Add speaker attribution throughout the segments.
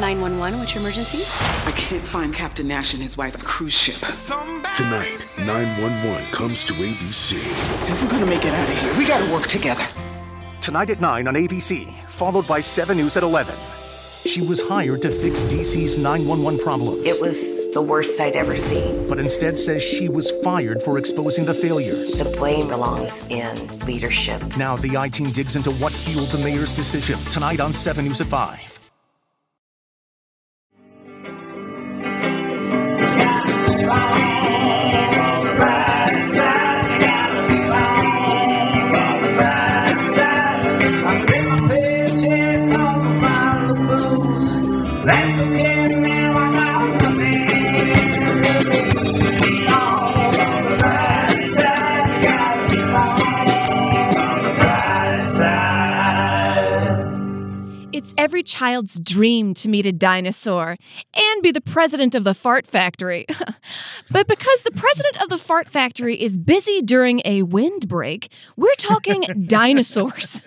Speaker 1: 911, what's your emergency?
Speaker 2: I can't find Captain Nash and his wife's cruise ship.
Speaker 3: Tonight, 911 comes to ABC.
Speaker 2: If we're gonna make it out of here, we gotta work together.
Speaker 4: Tonight at 9 on ABC, followed by 7 News at 11. She was hired to fix DC's 911 problems,
Speaker 5: It was the worst I'd ever seen.
Speaker 4: but instead says she was fired for exposing the failures.
Speaker 5: The blame belongs in leadership.
Speaker 4: Now the I team digs into what fueled the mayor's decision. Tonight on 7 News at 5.
Speaker 6: That's okay, now I got
Speaker 7: It's every child's dream to meet a dinosaur and be the president of the fart factory. but because the president of the fart factory is busy during a windbreak, we're talking dinosaurs.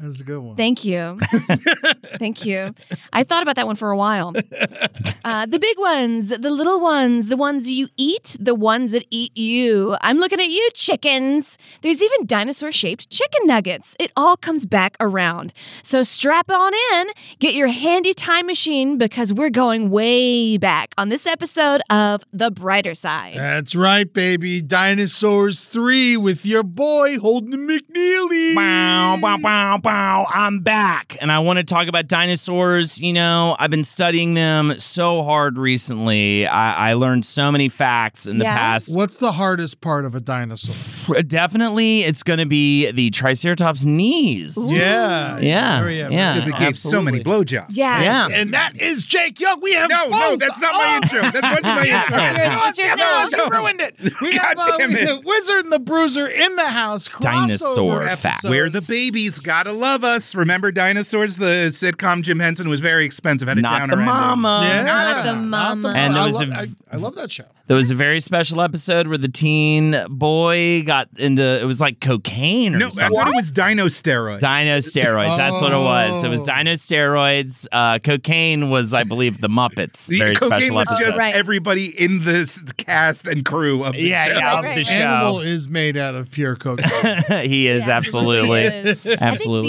Speaker 8: That's a good one.
Speaker 7: Thank you. Thank you. I thought about that one for a while. Uh, the big ones, the little ones, the ones you eat, the ones that eat you. I'm looking at you, chickens. There's even dinosaur shaped chicken nuggets. It all comes back around. So strap on in, get your handy time machine because we're going way back on this episode of The Brighter Side.
Speaker 8: That's right, baby. Dinosaurs 3 with your boy Holden McNeely.
Speaker 9: Bow, bow, bow, bow. I'm back. And I want to talk about dinosaurs. You know, I've been studying them so hard recently. I, I learned so many facts in the
Speaker 7: Yeah.
Speaker 9: past.
Speaker 8: What's the hardest part of a dinosaur?
Speaker 9: Definitely, it's going to be the Triceratops knees.
Speaker 8: Yeah.
Speaker 9: Yeah,
Speaker 8: Oh,
Speaker 9: yeah.
Speaker 10: Because it gave so many blowjobs.
Speaker 7: Yeah.
Speaker 9: Yeah.
Speaker 8: And that is Jake Young. We have
Speaker 10: No, no,
Speaker 8: both.
Speaker 10: that's not my
Speaker 8: Oh,
Speaker 10: intro. That wasn't my intro.
Speaker 7: It's yours. It's yours now.
Speaker 8: You ruined it. We
Speaker 10: God
Speaker 8: have, uh,
Speaker 10: damn
Speaker 8: we
Speaker 10: it.
Speaker 8: have Wizard and the Bruiser in the house. crossover
Speaker 9: Dinosaur
Speaker 8: episode.
Speaker 9: fact.
Speaker 10: We're the babies. Gotta love us. Remember dinosaurs? The sitcom Jim Henson was very expensive. Had a
Speaker 9: Not
Speaker 10: downer
Speaker 9: the mama.
Speaker 8: Yeah.
Speaker 7: Not the mama.
Speaker 9: And there
Speaker 8: I
Speaker 9: was
Speaker 8: love-
Speaker 9: a-
Speaker 8: I- I love that show.
Speaker 9: There was a very special episode where the teen boy got into it was like cocaine or
Speaker 10: ending. No, I
Speaker 9: something.
Speaker 10: thought it was dino steroid.
Speaker 9: Dino steroids. That's what it was. It was
Speaker 8: Oh.
Speaker 9: dino steroids. Uh, cocaine was, I believe, the Muppets.
Speaker 10: The
Speaker 9: Very
Speaker 10: cocaine
Speaker 9: special
Speaker 10: was
Speaker 9: episode.
Speaker 10: just
Speaker 7: Right.
Speaker 10: everybody in this cast and crew of the
Speaker 9: yeah,
Speaker 10: show.
Speaker 9: yeah, of
Speaker 7: Right,
Speaker 9: the
Speaker 7: right.
Speaker 8: Animal
Speaker 9: show.
Speaker 8: is made out of pure cocaine.
Speaker 9: he is
Speaker 7: Yeah,
Speaker 9: absolutely,
Speaker 7: it is.
Speaker 9: absolutely.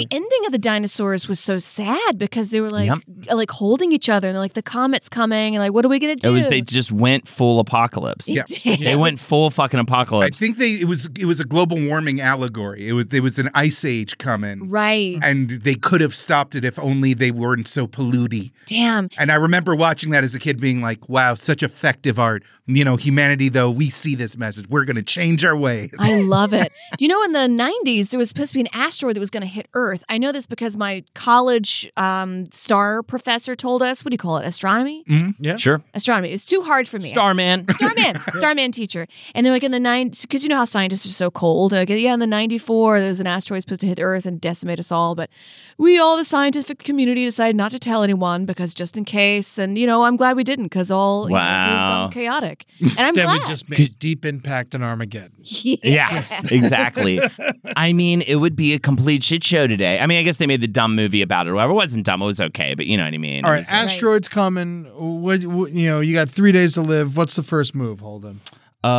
Speaker 7: I think the ending of the dinosaurs was so sad because they were like like holding each other and like the comet's coming and like what are we gonna do?
Speaker 9: it was they just went full apocalypse.
Speaker 10: Yeah.
Speaker 9: They went full fucking
Speaker 10: I
Speaker 9: apocalypse.
Speaker 10: think they it was it was a global warming allegory. It was there was an ice age coming.
Speaker 7: right.
Speaker 10: And they could have stopped it if only they weren't so polluty.
Speaker 7: Damn.
Speaker 10: And I remember watching that as a kid being like, wow, such effective art. You know, humanity, though, we see this message. We're going to change our ways.
Speaker 7: I love it. Do you know in the 90s there was supposed to be an asteroid that was going to hit Earth? I know this because my college um, star professor told us. What do you call it? Astronomy?
Speaker 9: sure.
Speaker 7: Astronomy. It's too hard for me.
Speaker 9: Starman.
Speaker 7: Starman, Starman teacher. And they're like in the nine, because you know how scientists are so cold. Like, yeah, in the 94, there was an asteroid supposed to hit Earth and decimate us all. But we, all the scientific community, decided not to tell anyone because just in case. And, you know, I'm glad we didn't because all, you know, things
Speaker 9: Wow.
Speaker 7: gotten chaotic. And I'm
Speaker 8: then
Speaker 7: glad.
Speaker 8: we just made deep impact in Armageddon.
Speaker 9: Yes, exactly. I mean, it would be a complete shit show today. I mean, I guess they made the dumb movie about it. Whoever wasn't dumb, it was okay, but you know what I mean. It
Speaker 8: All right,
Speaker 9: was like-
Speaker 8: asteroids coming. What, what you know? You got three days to live. What's the first move, Holden?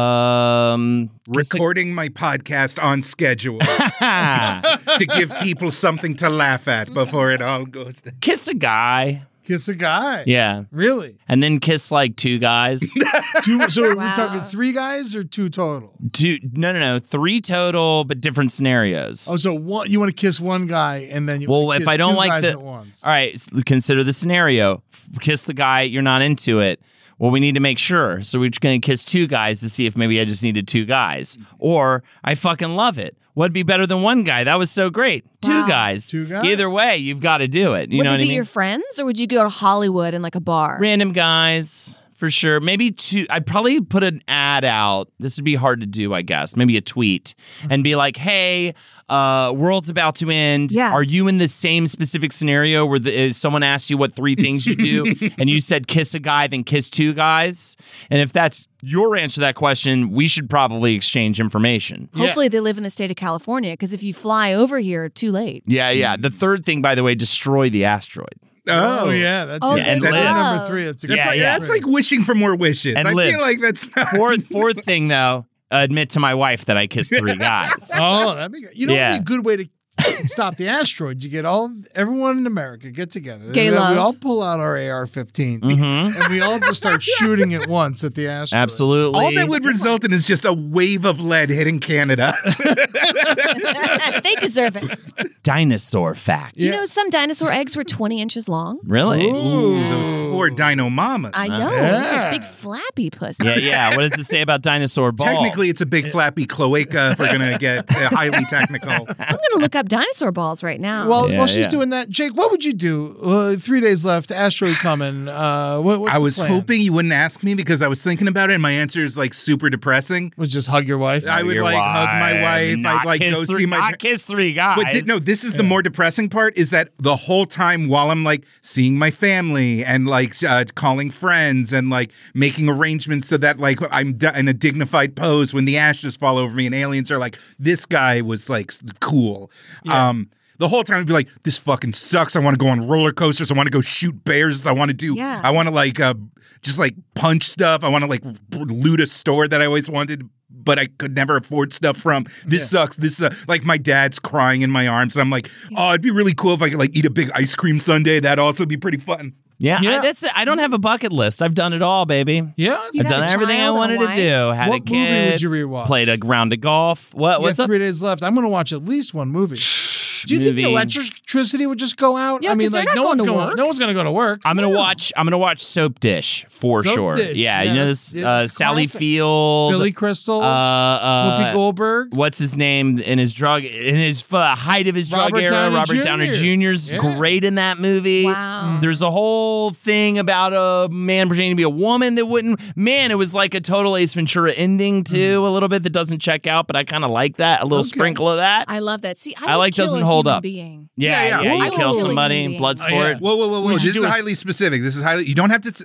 Speaker 9: um,
Speaker 10: Recording my podcast on schedule
Speaker 9: ah,
Speaker 10: to give people something to laugh at before it all goes down.
Speaker 9: kiss a guy.
Speaker 8: Kiss a guy.
Speaker 9: Yeah.
Speaker 8: Really?
Speaker 9: And then kiss like two guys.
Speaker 8: Two. So are we
Speaker 7: Wow.
Speaker 8: talking three guys or two total?
Speaker 9: two, no, no, no. Three total, but different scenarios.
Speaker 8: Oh, so one, you want to kiss one guy and then you
Speaker 9: Well,
Speaker 8: wanna
Speaker 9: if
Speaker 8: kiss
Speaker 9: I don't
Speaker 8: two
Speaker 9: like
Speaker 8: guys
Speaker 9: the-
Speaker 8: at once.
Speaker 9: All right, s- consider the scenario. F- Kiss the guy, you're not into it. well, we need to make sure. So we're going to kiss two guys to see if maybe I just needed two guys. Or I fucking love it. What'd be better than one guy? That was so great. Two guys. Two guys. Either way, you've got to do it. You
Speaker 7: would
Speaker 9: know
Speaker 7: they
Speaker 9: what I
Speaker 7: be
Speaker 9: mean?
Speaker 7: your friends, or would you go to Hollywood and like a bar?
Speaker 9: Random guys, for sure. Maybe two. I'd probably put an ad out. This would be hard to do, I guess. Maybe a tweet and be like, hey, uh, world's about to end.
Speaker 7: Yeah.
Speaker 9: Are you in the same specific scenario where the, uh, someone asks you what three things you do and you said kiss a guy, then kiss two guys? And if that's your answer to that question, we should probably exchange information.
Speaker 7: Hopefully, they live in the state of California because if you fly over here, too late.
Speaker 9: Yeah, yeah. The third thing, by the way, destroy the asteroid.
Speaker 10: Oh,
Speaker 8: yeah, that's
Speaker 7: Oh,
Speaker 9: Yeah, and
Speaker 7: they
Speaker 9: live.
Speaker 7: love.
Speaker 8: number three. It's a
Speaker 9: Yeah,
Speaker 8: good
Speaker 10: That's, like,
Speaker 9: yeah.
Speaker 10: that's like wishing for more wishes.
Speaker 9: And
Speaker 10: I
Speaker 9: live.
Speaker 10: feel like that's not.
Speaker 9: Fourth, fourth thing though, admit to my wife that I kissed three guys.
Speaker 8: Oh, that'd be good. You know,
Speaker 9: Yeah.
Speaker 8: what'd be a good way to stop the asteroid. You get all everyone in America get together.
Speaker 7: Gay
Speaker 8: we,
Speaker 7: love.
Speaker 8: all pull out our AR-15
Speaker 9: Mhm.
Speaker 8: and we all just start shooting at once at the asteroid.
Speaker 9: Absolutely.
Speaker 10: All that would result in is just a wave of lead hitting Canada.
Speaker 7: they deserve it.
Speaker 9: dinosaur fact.
Speaker 7: You know, some dinosaur eggs were 20 inches long.
Speaker 9: Really?
Speaker 10: Those poor dino mamas.
Speaker 7: I know. These are
Speaker 8: Yeah.
Speaker 7: big flappy pussy.
Speaker 9: Yeah, yeah. What does it say about dinosaur balls?
Speaker 10: Technically, it's a big flappy cloaca if we're going to get uh, highly technical.
Speaker 7: I'm going to look up dinosaur balls right now.
Speaker 8: Well,
Speaker 9: Yeah,
Speaker 8: while she's
Speaker 9: yeah.
Speaker 8: doing that, Jake, what would you do? Uh, three days left, asteroid coming. Uh, what, what's
Speaker 10: I
Speaker 8: the
Speaker 10: was
Speaker 8: plan?
Speaker 10: hoping you wouldn't ask me because I was thinking about it and my answer is like super depressing.
Speaker 8: Would just hug your wife.
Speaker 10: I would
Speaker 9: Your
Speaker 10: like hug my wife.
Speaker 9: not
Speaker 10: I'd like
Speaker 9: kiss
Speaker 10: go
Speaker 9: three,
Speaker 10: see my.
Speaker 9: Not kiss three guys.
Speaker 10: But th- no, this is the more depressing part is that the whole time while I'm like seeing my family and like uh, calling friends and like making arrangements so that like I'm d- in a dignified pose when the ashes fall over me and aliens are like, this guy was like s- cool. Um, the whole time I'd be like, this fucking sucks. I want to go on roller coasters. I want to go shoot bears. I want to do,
Speaker 7: Yeah.
Speaker 10: I want to like uh, just like punch stuff. I want to like b- loot a store that I always wanted, but I could never afford stuff from. This sucks. This uh, like my dad's crying in my arms, and I'm like, oh, it'd be really cool if I could like eat a big ice cream sundae. That'd also be pretty fun.
Speaker 9: yeah, I,
Speaker 8: Yeah.
Speaker 9: that's it. I don't have a bucket list. I've done it all, baby.
Speaker 8: Yeah,
Speaker 9: I've done
Speaker 7: have a
Speaker 9: everything I
Speaker 7: child, a
Speaker 9: wanted to
Speaker 7: wife?
Speaker 9: do. Had a
Speaker 8: What movie
Speaker 9: kid.
Speaker 8: would you rewatch?
Speaker 9: Played a round of golf. What?
Speaker 8: you have
Speaker 9: What's up?
Speaker 8: three days left. I'm going to watch at least one movie. Do you think
Speaker 9: movie.
Speaker 8: the electricity would just go out?
Speaker 7: Yeah,
Speaker 8: I mean,
Speaker 7: 'cause they're
Speaker 8: like
Speaker 7: not
Speaker 8: no
Speaker 7: going
Speaker 8: one's
Speaker 7: to
Speaker 8: going.
Speaker 7: work.
Speaker 8: No one's going to go to work.
Speaker 9: I'm gonna watch. I'm gonna watch Soap Dish for
Speaker 8: Soap
Speaker 9: sure.
Speaker 8: Dish,
Speaker 9: yeah, you
Speaker 8: yeah.
Speaker 9: know this uh,
Speaker 8: It's
Speaker 9: Sally
Speaker 8: classic.
Speaker 9: Field,
Speaker 8: Billy Crystal,
Speaker 9: uh, uh,
Speaker 8: Whoopi Goldberg.
Speaker 9: what's his name in his drug in his uh, height of his drug
Speaker 8: Robert
Speaker 9: era
Speaker 8: Downey
Speaker 9: robert downer
Speaker 8: Jr.
Speaker 9: jr's
Speaker 8: Yeah.
Speaker 9: great in that movie
Speaker 7: Wow.
Speaker 9: there's a whole thing about um, a man pretending to be a woman that wouldn't man it was like a total ace ventura ending too a little bit that doesn't check out but i kind of like that a little sprinkle of that
Speaker 7: I love that. See, I,
Speaker 9: I
Speaker 7: would
Speaker 9: like
Speaker 7: kill
Speaker 9: doesn't
Speaker 7: a
Speaker 9: hold
Speaker 7: human
Speaker 9: up.
Speaker 7: Being.
Speaker 9: yeah
Speaker 10: Yeah,
Speaker 9: yeah,
Speaker 10: yeah.
Speaker 7: I
Speaker 9: you
Speaker 7: would
Speaker 9: kill
Speaker 7: kill a
Speaker 9: somebody
Speaker 7: human being.
Speaker 8: Oh,
Speaker 9: blood sport
Speaker 10: Whoa, whoa, whoa, whoa!
Speaker 8: Would you
Speaker 10: This
Speaker 8: do
Speaker 10: is
Speaker 8: a-
Speaker 10: highly specific. This is highly. You don't have to. s-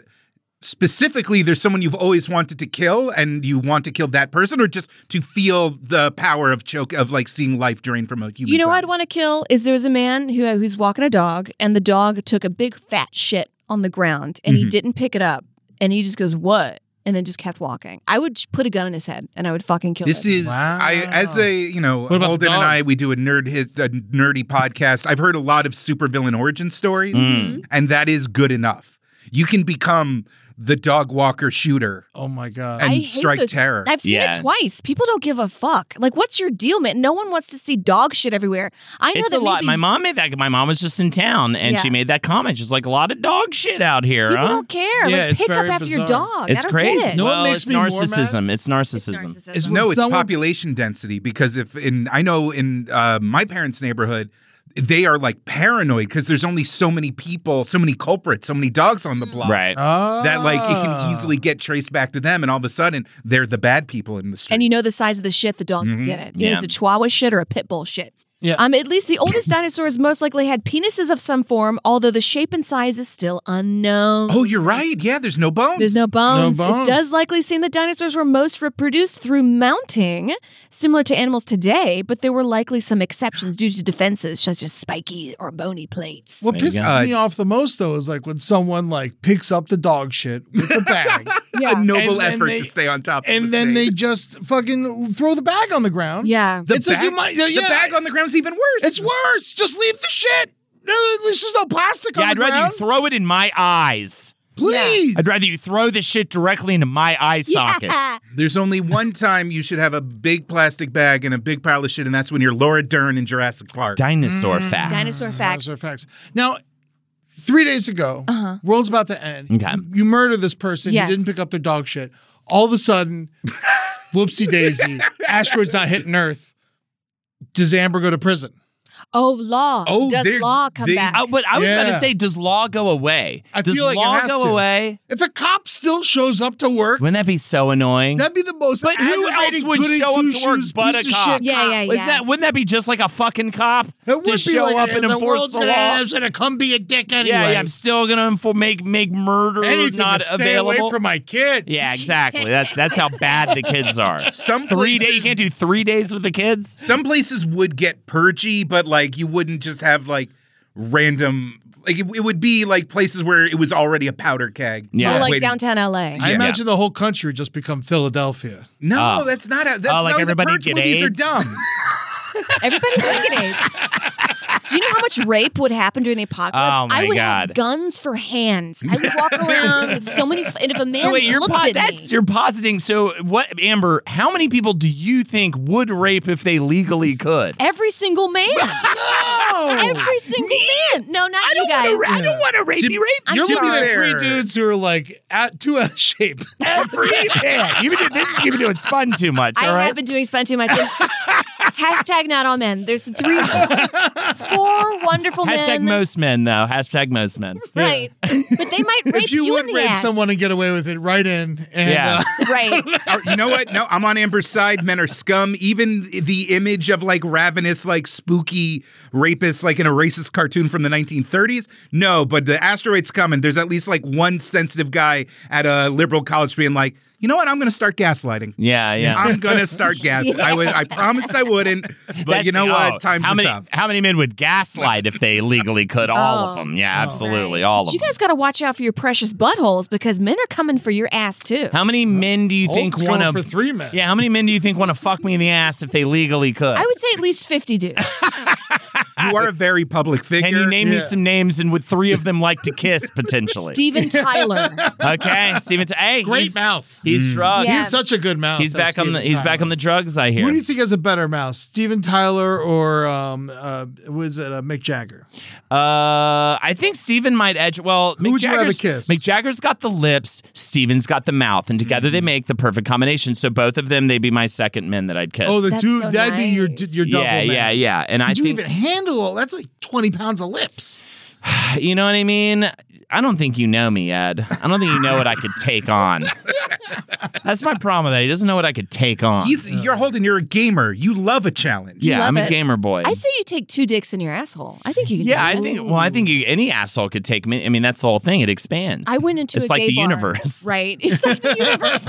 Speaker 10: Specifically, there's someone you've always wanted to kill, and you want to kill that person, or just to feel the power of choke of like seeing life drain from a human.
Speaker 7: You know, what I'd want to kill is there was a man who uh, who's walking a dog, and the dog took a big fat shit on the ground, and he didn't pick it up, and he just goes what, and then just kept walking. I would sh- put a gun in his head, and I would fucking kill
Speaker 10: This
Speaker 7: him.
Speaker 10: is I as a you know
Speaker 8: What about the
Speaker 10: Holden and
Speaker 8: dog?
Speaker 10: I we do a nerd his a nerdy podcast. I've heard a lot of supervillain origin stories,
Speaker 7: Mm-hmm.
Speaker 10: and that is good enough. You can become the dog walker shooter.
Speaker 8: Oh my god.
Speaker 10: and
Speaker 7: I hate
Speaker 10: strike
Speaker 7: those-
Speaker 10: terror.
Speaker 7: I've seen
Speaker 9: Yeah.
Speaker 7: it twice. People don't give a fuck. Like, what's your deal, man? No one wants to see dog shit everywhere. I know
Speaker 9: it's a
Speaker 7: that
Speaker 9: lot.
Speaker 7: maybe
Speaker 9: My mom made that. My mom was just in town, and
Speaker 7: Yeah.
Speaker 9: she made that comment. She's like, "A lot of dog shit out here."
Speaker 7: people
Speaker 9: huh?
Speaker 7: don't care.
Speaker 8: Yeah,
Speaker 7: like,
Speaker 8: it's
Speaker 7: pick up
Speaker 8: very
Speaker 7: after your
Speaker 8: bizarre.
Speaker 7: dog. I
Speaker 9: It's
Speaker 7: don't
Speaker 9: crazy.
Speaker 7: Get it.
Speaker 8: No,
Speaker 9: well,
Speaker 8: it makes
Speaker 9: it's
Speaker 8: me more mad.
Speaker 9: narcissism. It's narcissism.
Speaker 8: Is when
Speaker 10: No, it's
Speaker 8: someone-
Speaker 10: population density because if in I know in uh, my parents' neighborhood they are like paranoid because there's only so many people, so many culprits, so many dogs on the
Speaker 7: Mm.
Speaker 10: block.
Speaker 9: Right.
Speaker 8: Ah.
Speaker 10: That like it can easily get traced back to them, and all of a sudden they're the bad people in the street. Mm-hmm.
Speaker 7: And you know the size of the shit the dog did it. It was
Speaker 9: Yeah.
Speaker 7: a Chihuahua shit or a pit bull shit.
Speaker 8: Yeah.
Speaker 7: Um. At least the oldest dinosaurs most likely had penises of some form, although the shape and size is still unknown.
Speaker 10: Oh, you're right. Yeah, there's no bones.
Speaker 7: There's no bones.
Speaker 8: bones.
Speaker 7: It does likely seem that dinosaurs were most reproduced through mounting, similar to animals today, but there were likely some exceptions due to defenses such as spiky or bony plates.
Speaker 8: What
Speaker 9: There you
Speaker 8: pisses
Speaker 10: go.
Speaker 8: me off the most though is like when someone like picks up the dog shit with a bag,
Speaker 10: A noble
Speaker 8: And then
Speaker 10: effort
Speaker 8: they-
Speaker 10: to stay on top. of
Speaker 8: and
Speaker 10: the
Speaker 8: then they
Speaker 10: snake.
Speaker 8: just fucking throw the bag on the ground.
Speaker 7: Yeah.
Speaker 10: The
Speaker 8: it's like you
Speaker 10: bag-
Speaker 8: might- yeah,
Speaker 10: the
Speaker 8: yeah.
Speaker 10: bag on the ground's even worse.
Speaker 8: it's worse. Just leave the shit. No, At least there's no plastic
Speaker 9: Yeah,
Speaker 8: on
Speaker 9: I'd
Speaker 8: the
Speaker 9: rather
Speaker 8: ground.
Speaker 9: you throw it in my eyes.
Speaker 8: Please.
Speaker 9: I'd rather you throw this shit directly into my eye sockets.
Speaker 10: There's only one time you should have a big plastic bag and a big pile of shit, and that's when you're Laura Dern in Jurassic Park.
Speaker 9: Dinosaur facts.
Speaker 7: Dinosaur Mm, facts. Uh-huh.
Speaker 8: Those are facts. Now, three days ago, world's about to end.
Speaker 9: Okay.
Speaker 8: You, you murder this person.
Speaker 7: Yes.
Speaker 8: You didn't pick up their dog shit. All of a sudden, whoopsie daisy, asteroid's not hitting Earth. Does Amber go to prison?
Speaker 7: Oh, law.
Speaker 8: Oh,
Speaker 7: Does
Speaker 8: they're-
Speaker 7: law come
Speaker 8: they-
Speaker 7: back?
Speaker 9: Oh, but I was going to
Speaker 8: Yeah.
Speaker 9: say, does law go away?
Speaker 8: I
Speaker 9: does
Speaker 8: feel like it
Speaker 9: law
Speaker 8: has
Speaker 9: go
Speaker 8: to.
Speaker 9: away?
Speaker 8: If a cop still shows up to work,
Speaker 9: Wouldn't that be so annoying?
Speaker 8: that'd be the most.
Speaker 9: but who else
Speaker 8: aggravating
Speaker 9: would
Speaker 8: goody
Speaker 9: show up to work
Speaker 8: two-shoes
Speaker 9: but
Speaker 8: piece
Speaker 9: a
Speaker 8: of
Speaker 9: cop?
Speaker 8: shit
Speaker 7: Yeah,
Speaker 8: cop.
Speaker 7: yeah, yeah.
Speaker 9: Is that wouldn't that be just like a fucking cop
Speaker 8: It would
Speaker 9: to
Speaker 8: be
Speaker 9: show
Speaker 8: like,
Speaker 9: up and
Speaker 8: "The
Speaker 9: enforce
Speaker 8: world's
Speaker 9: the
Speaker 8: gonna
Speaker 9: law?
Speaker 8: end, I'm gonna come be a dick anyway.
Speaker 9: Yeah, yeah, I'm still gonna enfor- make make murder
Speaker 8: Anything
Speaker 9: not
Speaker 8: to stay
Speaker 9: available.
Speaker 8: away from my kids.
Speaker 9: yeah, exactly. That's that's how bad the kids are.
Speaker 10: Some
Speaker 9: three days
Speaker 10: places-
Speaker 9: you can't do three days with the kids.
Speaker 10: Some places would get purgy, but like you wouldn't just have like random. Like it, it would be like places where it was already a powder keg.
Speaker 9: Yeah.
Speaker 7: Or like
Speaker 10: Waiting-
Speaker 7: downtown LA.
Speaker 8: I
Speaker 10: Yeah.
Speaker 8: imagine the whole country would just become Philadelphia.
Speaker 10: No,
Speaker 9: Oh.
Speaker 10: that's not. A, that's
Speaker 9: Oh, like
Speaker 10: how the
Speaker 9: everybody
Speaker 10: purge
Speaker 9: get
Speaker 10: movies are
Speaker 9: AIDS?
Speaker 10: dumb.
Speaker 7: Everybody's taking it. Do you know how much rape would happen during the apocalypse?
Speaker 9: Oh, my
Speaker 7: I would
Speaker 9: God.
Speaker 7: have guns for hands. I would walk around with so many. f- And if a man
Speaker 9: so wait, you're
Speaker 7: looked
Speaker 9: po-
Speaker 7: at
Speaker 9: that's
Speaker 7: me,
Speaker 9: you're positing. So what, Amber? How many people do you think would rape if they legally could?
Speaker 7: every single man, every single man. No, not
Speaker 9: I
Speaker 7: you
Speaker 9: don't
Speaker 7: guys.
Speaker 9: want to. I don't want to rape.
Speaker 10: To-
Speaker 9: Be raped.
Speaker 7: I'm
Speaker 8: You're
Speaker 7: sorry.
Speaker 8: looking at three
Speaker 10: Fair.
Speaker 8: dudes who are like out, too out of shape.
Speaker 9: every man. You've been doing this. You've been doing spun too much.
Speaker 7: I
Speaker 9: all right.
Speaker 7: have been doing spend too much. Hashtag not all men. There's three, four wonderful
Speaker 9: Hashtag
Speaker 7: men.
Speaker 9: most men though. Hashtag most men.
Speaker 7: Right, but they might rape
Speaker 8: if you, would
Speaker 7: in the
Speaker 8: rape
Speaker 7: ass.
Speaker 8: someone and get away with it, right in. And,
Speaker 9: Yeah.
Speaker 8: uh,
Speaker 7: right?
Speaker 10: Or- you know what? No, I'm on Amber's side. Men are scum. Even the image of like ravenous, like spooky rapists, like in a racist cartoon from the 1930s. No, but the asteroid's coming. There's at least like one sensitive guy at a liberal college being like, you know what? I'm going to start gaslighting.
Speaker 9: Yeah, yeah.
Speaker 10: I'm gonna start gaslighting. I was, I promised I wouldn't, but
Speaker 9: That's-
Speaker 10: you know
Speaker 9: oh,
Speaker 10: what? Times
Speaker 9: how
Speaker 10: are
Speaker 9: many,
Speaker 10: tough.
Speaker 9: How many men would gaslight if they legally could? All of
Speaker 7: Oh.
Speaker 9: them. Yeah, absolutely.
Speaker 7: Right.
Speaker 9: All
Speaker 7: But
Speaker 9: of
Speaker 7: You
Speaker 9: them.
Speaker 7: guys got to watch out for your precious buttholes because men are coming for your ass too.
Speaker 9: how many men do you
Speaker 8: Holt's
Speaker 9: think
Speaker 8: going
Speaker 9: want
Speaker 8: for
Speaker 9: to
Speaker 8: three men.
Speaker 9: Yeah, how many men do you think want to fuck me in the ass if they legally could?
Speaker 7: I would say at least 50 dudes.
Speaker 10: You are a very public figure.
Speaker 9: Can you name me
Speaker 8: yeah.
Speaker 9: some names and would three of them like to kiss potentially?
Speaker 7: Steven Tyler.
Speaker 9: Okay, Steven. T- hey,
Speaker 8: Great
Speaker 9: he's,
Speaker 8: mouth. Mm.
Speaker 9: He's drugged.
Speaker 7: Yeah.
Speaker 8: He's such a good mouth.
Speaker 9: He's
Speaker 8: that
Speaker 9: back on the
Speaker 8: Steven
Speaker 9: he's back
Speaker 8: Tyler.
Speaker 9: on the drugs. I hear.
Speaker 8: Who do you think has a better mouth, Steven Tyler or um, uh, was it uh, Mick Jagger?
Speaker 9: Uh, I think Steven might edge. Well, Mick
Speaker 8: would you rather
Speaker 9: Jagger's-
Speaker 8: kiss?
Speaker 9: Mick Jagger's got the lips. Steven's got the mouth, and together
Speaker 8: Mm.
Speaker 9: they make the perfect combination. So both of them, they'd be my second men that I'd kiss.
Speaker 8: Oh, the
Speaker 7: That's
Speaker 8: two
Speaker 7: so
Speaker 8: that'd be your
Speaker 7: nice.
Speaker 8: your double.
Speaker 9: yeah,
Speaker 8: man.
Speaker 9: yeah, yeah. And I
Speaker 8: Could you
Speaker 9: think
Speaker 8: even handle all that's like twenty pounds of lips.
Speaker 9: you know what I mean. I don't think you know me, Ed. I don't think you know what I could take on. That's my problem with that. He doesn't know what I could take on.
Speaker 10: He's, you're holding. You're a gamer. You love a challenge.
Speaker 9: yeah,
Speaker 7: Love
Speaker 9: I'm a
Speaker 7: it.
Speaker 9: gamer boy.
Speaker 7: I say you take two dicks in your asshole. I think you can
Speaker 9: Yeah,
Speaker 7: do
Speaker 9: I
Speaker 7: that.
Speaker 9: think. Well, I think you, any asshole could take me. I mean, that's the whole thing. It expands.
Speaker 7: I went into
Speaker 9: it's
Speaker 7: a
Speaker 9: like
Speaker 7: gay
Speaker 9: the
Speaker 7: bar.
Speaker 9: universe.
Speaker 7: Right. It's like the universe.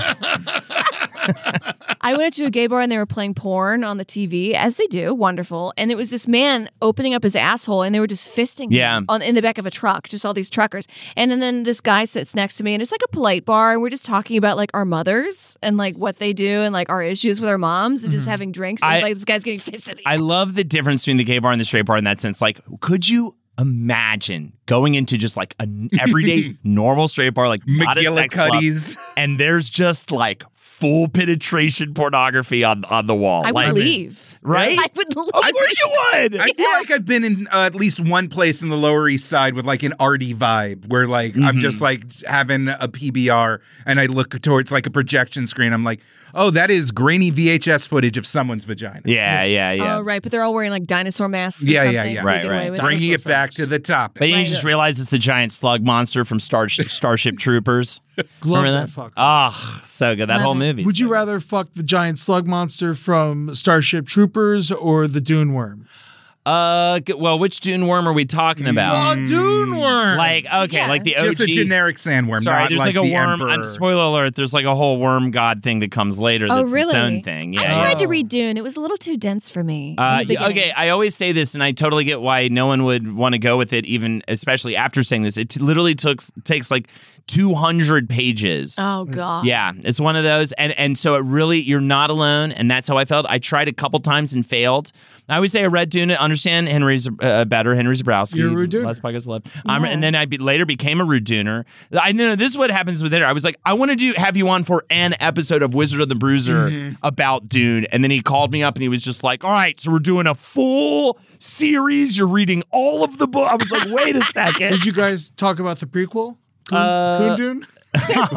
Speaker 7: I went into a gay bar and they were playing porn on the TV, as they do, wonderful. And it was this man opening up his asshole and they were just fisting
Speaker 9: Yeah.
Speaker 7: him on, in the back of a truck, just all these truckers. And, and then this guy sits next to me and it's like a polite bar and we're just talking about like our mothers and like what they do and like our issues with our moms and just having drinks. And
Speaker 9: Mm-hmm. I-
Speaker 7: like this guy's getting fisted.
Speaker 9: I love the difference between the gay bar and the straight bar in that sense. Like, could you imagine going into just like an everyday normal straight bar, like not a sex club,
Speaker 10: McGillicuddy's.
Speaker 9: and there's just like full penetration pornography on on the wall?
Speaker 7: I would
Speaker 9: like,
Speaker 7: leave.
Speaker 9: right?
Speaker 7: I would leave.
Speaker 9: Of course you would.
Speaker 10: I feel like I've been in uh, at least one place in the Lower East Side with like an arty vibe where like I'm just
Speaker 9: Mhm.
Speaker 10: like having a PBR and I look towards like a projection screen. I'm like, oh, that is grainy VHS footage of someone's vagina.
Speaker 9: yeah, yeah, yeah.
Speaker 7: Oh, right. But they're all wearing like dinosaur masks. Or
Speaker 10: Yeah, yeah,
Speaker 7: something,
Speaker 10: yeah.
Speaker 7: so they
Speaker 9: Right,
Speaker 7: get
Speaker 9: right.
Speaker 7: away with it.
Speaker 10: Bringing it back to the top.
Speaker 9: But then you
Speaker 7: Right.
Speaker 9: just realize it's the giant slug monster from Starship, Starship Troopers.
Speaker 8: Love
Speaker 9: Remember
Speaker 8: that fuck.
Speaker 9: Ah, so good. That
Speaker 7: Love
Speaker 9: whole
Speaker 7: it.
Speaker 9: movie.
Speaker 8: Would you rather fuck the giant slug monster from Starship Troopers or the Dune Worm?
Speaker 9: Uh, g- well, which Dune worm are we talking about?
Speaker 8: Dune Worm.
Speaker 9: Mm, Like, okay,
Speaker 7: Yeah.
Speaker 9: like the OG.
Speaker 10: Just a generic sandworm.
Speaker 9: Sorry,
Speaker 10: not
Speaker 9: there's like,
Speaker 10: the
Speaker 9: a worm.
Speaker 10: Emperor.
Speaker 9: uh, spoiler alert: there's like a whole worm god thing that comes later.
Speaker 7: Oh,
Speaker 9: That's its
Speaker 7: really?
Speaker 9: own thing.
Speaker 7: I
Speaker 9: Yeah.
Speaker 7: tried to read Dune. It was a little too dense for me. in
Speaker 9: Uh,
Speaker 7: the beginning.
Speaker 9: yeah, okay, I always say this, and I totally get why no one would want to go with it, even especially after saying this. It t- literally took takes like 200 pages.
Speaker 7: Oh
Speaker 10: Mm.
Speaker 7: god.
Speaker 9: Yeah, it's one of those, and and so it really you're not alone, and that's how I felt. I tried a couple times and failed. I always say I read Dune on understand Henry's uh, better. Henry Zabrowski.
Speaker 8: You're a rude dude.
Speaker 9: Last podcast left. I'm, and then I be, later became a rude dooner. I know this is what happens with it. I was like, I want to do have you on for an episode of Wizard of the Bruiser
Speaker 8: Mm-hmm.
Speaker 9: about Dune, and then he called me up and he was just like, "All right, so we're doing a full series. You're reading all of the book." I was like, "Wait a second.
Speaker 8: Did you guys talk about the prequel? Kun-
Speaker 9: Uh,
Speaker 8: Kundun?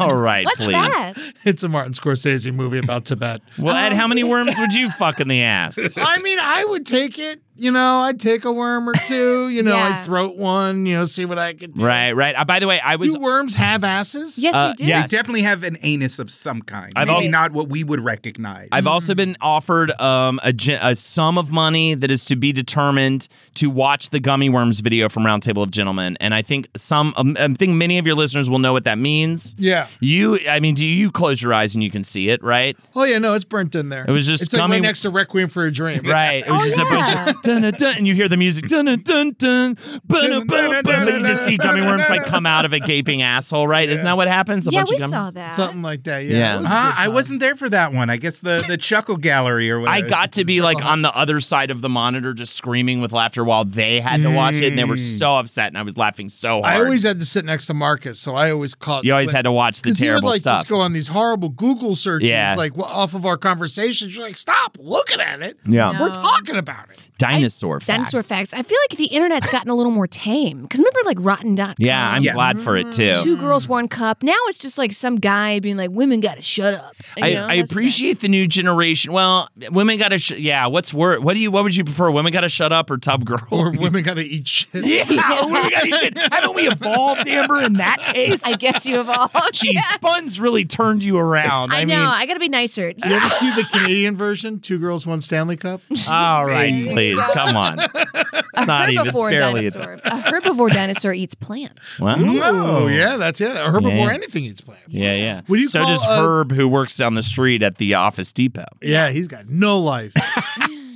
Speaker 9: all right,
Speaker 7: What's
Speaker 9: please."
Speaker 7: that?
Speaker 8: It's a Martin Scorsese movie about Tibet.
Speaker 9: Well, Ed, how many worms would you fuck in the ass?
Speaker 8: Um, I mean, I would take it. You know, I'd take a worm or two. You know,
Speaker 7: Yeah.
Speaker 8: I'd throat one. You know, see what I could do.
Speaker 9: right, right. Uh, by the way, I was
Speaker 8: Do worms have asses?
Speaker 7: Yes,
Speaker 9: Uh,
Speaker 7: they do.
Speaker 9: yeah.
Speaker 10: They definitely have an anus of some kind.
Speaker 9: I've
Speaker 10: Maybe
Speaker 9: also-
Speaker 10: not what we would recognize.
Speaker 9: I've also been offered um, a, gen- a sum of money that is to be determined to watch the Gummy Worms video from Roundtable of Gentlemen, and I think some, um, I think many of your listeners will know what that means.
Speaker 8: Yeah.
Speaker 9: You, I mean, do you close your eyes and you can see it, right?
Speaker 8: Oh yeah, no, it's burnt in there.
Speaker 9: It was just
Speaker 8: it's like
Speaker 9: gummy-
Speaker 8: right next to Requiem for a Dream.
Speaker 9: Right. It was
Speaker 7: Oh,
Speaker 9: just a
Speaker 7: yeah.
Speaker 9: bunch of dun dun dun, and you hear the music dun dun dun dun, dun dun dun. You just see gummy worms like come out of a gaping asshole, right? Isn't that what happens? A
Speaker 7: yeah,
Speaker 9: bunch
Speaker 7: we
Speaker 9: of gummy-
Speaker 7: saw that.
Speaker 8: Something like that. Yeah.
Speaker 9: Yeah.
Speaker 8: It was a
Speaker 10: Huh?
Speaker 8: good
Speaker 10: I
Speaker 8: time.
Speaker 10: wasn't there for that one. I guess the, the chuckle gallery or
Speaker 9: I
Speaker 10: whatever.
Speaker 9: got to be like on the other side of the monitor, just screaming with laughter while they had to watch it, and they were so upset, and I was laughing so hard.
Speaker 8: Mm. I always had to sit next to Marcus, so I always caught.
Speaker 9: You always had to watch the
Speaker 8: 'Cause he would,
Speaker 9: terrible
Speaker 8: like,
Speaker 9: stuff.
Speaker 8: Just go on these horrible Google searches,
Speaker 9: Yeah.
Speaker 8: like w- off of our conversations. You're like, stop looking at it.
Speaker 9: Yeah.
Speaker 8: we're talking about it.
Speaker 9: dinosaur facts.
Speaker 7: Dinosaur facts. I feel like the internet's gotten a little more tame. Because remember, like Rotten.com.
Speaker 9: Yeah, I'm
Speaker 10: Yeah.
Speaker 9: glad for it too.
Speaker 7: Two girls, one cup. Now it's just like some guy being like, "Women gotta shut up." You
Speaker 9: I,
Speaker 7: know,
Speaker 9: I
Speaker 7: that's the thing.
Speaker 9: appreciate the new generation. Well, women gotta, sh- yeah. What's word? What do you? What would you prefer? Women gotta shut up or tub girl?
Speaker 8: Or women gotta eat shit.
Speaker 9: yeah, women gotta shit. Haven't we evolved, Amber? In that case,
Speaker 7: I guess you evolved.
Speaker 9: Gee, Spuns really turned you around. I,
Speaker 7: I know.
Speaker 9: mean,
Speaker 7: I gotta be nicer.
Speaker 8: You ever see the Canadian version? Two girls, one Stanley Cup.
Speaker 9: all right, please come on. It's not even. It's
Speaker 7: herbivore
Speaker 9: barely.
Speaker 7: dinosaur. A herbivore dinosaur eats plants.
Speaker 9: Well,
Speaker 8: Oh yeah, that's it. A herbivore,
Speaker 9: Yeah.
Speaker 8: anything eats plants.
Speaker 9: Yeah, yeah.
Speaker 8: What do you
Speaker 9: so
Speaker 8: call,
Speaker 9: does
Speaker 8: uh,
Speaker 9: Herb, who works down the street at the Office Depot.
Speaker 8: Yeah, he's got no life.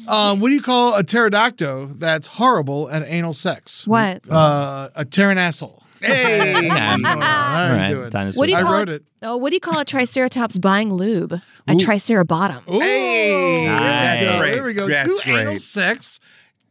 Speaker 8: um, what do you call a pterodactyl that's horrible at anal sex?
Speaker 7: What?
Speaker 8: Uh, a pteran asshole.
Speaker 10: Hey.
Speaker 8: How are you
Speaker 9: Right,
Speaker 8: doing?
Speaker 9: dinosaur.
Speaker 7: What do you
Speaker 8: I
Speaker 7: call
Speaker 8: wrote it.
Speaker 7: Oh, what do you call a triceratops buying lube? A tricerabottom.
Speaker 10: Hey. That's
Speaker 9: Nice.
Speaker 8: There we
Speaker 10: great.
Speaker 8: go. There we go.
Speaker 10: That's
Speaker 8: Two
Speaker 10: great.
Speaker 8: anal sex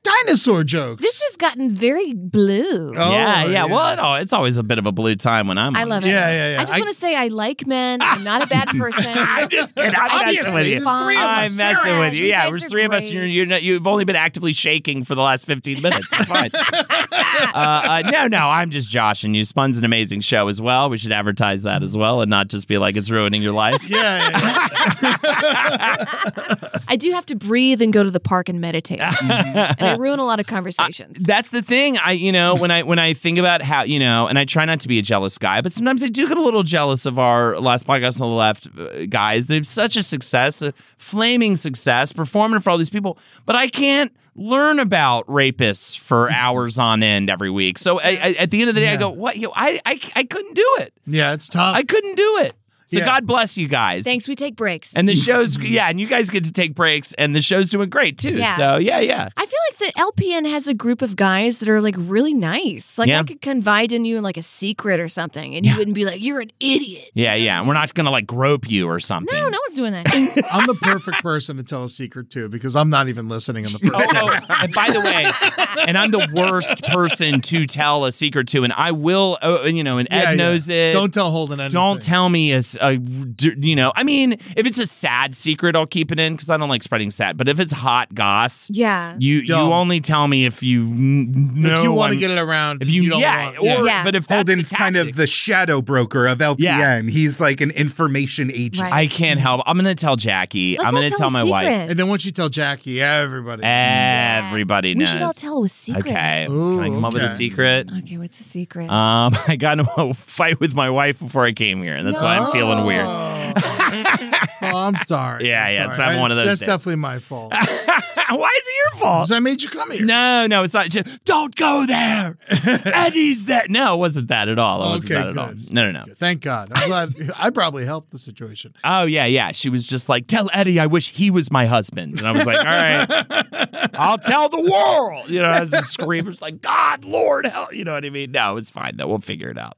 Speaker 8: dinosaur jokes.
Speaker 7: This has gotten very blue.
Speaker 8: Oh,
Speaker 9: yeah, yeah. Well, no, it's always a bit of a blue time when I'm.
Speaker 7: I
Speaker 9: on
Speaker 7: love
Speaker 9: it.
Speaker 7: it.
Speaker 8: Yeah, yeah, yeah.
Speaker 7: I just
Speaker 8: I-
Speaker 7: want to say I like men. I'm not a bad person.
Speaker 9: I'm just kidding. I'm messing
Speaker 8: Obviously,
Speaker 9: with you.
Speaker 8: there's three of
Speaker 9: I'm
Speaker 8: us.
Speaker 9: messing
Speaker 7: Sarah,
Speaker 9: with you.
Speaker 7: you
Speaker 9: Yeah,
Speaker 7: guys
Speaker 9: there's
Speaker 7: are
Speaker 9: three of us. You're,
Speaker 7: great.
Speaker 9: you're not, you've only been actively shaking for the last 15 minutes. It's fine. uh, uh, no, no, I'm just joshing you. Spun's an amazing show as well. We should advertise that as well and not just be like it's ruining your life.
Speaker 8: Yeah, yeah, yeah.
Speaker 7: I do have to breathe and go to the park and meditate, and I ruin a lot of conversations.
Speaker 9: That's the thing. I you know when I when I think about how you know, and I try not to be a jealous guy, but sometimes I do get a little jealous of our last podcast on the left uh, guys. They're such a success, a flaming success, performing for all these people, but I can't learn about rapists for hours on end every week. So I, I, at the end of the day, I go, what? Yo, I, I I couldn't do it.
Speaker 8: yeah, it's tough.
Speaker 9: I couldn't do it. So
Speaker 8: Yeah.
Speaker 9: God bless you guys.
Speaker 7: Thanks. We take breaks.
Speaker 9: And the show's yeah, and you guys get to take breaks, and the show's doing great too.
Speaker 7: Yeah.
Speaker 9: So yeah, yeah.
Speaker 7: I feel like the LPN has a group of guys that are like really nice. Like
Speaker 9: Yeah.
Speaker 7: I could confide in you in like a secret or something, and you wouldn't be like, "You're an idiot."
Speaker 9: Yeah, yeah. We're not gonna like grope you or something.
Speaker 7: No, no one's doing that.
Speaker 8: I'm the perfect person to tell a secret to because I'm not even listening in the first
Speaker 9: Oh, oh,
Speaker 8: place.
Speaker 9: and by the way, and I'm the worst person to tell a secret to, and I will, uh, you know, and Ed
Speaker 8: Yeah, yeah.
Speaker 9: knows it.
Speaker 8: Don't tell Holden anything.
Speaker 9: Don't tell me as a, d- you know, I mean, if it's a sad secret, I'll keep it in because I don't like spreading sad. But if it's hot goss,
Speaker 7: yeah.
Speaker 9: you
Speaker 8: Don't.
Speaker 9: you only tell me if you n-
Speaker 8: If
Speaker 9: know
Speaker 8: you want to
Speaker 9: I'm-
Speaker 8: get it around,
Speaker 9: if you,
Speaker 8: don't
Speaker 9: yeah,
Speaker 8: want-
Speaker 9: or
Speaker 7: Yeah.
Speaker 9: but if that's
Speaker 10: Holden's
Speaker 9: the
Speaker 10: kind of
Speaker 9: tactic-
Speaker 10: the shadow broker of LPN.
Speaker 9: Yeah.
Speaker 10: He's like an information agent.
Speaker 7: Right.
Speaker 9: I can't help. I'm gonna tell Jackie.
Speaker 7: Let's
Speaker 9: I'm
Speaker 7: not
Speaker 9: gonna
Speaker 7: tell a
Speaker 9: my wife.
Speaker 7: secret.
Speaker 8: and then once you tell Jackie, everybody.
Speaker 9: Everybody
Speaker 7: We
Speaker 9: knows.
Speaker 7: should all tell a secret.
Speaker 9: Okay. Can I
Speaker 8: Ooh,
Speaker 9: come up with a
Speaker 8: okay.
Speaker 9: secret?
Speaker 7: Okay, what's the secret?
Speaker 9: Um, I got in a fight with my wife before I came here, and that's why I'm feeling weird.
Speaker 8: Oh, I'm sorry.
Speaker 9: Yeah,
Speaker 8: I'm
Speaker 9: yeah, it's
Speaker 8: sorry.
Speaker 9: been one of those
Speaker 8: That's
Speaker 9: days.
Speaker 8: definitely my fault.
Speaker 9: why is it your fault?
Speaker 8: Because I made you come here.
Speaker 9: No, no, it's not. Just, don't go there. Eddie's that. No, it wasn't that at all. It wasn't
Speaker 8: Okay,
Speaker 9: that at all.
Speaker 8: good.
Speaker 9: No, no, no.
Speaker 8: Thank God. I'm glad. I probably helped the situation.
Speaker 9: Oh yeah, yeah. She was just like, "Tell Eddie I wish he was my husband," and I was like, "All right, I'll tell the world." You know, I was just screaming, I was like, "God, Lord, help!" You know what I mean? No, it's fine though. We'll figure it out.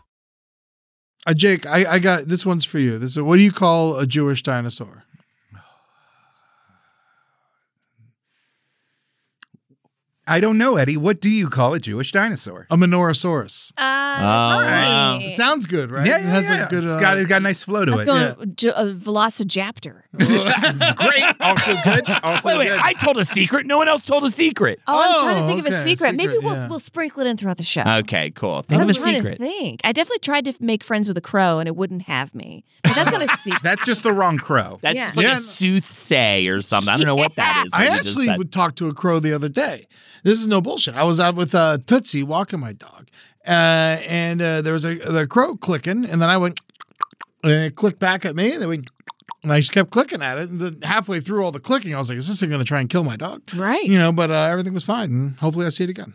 Speaker 8: Uh, Jake, I, I got this one's for you. This is, what do you call a Jewish dinosaur?
Speaker 10: I don't know, Eddie. What do you call a Jewish dinosaur?
Speaker 8: A Minosaurus.
Speaker 7: Ah,
Speaker 10: Oh, wow.
Speaker 8: It sounds good, right?
Speaker 10: Yeah,
Speaker 8: it
Speaker 10: yeah,
Speaker 8: has
Speaker 10: yeah.
Speaker 8: a good.
Speaker 10: It's
Speaker 8: uh,
Speaker 10: got- it's got a nice flow to
Speaker 7: I was
Speaker 10: it.
Speaker 7: going j- uh, a velocijaptor.
Speaker 10: Great. Also good. Also
Speaker 9: wait, wait,
Speaker 10: good.
Speaker 9: I told a secret. No one else told a secret.
Speaker 7: Oh, I'm trying to
Speaker 9: Oh,
Speaker 7: think of a
Speaker 9: okay,
Speaker 7: secret. Maybe
Speaker 9: secret,
Speaker 7: we'll
Speaker 9: yeah.
Speaker 7: we'll sprinkle it in throughout the show.
Speaker 9: Okay, cool. Think
Speaker 7: I'm
Speaker 9: of a
Speaker 7: trying
Speaker 9: secret.
Speaker 7: to think. I definitely tried to make friends with a crow, and it wouldn't have me. But that's not a secret.
Speaker 10: That's just the wrong crow.
Speaker 9: That's
Speaker 7: Yeah.
Speaker 9: just like
Speaker 8: Yeah.
Speaker 9: a soothsay or something. I don't know what that is.
Speaker 8: I
Speaker 9: what you just
Speaker 8: actually
Speaker 9: said.
Speaker 8: would talk to a crow the other day. This is no bullshit. I was out with uh, Tootsie walking my dog, uh, and uh, there was a the crow clicking, and then I went and it clicked back at me, and then we. And I just kept clicking at it, and then halfway through all the clicking, I was like, "Is this thing going to try and kill my dog?"
Speaker 7: Right.
Speaker 8: You know, but uh, everything was fine, and hopefully, I see it again.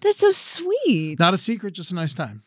Speaker 7: That's so sweet.
Speaker 8: Not a secret, just a nice time.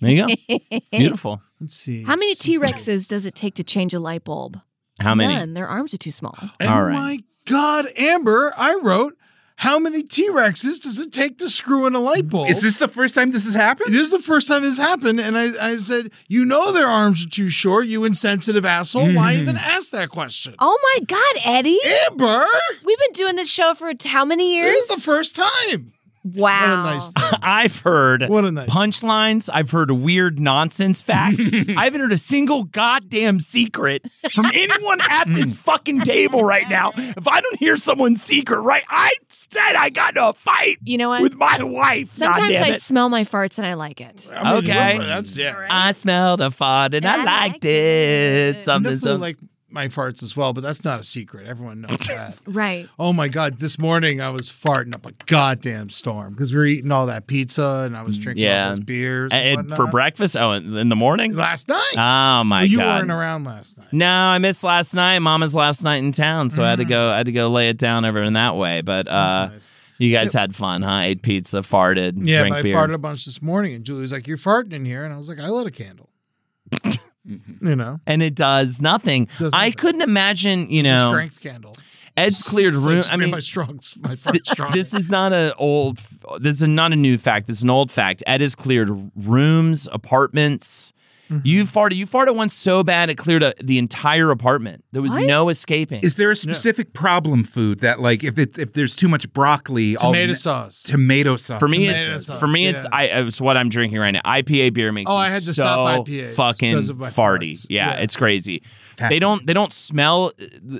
Speaker 9: There you go. Beautiful.
Speaker 8: Let's see.
Speaker 7: How many T Rexes does it take to change a light bulb?
Speaker 9: How many?
Speaker 7: None. Their arms are too small.
Speaker 9: All right.
Speaker 8: Oh My God, Amber, I wrote, how many T Rexes does it take to screw in a light bulb?
Speaker 10: Is this the first time this has happened?
Speaker 8: This is the first time this happened, and I, I said, you know their arms are too short, you insensitive asshole. Why
Speaker 10: Mm-hmm.
Speaker 8: even ask that question?
Speaker 7: Oh my God, Eddie!
Speaker 8: Amber,
Speaker 7: We've been doing this show for how many years?
Speaker 8: this is the first time.
Speaker 7: wow.
Speaker 9: I've heard
Speaker 8: What a nice-
Speaker 9: punchlines. I've heard weird nonsense facts. I haven't heard a single goddamn secret from anyone at this fucking table right now. If I don't hear someone's secret, right? I said I got into a fight
Speaker 7: You know what?
Speaker 9: with my wife.
Speaker 7: Sometimes
Speaker 9: goddamn
Speaker 7: I
Speaker 9: it.
Speaker 7: smell my farts and I like it.
Speaker 8: I mean,
Speaker 9: Okay.
Speaker 8: remember, That's yeah.
Speaker 9: I smelled a fart and I, liked it.
Speaker 8: I
Speaker 9: Something,
Speaker 8: definitely
Speaker 9: something.
Speaker 8: like my farts as well, but that's not a secret. Everyone knows that.
Speaker 7: Right.
Speaker 8: Oh my god! This morning I was farting up a goddamn storm because we were eating all that pizza and I was drinking all
Speaker 9: Mm, yeah.
Speaker 8: those beers and
Speaker 9: And for
Speaker 8: whatnot.
Speaker 9: breakfast? Oh, in in the morning?
Speaker 8: last night.
Speaker 9: Oh my
Speaker 8: Well, you
Speaker 9: god!
Speaker 8: weren't around last night. Mm.
Speaker 9: No, I missed last night. Mama's last night in town, so I had to go. I had to go lay it down over in that way. But uh, you guys had fun, huh? Ate pizza, farted,
Speaker 8: Yeah,
Speaker 9: drank
Speaker 8: but I
Speaker 9: beer.
Speaker 8: farted a bunch this morning, and Julie was like, "You're farting in here," and I was like, "I lit a candle." you know,
Speaker 9: and it does nothing.
Speaker 8: Does
Speaker 9: I
Speaker 8: nothing.
Speaker 9: couldn't imagine, you
Speaker 8: It's a
Speaker 9: know,
Speaker 8: strength candle.
Speaker 9: Ed's cleared room.
Speaker 8: Just
Speaker 9: I
Speaker 8: made
Speaker 9: mean,
Speaker 8: my strong, my fart strong.
Speaker 9: this is not an old. This is not a new fact. This is an old fact. Ed has cleared rooms, apartments.
Speaker 8: Mm-hmm.
Speaker 9: You farted. You farted once so bad it cleared a, the entire apartment. There was
Speaker 7: What?
Speaker 9: no escaping.
Speaker 10: Is there a specific problem food that like if it if there's too much broccoli, all
Speaker 8: tomato
Speaker 10: the-
Speaker 8: sauce.
Speaker 10: tomato sauce?
Speaker 9: For me,
Speaker 8: Tomato
Speaker 9: it's
Speaker 8: sauce,
Speaker 9: for me, it's
Speaker 8: yeah.
Speaker 9: I. It's what I'm drinking right now. IPA beer makes
Speaker 8: Oh,
Speaker 9: me
Speaker 8: I had to
Speaker 9: so
Speaker 8: stop IPAs
Speaker 9: fucking
Speaker 8: because of my
Speaker 9: farty.
Speaker 8: farts.
Speaker 9: Yeah,
Speaker 8: Yeah.
Speaker 9: it's crazy. They
Speaker 10: Fascinating.
Speaker 9: don't. They don't smell.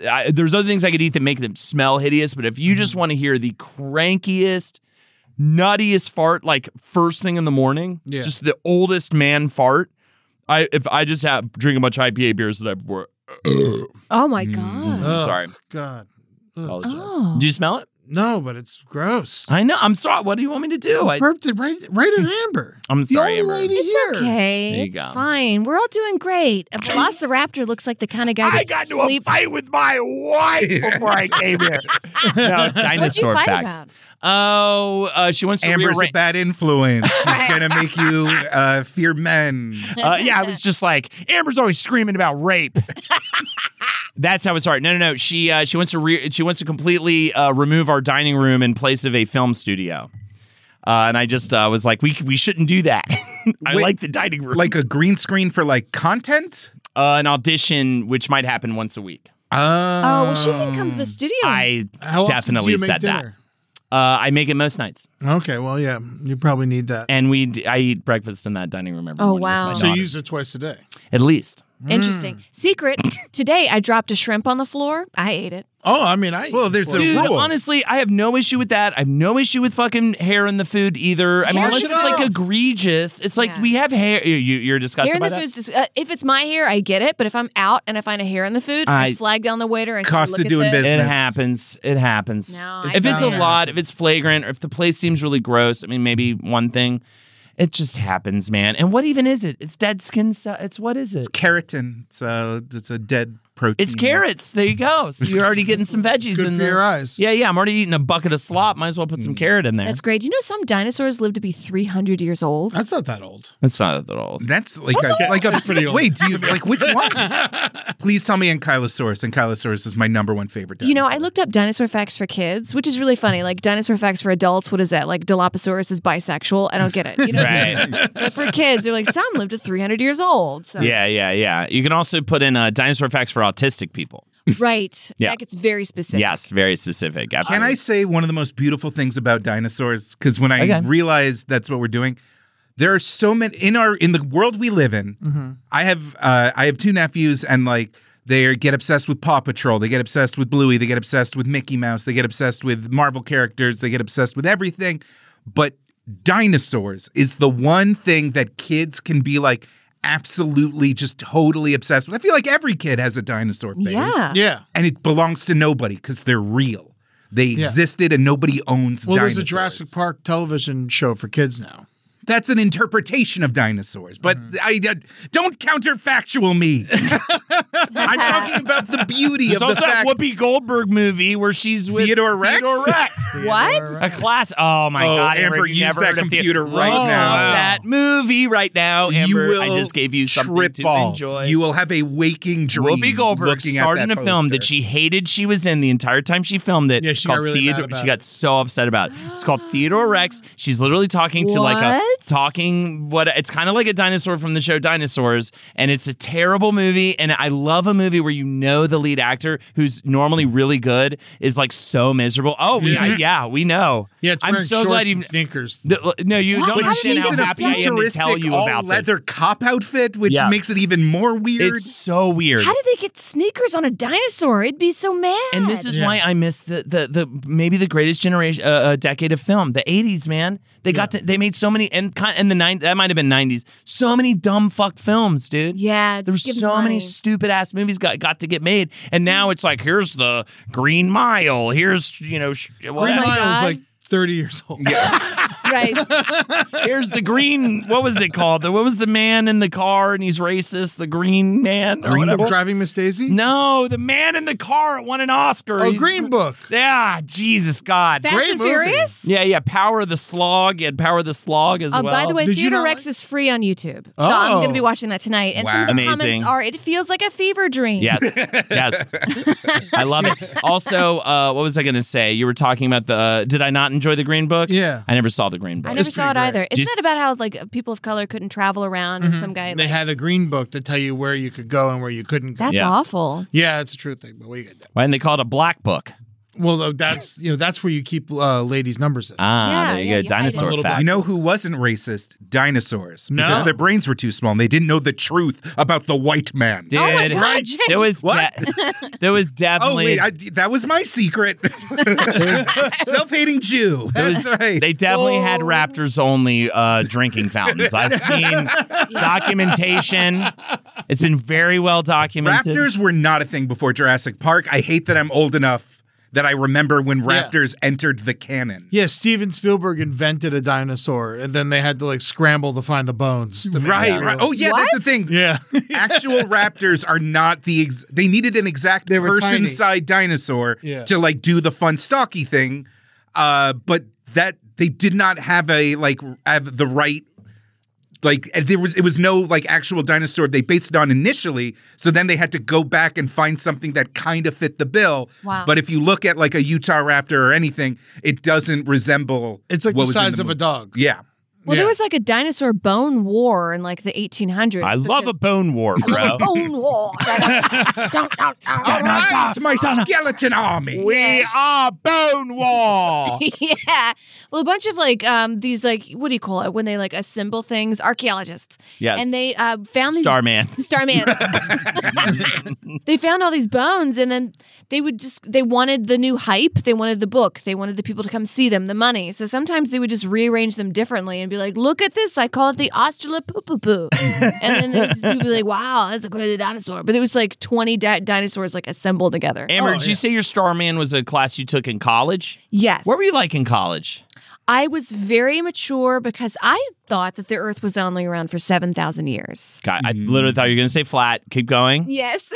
Speaker 9: uh, I, there's other things I could eat that make them smell hideous. But if you just
Speaker 8: Mm-hmm.
Speaker 9: want to hear the crankiest, nuttiest fart, like first thing in the morning,
Speaker 8: Yeah.
Speaker 9: just the oldest man fart. I if I just have drink a bunch of IPA beers the night before.
Speaker 7: Oh my God.
Speaker 8: Ugh,
Speaker 9: sorry.
Speaker 8: Oh, God. Ugh.
Speaker 9: Apologize.
Speaker 7: Oh.
Speaker 9: Do you smell it?
Speaker 8: No, but it's gross.
Speaker 9: I know. I'm sorry. What do you want me to do? I,
Speaker 8: burped it right, right at Amber.
Speaker 9: I'm
Speaker 8: the
Speaker 9: sorry,
Speaker 8: only
Speaker 9: Amber.
Speaker 8: lady
Speaker 7: It's
Speaker 8: here.
Speaker 9: There
Speaker 7: okay.
Speaker 9: you
Speaker 7: It's
Speaker 9: go.
Speaker 7: fine. We're all doing great. A velociraptor looks like the kind of guy
Speaker 9: I
Speaker 7: that
Speaker 9: got into a
Speaker 7: sleep-
Speaker 9: fight with my wife before I came here. no, dinosaur
Speaker 7: fight
Speaker 9: facts. Oh, uh, she wants to
Speaker 10: Amber's a
Speaker 9: rearrange.
Speaker 10: bad influence. She's gonna make you uh, fear men.
Speaker 9: Uh, yeah, I was just like Amber's always screaming about rape. That's how it started. No, no, no. She uh, she wants to re- she wants to completely uh, remove our dining room in place of a film studio. Uh, and I just uh, was like, we we shouldn't do that. I
Speaker 10: Wait,
Speaker 9: like the dining room,
Speaker 10: Like a green screen for like content.
Speaker 9: uh, an audition, which might happen once a week.
Speaker 10: Uh,
Speaker 7: Oh, well, she can come to the studio.
Speaker 9: I
Speaker 8: How often do
Speaker 9: definitely
Speaker 8: you make
Speaker 9: said
Speaker 8: dinner?
Speaker 9: that. Uh, I make it most nights.
Speaker 8: that. Okay, well, yeah, you probably need that.
Speaker 9: and we d- I eat breakfast in that dining room every
Speaker 7: Oh,
Speaker 9: morning with
Speaker 7: wow.
Speaker 9: my
Speaker 7: So
Speaker 8: so
Speaker 9: daughter.
Speaker 8: you use it twice a day.
Speaker 9: at least
Speaker 7: Interesting. Secret. Today I dropped a shrimp on the floor. I ate it.
Speaker 8: Oh, I mean, I
Speaker 9: well, there's
Speaker 7: a rule.
Speaker 9: Honestly, I have no issue with that. I have no issue with fucking hair in the food either. I mean,
Speaker 7: Hair
Speaker 9: unless
Speaker 7: should
Speaker 9: it's like
Speaker 7: go.
Speaker 9: egregious, it's like we have hair. You, you- you're disgusted
Speaker 7: Hair in
Speaker 9: by
Speaker 7: the
Speaker 9: that.
Speaker 7: food's dis- uh, if it's my hair, I get it. But if I'm out and I find a hair in the food, I,
Speaker 9: I-
Speaker 7: flag down the waiter. and
Speaker 9: Cost
Speaker 7: look at this.
Speaker 9: It happens. It happens.
Speaker 7: No, I
Speaker 9: if it's a
Speaker 7: don't.
Speaker 9: lot, if it's flagrant, or if the place seems really gross, I mean, maybe one thing. It just happens, man. And what even is it? It's dead skin. Cell. It's what is it? It's
Speaker 10: keratin. It's a it's a dead protein.
Speaker 9: It's carrots. There you go. So you're already getting some veggies
Speaker 8: good
Speaker 9: in
Speaker 8: for
Speaker 9: there.
Speaker 8: your eyes.
Speaker 9: Yeah, yeah. I'm already eating a bucket of slop. Might as well put some carrot in there.
Speaker 7: That's great. Do you know some dinosaurs live to be 300 years old?
Speaker 8: That's not that old.
Speaker 9: That's not at all.
Speaker 10: That's like
Speaker 7: That's
Speaker 10: a,
Speaker 7: old.
Speaker 10: like a
Speaker 7: That's pretty old.
Speaker 10: Wait, do you like which ones? Please tell me Ankylosaurus. Ankylosaurus is my number one favorite.
Speaker 7: You know, I looked up dinosaur facts for kids, which is really funny. Like dinosaur facts for adults, what is that? Like Dilophosaurus is bisexual. I don't get it. You know?
Speaker 9: Right.
Speaker 7: But for kids, they're like some lived to 300 years old. So.
Speaker 9: Yeah, yeah, yeah. You can also put in uh, dinosaur facts for autistic people.
Speaker 7: Right.
Speaker 9: Yeah.
Speaker 7: That gets very specific.
Speaker 9: Yes, very specific. Absolutely.
Speaker 10: Can I say one of the most beautiful things about dinosaurs? Because when I
Speaker 9: Okay.
Speaker 10: realized that's what we're doing, there are so many in our in the world we live in. I have uh, I have two nephews, and like they get obsessed with Paw Patrol, they get obsessed with Bluey, they get obsessed with Mickey Mouse, they get obsessed with Marvel characters, they get obsessed with everything. But dinosaurs is the one thing that kids can be like absolutely just totally obsessed with. I feel like every kid has a dinosaur phase.
Speaker 8: Yeah. Yeah.
Speaker 10: And it belongs to nobody because they're real. They
Speaker 8: Yeah.
Speaker 10: existed and nobody owns
Speaker 8: Well, there's a
Speaker 10: dinosaurs.
Speaker 8: Jurassic Park television show for kids now.
Speaker 10: That's an interpretation of dinosaurs, but I, I- don't counterfactual me. I'm talking about the beauty
Speaker 9: There's
Speaker 10: of the
Speaker 9: also that
Speaker 10: fact
Speaker 9: Whoopi Goldberg movie where she's with
Speaker 10: Theodore Rex?
Speaker 9: Theodore Rex.
Speaker 7: What?
Speaker 9: A class. Oh my
Speaker 10: Oh,
Speaker 9: God,
Speaker 10: Amber,
Speaker 9: you
Speaker 10: use
Speaker 9: never
Speaker 10: that
Speaker 9: heard of
Speaker 10: computer right
Speaker 9: Look
Speaker 10: now.
Speaker 9: up That movie right now, Amber.
Speaker 10: you will
Speaker 9: I just gave you something
Speaker 10: trip
Speaker 9: to
Speaker 10: balls.
Speaker 9: enjoy.
Speaker 10: You will have a waking dream.
Speaker 9: Whoopi Goldberg
Speaker 10: looking at
Speaker 9: starred in a
Speaker 10: that
Speaker 9: film that
Speaker 10: poster.
Speaker 9: she hated she was in the entire time she filmed it. Yeah,
Speaker 8: she got really mad about
Speaker 9: She
Speaker 8: it.
Speaker 9: got so upset about it. It's called Theodore Rex. She's literally talking to like a
Speaker 7: What?
Speaker 9: talking what it's kind of like a dinosaur from the show Dinosaurs, and it's a terrible movie. And I love a movie where you know the lead actor who's normally really good is like so miserable. Oh yeah, yeah,
Speaker 8: Yeah.
Speaker 9: we know.
Speaker 8: Yeah, it's
Speaker 9: I'm
Speaker 8: wearing
Speaker 9: so
Speaker 8: shorts
Speaker 9: glad you.
Speaker 8: and sneakers.
Speaker 9: The- no, you
Speaker 7: What?
Speaker 9: don't
Speaker 7: But
Speaker 9: understand
Speaker 10: she's
Speaker 9: how
Speaker 10: in a
Speaker 9: happy I am to
Speaker 10: futuristic
Speaker 9: tell you
Speaker 10: all
Speaker 9: about this.
Speaker 10: leather cop outfit, which
Speaker 9: Yeah.
Speaker 10: makes it even more weird.
Speaker 9: It's so weird.
Speaker 7: How did they get sneakers on a dinosaur? It'd be so mad.
Speaker 9: And this is why I miss the, the the maybe the greatest generation uh, uh, decade of film, the '80s. Man, they got to, they made so many and ki- and the nine that might have been '90s. So many dumb fuck films, dude.
Speaker 7: Yeah,
Speaker 9: there were
Speaker 7: just give
Speaker 9: so many
Speaker 7: money.
Speaker 9: stupid ass movies got got to get made, and now it's like here's the Green Mile, here's you know sh-
Speaker 8: Green
Speaker 9: whatever.
Speaker 8: Mile is like 30 years old.
Speaker 7: right.
Speaker 9: here's the Green. What was it called? The, what was the man in the car and he's racist? The Green Man or
Speaker 8: Green
Speaker 9: whatever.
Speaker 8: Driving Miss Daisy?
Speaker 9: No, the man in the car won an Oscar.
Speaker 8: Oh,
Speaker 9: He's-
Speaker 8: Green Book.
Speaker 9: Yeah, Jesus God.
Speaker 7: Fast
Speaker 8: Great
Speaker 7: and
Speaker 8: movie.
Speaker 7: Furious?
Speaker 9: Yeah, yeah. Power of the Slog and Power of the Slog as
Speaker 7: Oh,
Speaker 9: well.
Speaker 7: by the way,
Speaker 8: Did you
Speaker 7: Theodore
Speaker 8: not
Speaker 7: Rex is free on YouTube. So I'm
Speaker 9: Oh.
Speaker 7: going to be watching that tonight. And some
Speaker 9: Wow.
Speaker 7: of the
Speaker 9: Amazing.
Speaker 7: comments are, it feels like a fever dream.
Speaker 9: yes, yes, I love it. Also, uh, what was I going to say? You were talking about the. Uh, did I not enjoy the Green Book?
Speaker 8: Yeah.
Speaker 9: I never saw the Green Book.
Speaker 7: I never saw it either. It's
Speaker 9: Do you s-
Speaker 7: not about how like people of color couldn't travel around and some guy.
Speaker 8: They
Speaker 7: Like,
Speaker 8: had a Green Book to tell you where you could go and where you couldn't go.
Speaker 7: that's
Speaker 9: Yeah.
Speaker 7: awful.
Speaker 8: Yeah, it's a true thing, but we get
Speaker 9: Why didn't they call it a Black Book?
Speaker 8: Well,
Speaker 10: uh,
Speaker 8: though, that's you know that's where you keep uh, ladies' numbers in.
Speaker 9: Ah,
Speaker 7: Yeah,
Speaker 9: there you
Speaker 7: yeah,
Speaker 9: go.
Speaker 7: you hide
Speaker 9: Dinosaur
Speaker 8: it. Little bit.
Speaker 9: facts.
Speaker 10: You know who wasn't racist? Dinosaurs.
Speaker 8: No.
Speaker 10: Because their brains were too small and they didn't know the truth about the white man.
Speaker 9: Dude,
Speaker 7: my God,
Speaker 9: there was
Speaker 10: What?
Speaker 9: de- there was
Speaker 10: Oh,
Speaker 9: definitely
Speaker 10: wait, I, that was my secret. Self hating Jew.
Speaker 9: There
Speaker 10: That's
Speaker 9: was-
Speaker 10: right. Oh.
Speaker 9: They definitely had Raptors only uh, drinking fountains. I've seen documentation. It's been very well documented.
Speaker 10: Raptors were not a thing before Jurassic Park. I hate that I'm old enough that I remember when raptors entered the canon.
Speaker 8: Yeah, Steven Spielberg invented a dinosaur, and then they had to like scramble to find the bones. to make
Speaker 10: Right,
Speaker 8: it
Speaker 10: right.
Speaker 8: real.
Speaker 10: Oh, yeah, that's the thing.
Speaker 8: yeah.
Speaker 10: Actual raptors are not the ex- they needed an exact
Speaker 8: They were
Speaker 10: person
Speaker 8: tiny.
Speaker 10: side dinosaur
Speaker 8: Yeah.
Speaker 10: to like do the fun stocky thing. Uh, but that they did not have a like have the right like and there was it was no like actual dinosaur they based it on initially so then they had to go back and find something that kind of fit the bill
Speaker 7: Wow.
Speaker 10: but if you look at like a utah raptor or anything it doesn't resemble
Speaker 8: It's like
Speaker 10: what
Speaker 8: the
Speaker 10: was in
Speaker 8: size
Speaker 10: the
Speaker 8: of a
Speaker 10: movie.
Speaker 8: dog.
Speaker 10: yeah
Speaker 7: Well, there was like a dinosaur bone war in like the 1800s.
Speaker 9: I love a bone war, bro.
Speaker 7: bone war.
Speaker 10: It's my skeleton army.
Speaker 9: We are bone war.
Speaker 7: yeah. Well, a bunch of like um these like what do you call it when they like assemble things? Archaeologists.
Speaker 9: Yes.
Speaker 7: And they uh, found these
Speaker 9: Starman.
Speaker 7: Starman. they found all these bones, and then they would just they wanted the new hype. They wanted the book. They wanted the people to come see them, the money. So sometimes they would just rearrange them differently and be like, "Look at this! I call it the Australopithecus," and then they would just be like, "Wow, that's a crazy dinosaur." But it was like twenty di- dinosaurs like assembled together.
Speaker 9: Amber, did you say your Starman was a class you took in college?
Speaker 7: Yes.
Speaker 9: What were you like in college?
Speaker 7: I was very mature because I thought that the Earth was only around for 7,000 years.
Speaker 9: God, I literally thought you were going to say flat. Keep going.
Speaker 7: Yes.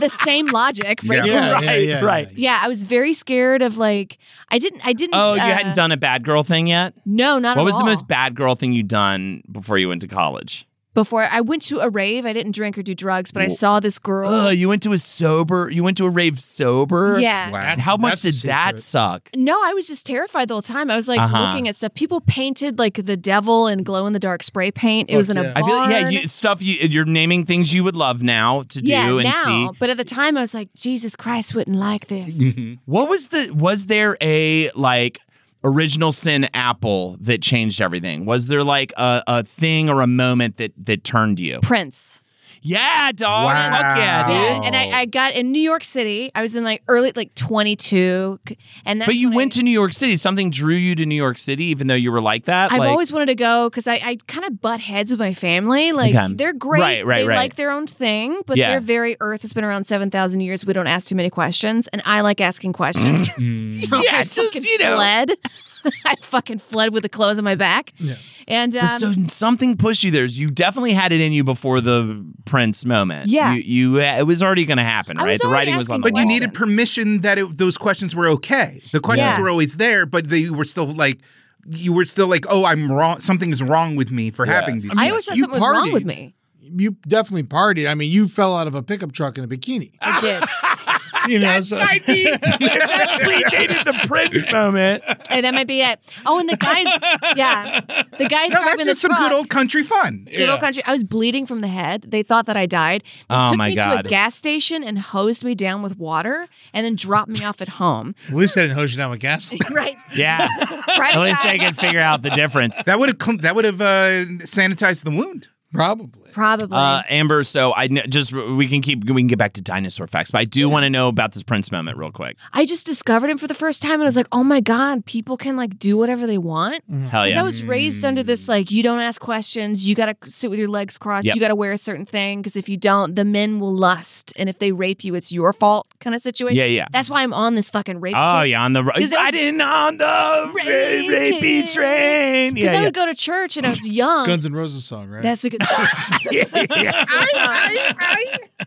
Speaker 7: the same logic.
Speaker 9: Yeah.
Speaker 7: Rachel.
Speaker 9: Yeah, yeah, yeah, Right.
Speaker 7: Yeah, I was very scared of like, I didn't, I didn't.
Speaker 9: Oh, you
Speaker 7: uh,
Speaker 9: hadn't done a bad girl thing yet?
Speaker 7: No, not at
Speaker 9: what was
Speaker 7: all.
Speaker 9: the most bad girl thing you'd done before you went to college?
Speaker 7: Before I went to a rave, I didn't drink or do drugs, but I
Speaker 9: Whoa.
Speaker 7: saw this girl.
Speaker 9: Ugh, you went to a sober. You went to a rave sober.
Speaker 7: Yeah. Wow.
Speaker 9: And How much did that suck?
Speaker 7: No, I was just terrified the whole time. I was like
Speaker 9: Uh-huh.
Speaker 7: looking at stuff. People painted like the devil in glow in the dark spray paint. It was in a
Speaker 9: I
Speaker 7: barn.
Speaker 9: feel yeah, you, stuff you you're naming things you would love now to do
Speaker 7: yeah,
Speaker 9: and
Speaker 7: now.
Speaker 9: see.
Speaker 7: But at the time, I was like, Jesus Christ wouldn't like this.
Speaker 9: What was the was there a like original sin apple that changed everything? Was there like a, a thing or a moment that that turned you?
Speaker 7: Prince.
Speaker 9: Yeah, dog. Fuck yeah, dude.
Speaker 7: And I, I got in New York City. I was in like early, like 22. c- And that's
Speaker 9: but you went to New York City. Something drew you to New York City, even though you were like that.
Speaker 7: I've
Speaker 9: like,
Speaker 7: always wanted to go because I, I kind of butt heads with my family. Like,
Speaker 9: Okay.
Speaker 7: they're great.
Speaker 9: Right, right,
Speaker 7: they
Speaker 9: right.
Speaker 7: like their own thing, but
Speaker 9: Yeah.
Speaker 7: they're very Earth has been around 7,000 years. We don't ask too many questions. And I like asking questions. so
Speaker 9: Yeah,
Speaker 7: I
Speaker 9: just,
Speaker 7: fucking
Speaker 9: you know.
Speaker 7: fled. I fucking fled with the clothes on my back. And um,
Speaker 9: But so something pushed you there. You definitely had it in you before the Prince moment.
Speaker 7: Yeah.
Speaker 9: you, you it was already going to happen, right? The writing was on the
Speaker 10: But you
Speaker 9: wall.
Speaker 10: needed permission that it, those questions were okay. The questions
Speaker 7: Yeah.
Speaker 10: were always there, but they were still like, you were still like, oh, I'm wrong. Something's wrong with me for having these.
Speaker 7: I always thought
Speaker 10: questions.
Speaker 7: something was wrong with me.
Speaker 8: You definitely partied. I mean, you fell out of a pickup truck in a bikini.
Speaker 7: I did.
Speaker 8: You know, so
Speaker 9: we dated the Prince moment.
Speaker 7: Hey, that might be it. Oh, and the guys, yeah, the guys driving
Speaker 10: No, that's just
Speaker 7: the
Speaker 10: some
Speaker 7: truck.
Speaker 10: good old country fun.
Speaker 7: Good old country. I was bleeding from the head. They thought that I died. They
Speaker 9: Oh,
Speaker 7: took
Speaker 9: my
Speaker 7: me to
Speaker 9: God.
Speaker 7: a gas station and hosed me down with water, and then dropped me off at home.
Speaker 8: at least I didn't hose you down with gasoline.
Speaker 7: Right.
Speaker 9: Yeah.
Speaker 7: Right
Speaker 9: At least I
Speaker 7: side.
Speaker 9: could figure out the difference.
Speaker 10: That would have cl- that would have uh, sanitized the wound.
Speaker 8: Probably.
Speaker 7: Probably.
Speaker 9: Uh, Amber, so I kn- just we can keep we can get back to dinosaur facts, but I do want to know about this Prince moment real quick.
Speaker 7: I just discovered him for the first time, and I was like, "Oh my god, people can like do whatever they want."
Speaker 8: Mm-hmm.
Speaker 9: Hell
Speaker 7: Because
Speaker 9: yeah.
Speaker 7: I was raised under
Speaker 8: Mm.
Speaker 7: this like you don't ask questions, you got to sit with your legs crossed,
Speaker 9: Yep.
Speaker 7: you got to wear a certain thing because if you don't, the men will lust, and if they rape you, it's your fault kind of situation.
Speaker 9: Yeah, yeah.
Speaker 7: That's why I'm on this fucking rape.
Speaker 9: Oh yeah, on the ro-
Speaker 7: Because I-
Speaker 9: riding on the ra- rapey train.
Speaker 7: Because
Speaker 9: Yeah,
Speaker 7: I
Speaker 9: yeah.
Speaker 7: would go to church and I was young.
Speaker 8: Guns N' Roses song, right?
Speaker 7: That's a good.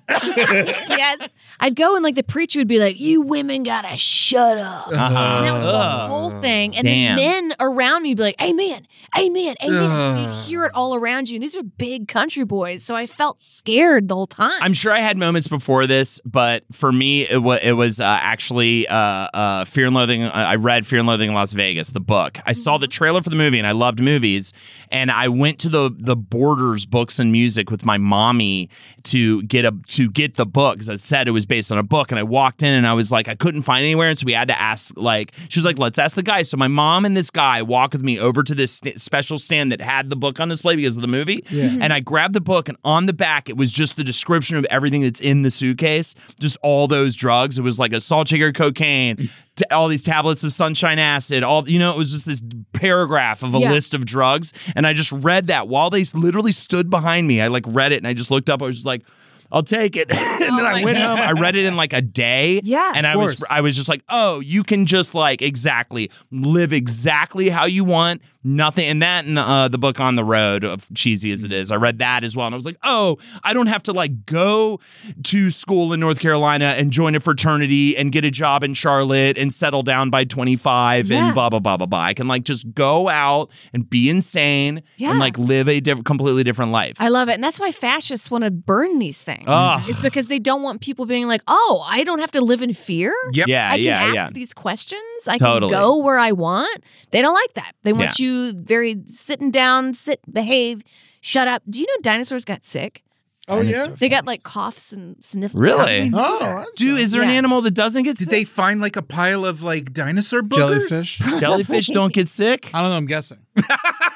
Speaker 7: yes, I'd go and like the preacher would be like, "You women gotta shut up."
Speaker 9: Uh-huh.
Speaker 7: And that was the
Speaker 9: Ugh.
Speaker 7: whole thing. And
Speaker 9: Damn.
Speaker 7: then men around me would be like, Amen, Amen, Amen. So you'd hear it all around you. And these are big country boys. So I felt scared the whole time.
Speaker 9: I'm sure I had moments before this, but for me, it, wa it was uh, actually uh, uh, Fear and Loathing. I I read Fear and Loathing in Las Vegas, the book. I saw
Speaker 7: Mm-hmm.
Speaker 9: the trailer for the movie, and I loved movies. And I went to the the Borders Books and Music with my mommy to get a to get the book because I said it was based on a book. And I walked in, and I was like, I couldn't find anywhere, and so we had to ask. Like she was like, let's ask the guy. So my mom and this guy walked with me over to this st- special stand that had the book on display because of the movie. And I grabbed the book, and on the back, it was just the description of everything that's in the suitcase, just all those drugs. It was like assault sugar, cocaine, t- all these tablets of sunshine acid, all, you know, it was just this paragraph of a
Speaker 7: Yeah.
Speaker 9: list of drugs. And I just read that while they s- literally stood behind me. I like read it and I just looked up. I was just like, I'll take it. and then I went home. I read it in like a day.
Speaker 7: Oh Yeah,
Speaker 9: And
Speaker 7: of
Speaker 9: I was
Speaker 7: course.
Speaker 9: I was just like, oh, you can just like exactly live exactly how you want. Nothing. And that and uh, the book on the road of cheesy as it
Speaker 7: Mm-hmm.
Speaker 9: is. I read that as well. And I was like, oh, I don't have to like go to school in North Carolina and join a fraternity and get a job in Charlotte and settle down by 25
Speaker 7: Yeah.
Speaker 9: and blah, blah, blah, blah, blah. I can like just go out and be insane
Speaker 7: Yeah.
Speaker 9: and like live a diff- completely different life.
Speaker 7: I love it. And that's why fascists want to burn these things. thing.
Speaker 9: Ugh.
Speaker 7: It's because they don't want people being like, "Oh, I don't have to live in fear.
Speaker 9: Yep. Yeah,
Speaker 7: I can
Speaker 9: yeah,
Speaker 7: ask
Speaker 9: yeah.
Speaker 7: these questions. I
Speaker 9: Totally.
Speaker 7: can go where I want." They don't like that. They want
Speaker 9: Yeah.
Speaker 7: you very sitting down, sit, behave, shut up. Do you know dinosaurs got sick?
Speaker 9: Oh, yeah? Dinosaur
Speaker 7: they got like coughs and sniffles.
Speaker 9: Really?
Speaker 8: Oh,
Speaker 9: dude, is there an
Speaker 7: Yeah.
Speaker 9: animal that doesn't get sick?
Speaker 10: Did they find like a pile of like dinosaur boogers?
Speaker 9: Jellyfish? Jellyfish don't get sick?
Speaker 8: I don't know. I'm guessing.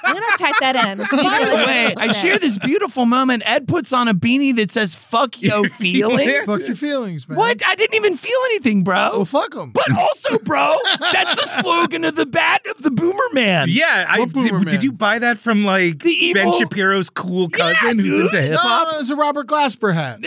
Speaker 7: I'm gonna type that in.
Speaker 9: By the way, I share this beautiful moment. Ed puts on a beanie that says "fuck yo feelings."
Speaker 8: Fuck your feelings, man.
Speaker 9: What? I didn't even feel anything, bro.
Speaker 8: Well, fuck them.
Speaker 9: But also, bro, that's the slogan of the bat of the Boomer Man.
Speaker 10: Yeah, I
Speaker 8: What Boomer
Speaker 10: did,
Speaker 8: Man?
Speaker 10: did you buy that from like
Speaker 9: The
Speaker 10: Ben
Speaker 9: evil-
Speaker 10: Shapiro's cool
Speaker 9: Yeah,
Speaker 10: cousin who's
Speaker 9: dude.
Speaker 10: into hip hop?
Speaker 8: No, no, it's a Robert Glasper hat.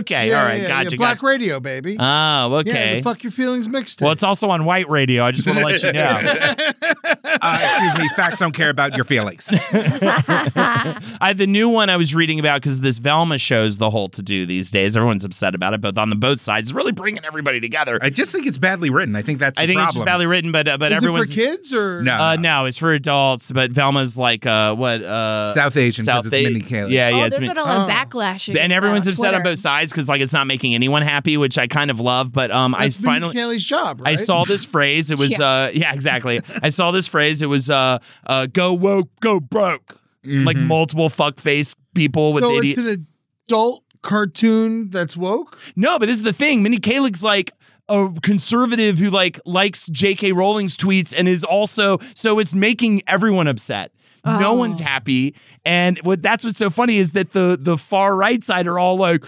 Speaker 9: Okay,
Speaker 8: Yeah,
Speaker 9: all right,
Speaker 8: yeah, yeah,
Speaker 9: gotcha.
Speaker 8: Black
Speaker 9: gotcha.
Speaker 8: radio, baby.
Speaker 9: Oh,
Speaker 8: Yeah,
Speaker 9: okay.
Speaker 8: the fuck your feelings mixed.
Speaker 9: well, it's also on white radio. I just want to let you know.
Speaker 10: Uh, excuse me, facts don't care about your feelings.
Speaker 9: I the new one I was reading about because this Velma shows the whole to do these days. Everyone's upset about it, but on the both sides, it's really bringing everybody together.
Speaker 10: I just think it's badly written. I think that's the
Speaker 9: I think
Speaker 10: problem.
Speaker 9: it's just badly written, but uh, but
Speaker 8: Is it for
Speaker 9: everyone's
Speaker 8: kids or
Speaker 10: No.
Speaker 9: Uh, no, it's for adults, but Velma's like uh, what uh,
Speaker 10: South Asian 'cause it's
Speaker 9: A-
Speaker 10: Mindy Kaling.
Speaker 9: Yeah, yeah,
Speaker 7: oh,
Speaker 9: it's
Speaker 7: there's
Speaker 9: Min-
Speaker 7: a lot of
Speaker 8: Oh.
Speaker 7: backlash,
Speaker 9: and
Speaker 7: against
Speaker 9: everyone's
Speaker 7: that on
Speaker 9: upset on
Speaker 7: Twitter.
Speaker 9: both sides because like it's not making anyone happy, which I kind of love. But um,
Speaker 8: That's
Speaker 9: I
Speaker 8: been
Speaker 9: finally
Speaker 8: Kelly's job. Right?
Speaker 9: I saw this phrase. It was
Speaker 7: Yeah.
Speaker 9: uh, yeah, exactly. I saw this phrase. It was uh, uh, go woke, go broke. Like multiple fuckface people with
Speaker 8: Mm-hmm. so it's
Speaker 9: idiot.
Speaker 8: an adult cartoon that's woke.
Speaker 9: No, but this is the thing. Minnie Kaling's like a conservative who like likes J.K. Rowling's tweets and is also so it's making everyone upset. No one's happy, and what that's what's so funny is that the the far right side are all like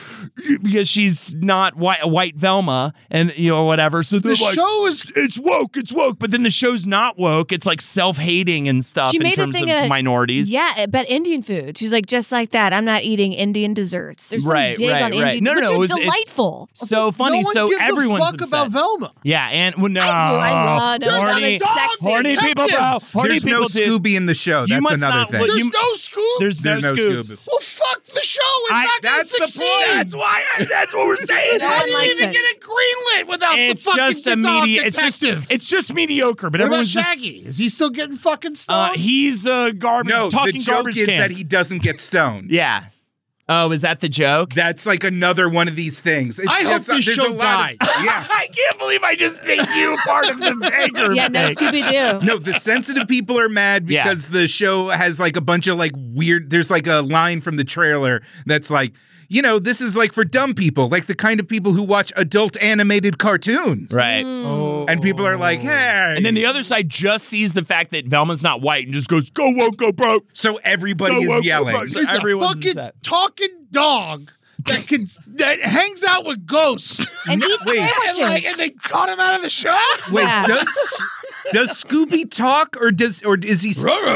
Speaker 9: because she's not white white Velma and you know whatever. So
Speaker 8: The
Speaker 9: they're like,
Speaker 8: show is
Speaker 9: it's woke, it's woke, but then the show's not woke. It's like self hating and stuff
Speaker 7: She
Speaker 9: in
Speaker 7: made a
Speaker 9: terms of
Speaker 7: thing of-
Speaker 9: minorities.
Speaker 7: Yeah, but Indian food. She's like, just like that. I'm not eating Indian desserts. There's some
Speaker 9: Right,
Speaker 7: dig
Speaker 9: right,
Speaker 7: on
Speaker 9: right.
Speaker 7: Indian,
Speaker 9: No, no,
Speaker 7: which
Speaker 9: no,
Speaker 7: are
Speaker 9: it was- it's-
Speaker 7: delightful.
Speaker 9: So funny.
Speaker 8: No one
Speaker 9: so
Speaker 8: gives
Speaker 9: everyone's
Speaker 8: a fuck
Speaker 9: upset.
Speaker 8: about Velma.
Speaker 9: Yeah, and well, no,
Speaker 7: I do. I love- there's
Speaker 9: horny,
Speaker 7: nothing sexy.
Speaker 9: horny
Speaker 7: Touch
Speaker 9: people,
Speaker 7: him.
Speaker 9: bro. Horny
Speaker 10: There's
Speaker 9: people
Speaker 10: no
Speaker 9: do.
Speaker 10: Scooby in the show.
Speaker 9: You
Speaker 10: That's
Speaker 9: must
Speaker 10: another
Speaker 9: not
Speaker 10: thing.
Speaker 9: look-
Speaker 8: There's
Speaker 9: you-
Speaker 8: no school.
Speaker 9: There's no,
Speaker 10: There's no
Speaker 9: scoops.
Speaker 10: Scooby.
Speaker 8: well, fuck the show. It's
Speaker 9: I-
Speaker 8: not going to
Speaker 10: that's the
Speaker 8: succeed.
Speaker 10: point.
Speaker 9: That's why. I, that's what we're saying.
Speaker 7: No one likes it.
Speaker 8: it greenlit without
Speaker 9: It's just a medi- It's just it's just mediocre. But
Speaker 8: What about
Speaker 9: everyone's just
Speaker 8: Shaggy? Is he still getting fucking
Speaker 9: uh,
Speaker 8: stoned?
Speaker 9: he's uh, garbage.
Speaker 10: No, the
Speaker 9: talking
Speaker 10: joke
Speaker 9: garbage
Speaker 10: is
Speaker 9: can.
Speaker 10: that he doesn't get stoned.
Speaker 9: yeah. Oh, is that the joke?
Speaker 10: That's like another one of these things. It's
Speaker 8: I hope
Speaker 10: just, uh,
Speaker 8: this
Speaker 10: there's
Speaker 8: show
Speaker 10: a lot of-
Speaker 8: dies.
Speaker 10: yeah.
Speaker 9: I can't believe I just made you part of the anger.
Speaker 7: yeah, no
Speaker 9: thing.
Speaker 7: Scooby Doo.
Speaker 10: No, the sensitive people are mad
Speaker 9: Yeah.
Speaker 10: because the show has like a bunch of like weird. There's like a line from the trailer that's like, you know, this is like for dumb people, like the kind of people who watch adult animated cartoons.
Speaker 9: Right.
Speaker 10: And people are like, hey.
Speaker 9: And then the other side just sees the fact that Velma's not white and just goes, go woke, go broke.
Speaker 10: So everybody
Speaker 9: Go, go,
Speaker 10: is
Speaker 9: go,
Speaker 10: yelling.
Speaker 9: bro. So
Speaker 8: he's a
Speaker 9: everyone's
Speaker 8: fucking
Speaker 9: upset.
Speaker 8: talking dog that can that hangs out with ghosts.
Speaker 7: And eat
Speaker 10: Wait.
Speaker 8: And, like,
Speaker 7: sandwiches.
Speaker 8: and they cut him out of the show.
Speaker 10: Wait,
Speaker 7: Yeah.
Speaker 10: does does Scooby talk or does or is he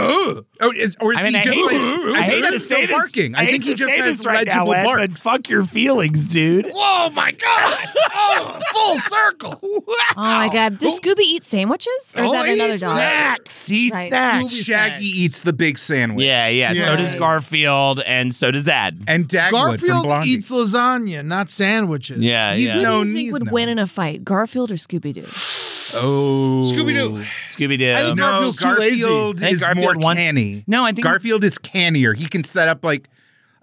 Speaker 10: or is, Oh, or is
Speaker 9: I mean,
Speaker 10: he
Speaker 9: I
Speaker 10: just
Speaker 9: hate,
Speaker 10: like
Speaker 9: to, I hate
Speaker 10: think
Speaker 9: to
Speaker 10: that's
Speaker 9: say
Speaker 10: still
Speaker 9: this.
Speaker 10: barking. I,
Speaker 9: hate
Speaker 10: think
Speaker 9: to
Speaker 10: he just
Speaker 9: say
Speaker 10: has
Speaker 9: this right now,
Speaker 10: legible
Speaker 9: Ed,
Speaker 10: barks.
Speaker 9: But fuck your feelings, dude.
Speaker 8: Whoa, my god! Oh, full circle.
Speaker 7: Oh my god, does Scooby eat sandwiches, or is that
Speaker 8: Oh,
Speaker 7: another
Speaker 8: eat
Speaker 7: dog?
Speaker 9: Snacks, eat
Speaker 7: Right.
Speaker 9: snacks.
Speaker 8: Scooby-
Speaker 10: Shaggy eats the big sandwich.
Speaker 9: Yeah, yeah, So
Speaker 8: Yeah.
Speaker 9: does Garfield, and so does Ed.
Speaker 10: And Dagwood from
Speaker 8: Garfield
Speaker 10: Blondie.
Speaker 8: eats lasagna, not sandwiches.
Speaker 9: Yeah,
Speaker 10: He's
Speaker 9: yeah.
Speaker 7: Who do
Speaker 10: known.
Speaker 7: you think would win in a fight, Garfield or Scooby Doo?
Speaker 10: Oh,
Speaker 8: Scooby Doo.
Speaker 9: Scooby
Speaker 8: I
Speaker 9: Doo.
Speaker 8: think
Speaker 10: No,
Speaker 8: Garfield's
Speaker 10: Garfield,
Speaker 8: too lazy.
Speaker 9: I think
Speaker 10: is
Speaker 9: Garfield
Speaker 10: more
Speaker 9: wants-
Speaker 10: canny.
Speaker 9: No, I think-
Speaker 10: Garfield is cannier. He can set up like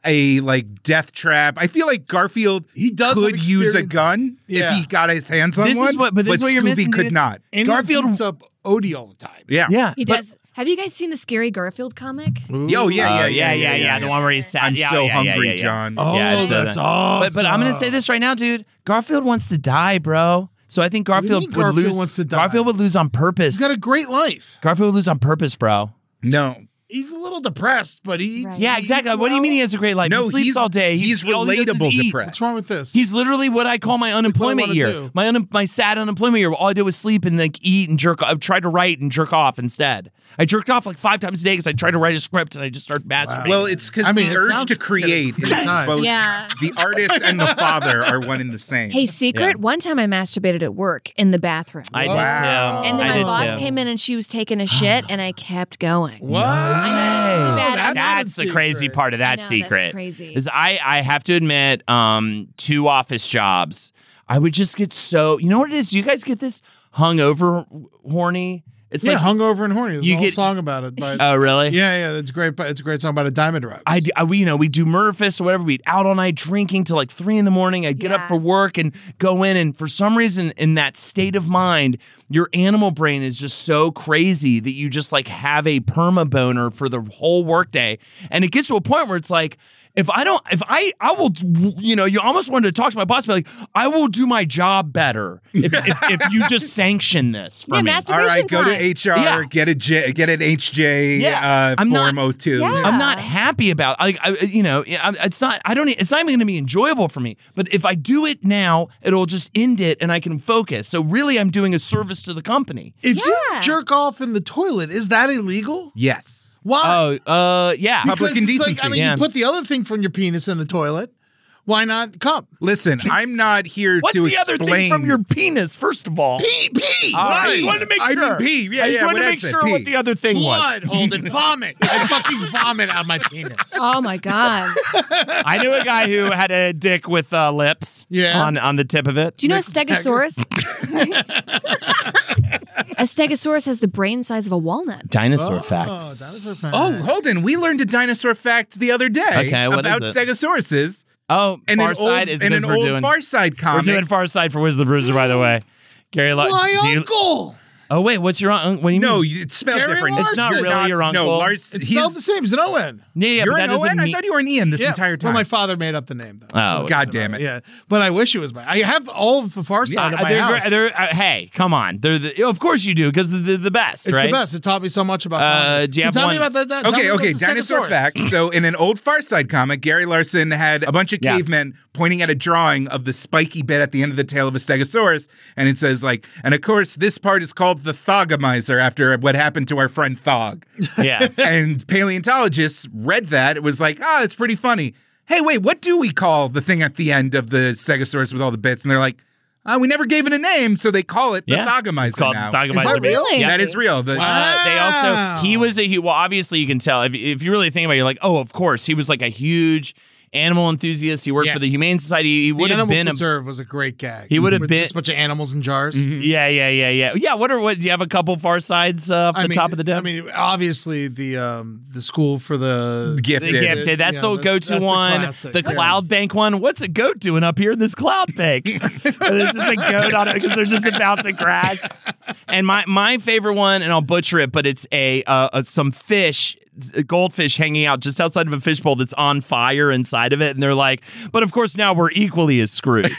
Speaker 10: a like death trap. I feel like Garfield
Speaker 8: He does have
Speaker 10: could use a
Speaker 8: experience.
Speaker 10: gun
Speaker 8: Yeah.
Speaker 10: if he got his hands on
Speaker 9: This is
Speaker 10: one.
Speaker 9: what- but this is what you're
Speaker 10: Scooby
Speaker 9: missing,
Speaker 10: could
Speaker 9: dude.
Speaker 10: not.
Speaker 8: And
Speaker 9: Garfield-
Speaker 8: Garfield eats up Odie all the time.
Speaker 10: Yeah.
Speaker 9: Yeah,
Speaker 7: He
Speaker 9: but-
Speaker 7: does. Have you guys seen the scary Garfield comic?
Speaker 10: Yo, yeah, yeah,
Speaker 9: Oh, yeah, yeah, yeah. The one where he's sad.
Speaker 10: I'm
Speaker 9: Yeah,
Speaker 10: so
Speaker 9: yeah, yeah,
Speaker 10: hungry,
Speaker 9: yeah, yeah.
Speaker 10: John.
Speaker 8: Oh,
Speaker 9: Yeah, it's so
Speaker 8: that's
Speaker 9: bad.
Speaker 8: awesome.
Speaker 9: But but I'm gonna say this right now, dude. Garfield wants to die, bro. So I think
Speaker 8: do you
Speaker 9: Garfield
Speaker 8: mean
Speaker 9: would
Speaker 8: Garfield
Speaker 9: lose.
Speaker 8: wants to die?
Speaker 9: Garfield would lose on purpose.
Speaker 8: He's got a great life.
Speaker 9: Garfield would lose on purpose, bro.
Speaker 10: No,
Speaker 8: He's a little depressed, but he eats.
Speaker 9: Yeah,
Speaker 8: he
Speaker 9: exactly.
Speaker 8: eats
Speaker 9: What do you
Speaker 8: well.
Speaker 9: mean he has a great life?
Speaker 10: No,
Speaker 9: he sleeps
Speaker 10: he's-
Speaker 9: all day. He-
Speaker 10: he's
Speaker 9: all he does is
Speaker 10: relatable
Speaker 9: eat.
Speaker 10: depressed.
Speaker 8: What's wrong with this?
Speaker 9: He's literally what I call my
Speaker 8: Sleep what I
Speaker 9: unemployment
Speaker 8: wanna
Speaker 9: year.
Speaker 8: do.
Speaker 9: My un- my sad unemployment year. All I did was sleep and like eat and jerk. I've tried to write and jerk off instead. I jerked off like five times a day because I tried to write a script and I just started masturbating.
Speaker 10: well, it's because
Speaker 8: I mean,
Speaker 10: the
Speaker 8: it
Speaker 10: urge
Speaker 8: sounds
Speaker 10: to
Speaker 8: like a
Speaker 10: create
Speaker 8: great
Speaker 10: is
Speaker 8: time.
Speaker 10: both.
Speaker 7: Yeah.
Speaker 10: The artist and the father are one and the same.
Speaker 7: Hey, secret. One time I masturbated at work in the bathroom.
Speaker 9: I did
Speaker 10: Wow.
Speaker 9: too.
Speaker 7: and then
Speaker 9: I
Speaker 7: my
Speaker 9: did
Speaker 7: boss
Speaker 9: too.
Speaker 7: came in and she was taking a shit, and I kept going.
Speaker 8: What?
Speaker 7: really bad.
Speaker 8: that's not a
Speaker 9: That's the crazy
Speaker 8: secret.
Speaker 9: part of that
Speaker 7: know, that's
Speaker 9: secret.
Speaker 7: crazy.
Speaker 9: Is I I have to admit, um, two office jobs. I would just get so you know what it is. You guys get this hungover horny It's
Speaker 8: yeah,
Speaker 9: like
Speaker 8: hungover and horny. There's
Speaker 9: you
Speaker 8: a whole
Speaker 9: get-
Speaker 8: song about it. But
Speaker 9: Oh, really?
Speaker 8: Yeah, yeah. It's great. But it's a great song about a diamond rock.
Speaker 9: I, d- I- we, you know, we do Murphys or whatever. We'd out all night drinking till like three in the morning. I'd get up for work and go in. And for some reason, in that state of mind, your animal brain is just so crazy that you just like have a perma boner for the whole workday. And it gets to a point where it's like, if I don't, if I, I will, you know, you almost wanted to talk to my boss, but like, I will do my job better if, if, if you just sanction this for
Speaker 7: Yeah,
Speaker 9: me.
Speaker 7: masturbation All right,
Speaker 10: Go to HR,
Speaker 9: Yeah.
Speaker 10: get a J, get an HJ uh,
Speaker 9: Yeah. I'm not-
Speaker 10: form 02.
Speaker 9: I'm not happy about like I, you know I- it's not I don't e- it's not even going to be enjoyable for me. But if I do it now, it'll just end it and I can focus. So really, I'm doing a service to the company.
Speaker 8: If you jerk off in the toilet, is that illegal?
Speaker 10: Yes.
Speaker 8: Why?
Speaker 9: Oh, uh, yeah.
Speaker 8: Because it's like, I mean,
Speaker 9: yeah.
Speaker 8: you put the other thing from your penis in the toilet. Why not cum?
Speaker 10: Listen, I'm not here
Speaker 8: What's
Speaker 10: to
Speaker 8: the other
Speaker 10: explain.
Speaker 8: thing from your
Speaker 9: penis, first of all?
Speaker 8: Pee, pee.
Speaker 9: All
Speaker 8: Why?
Speaker 9: right. I just wanted to make
Speaker 10: I
Speaker 9: sure.
Speaker 10: mean, pee. Yeah,
Speaker 9: I just
Speaker 10: yeah,
Speaker 9: wanted to
Speaker 10: what
Speaker 9: make
Speaker 10: I said,
Speaker 9: sure what
Speaker 10: pee.
Speaker 9: the other thing
Speaker 8: Blood,
Speaker 9: was.
Speaker 8: Holden, vomit. I fucking vomit on my penis.
Speaker 7: Oh my god.
Speaker 9: I knew a guy who had a dick with uh, lips.
Speaker 7: Yeah.
Speaker 9: On on the tip of it.
Speaker 7: Do you know a stegosaurus? a stegosaurus has the brain size of a walnut.
Speaker 9: Dinosaur
Speaker 8: Oh,
Speaker 9: facts.
Speaker 10: Oh, Holden, we learned a dinosaur fact the other day
Speaker 9: Okay, what
Speaker 10: about
Speaker 9: is it?
Speaker 10: stegosauruses.
Speaker 9: Oh,
Speaker 10: and
Speaker 9: Far
Speaker 10: an
Speaker 9: Side
Speaker 10: old,
Speaker 9: is
Speaker 10: and
Speaker 9: is
Speaker 10: an
Speaker 9: we're
Speaker 10: old
Speaker 9: doing.
Speaker 10: Far Side comic.
Speaker 9: We're doing Far Side for Wiz the Bruiser, by the way. Gary, Lo-
Speaker 8: My
Speaker 9: do you-
Speaker 8: uncle.
Speaker 9: Oh wait, what's your un- what do you
Speaker 10: No,
Speaker 9: mean?
Speaker 10: you- it's spelled
Speaker 8: Gary
Speaker 10: different.
Speaker 9: It's not
Speaker 10: Larson.
Speaker 9: really your
Speaker 10: Not-
Speaker 9: uncle.
Speaker 10: no, Larson-
Speaker 8: It's
Speaker 10: he's-
Speaker 8: spelled the same as an Owen.
Speaker 9: Yeah, yeah,
Speaker 10: You're
Speaker 9: but that
Speaker 10: an
Speaker 9: doesn't
Speaker 10: Owen? I
Speaker 9: mean-
Speaker 10: thought you were an E Ian this
Speaker 8: Yeah,
Speaker 10: entire
Speaker 8: Well,
Speaker 10: time.
Speaker 8: my father made up the name though.
Speaker 9: Oh,
Speaker 10: God damn it.
Speaker 8: Yeah, but I wish it was my. I have all of the far side of my
Speaker 9: they're
Speaker 8: house.
Speaker 9: great- they're- uh, hey, come on. They're the, of course you do because they're, the- the best,
Speaker 8: it's
Speaker 9: right?
Speaker 8: the best. It taught me so much about.
Speaker 9: Uh,
Speaker 8: comedy.
Speaker 9: do you
Speaker 8: So
Speaker 9: have
Speaker 8: tell
Speaker 9: one?
Speaker 8: me about that. that- tell me
Speaker 10: okay,
Speaker 8: about
Speaker 10: okay.
Speaker 8: the
Speaker 10: Dinosaur
Speaker 8: stegosaurus.
Speaker 10: fact. So, in an old Far Side comic, Gary Larson had a bunch of cavemen pointing at a drawing of the spiky bit at the end of the tail of a stegosaurus, and it says like, and of course, this part is called the Thogamizer after what happened to our friend Thog.
Speaker 9: Yeah.
Speaker 10: and paleontologists read that. It was like, ah, it's pretty funny. Hey, wait, what do we call the thing at the end of the stegosaurus with all the bits? And they're like. Uh, we never gave it a name, so they call it the
Speaker 9: Yeah.
Speaker 10: Thogamizer
Speaker 9: It's called
Speaker 10: now.
Speaker 9: Thogamizer Is that bits. real? Yeah.
Speaker 10: That is real. The-
Speaker 9: Uh, they also he was a huge. Well, obviously you can tell if, if you really think about it. You're like, oh, of course he was like a huge animal enthusiast. He worked
Speaker 8: Yeah.
Speaker 9: for the Humane Society. He
Speaker 8: The
Speaker 9: would have
Speaker 8: animal
Speaker 9: been a
Speaker 8: preserve was a great gag.
Speaker 9: He would have
Speaker 8: With
Speaker 9: been-
Speaker 8: just a bunch of animals in jars.
Speaker 10: Mm-hmm.
Speaker 9: yeah, yeah, yeah, yeah, yeah. What are what? Do you have a couple far sides uh, off
Speaker 8: I
Speaker 9: the
Speaker 8: mean,
Speaker 9: top of the dome?
Speaker 8: I mean, obviously the um the school for the
Speaker 10: Gifted.
Speaker 9: The gifted. That's
Speaker 8: Yeah,
Speaker 9: the go-to
Speaker 8: that's the
Speaker 9: one. The,
Speaker 8: classic, yeah.
Speaker 9: cloud bank one. What's a goat doing up here in this cloud bank? this is a goat on it because they're just about to crash. And my my favorite one, and I'll butcher it, but it's a uh, uh, some fish. a Goldfish hanging out just outside of a fishbowl that's on fire inside of it, and they're like, "But of course, now we're equally as screwed."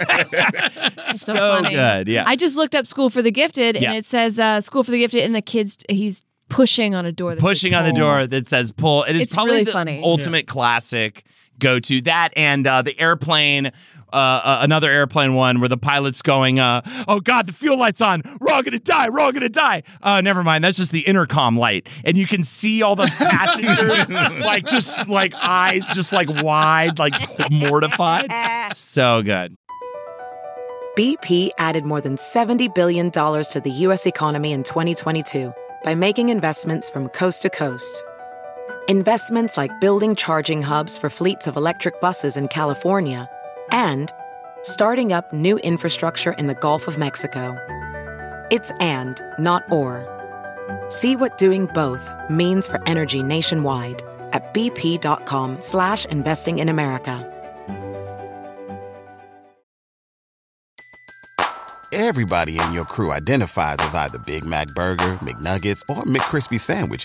Speaker 7: That's so,
Speaker 9: So
Speaker 7: funny.
Speaker 9: good, yeah.
Speaker 7: I just looked up School for the Gifted, and
Speaker 9: Yeah.
Speaker 7: it says uh, School for the Gifted, and the kids he's pushing on a door. That says
Speaker 9: pushing on the
Speaker 7: pull.
Speaker 9: door that says pull. It is
Speaker 7: It's
Speaker 9: probably
Speaker 7: really
Speaker 9: the
Speaker 7: funny.
Speaker 9: ultimate classic go to. That and uh, the airplane. Uh, uh, another airplane one where the pilot's going, uh, oh god, the fuel light's on. We're all gonna die. We're all gonna die. Uh, never mind. That's just the intercom light, and you can see all the passengers like just like eyes just like wide, like t- mortified. So good.
Speaker 11: BP added more than $70 billion to the U.S. economy in 2022 by making investments from coast to coast. Investments like building charging hubs for fleets of electric buses in California and starting up new infrastructure in the Gulf of Mexico. It's and, not or. See what doing both means for energy nationwide at bp.com slash investing in America.
Speaker 12: Everybody in your crew identifies as either Big Mac Burger, McNuggets, or McCrispy Sandwich.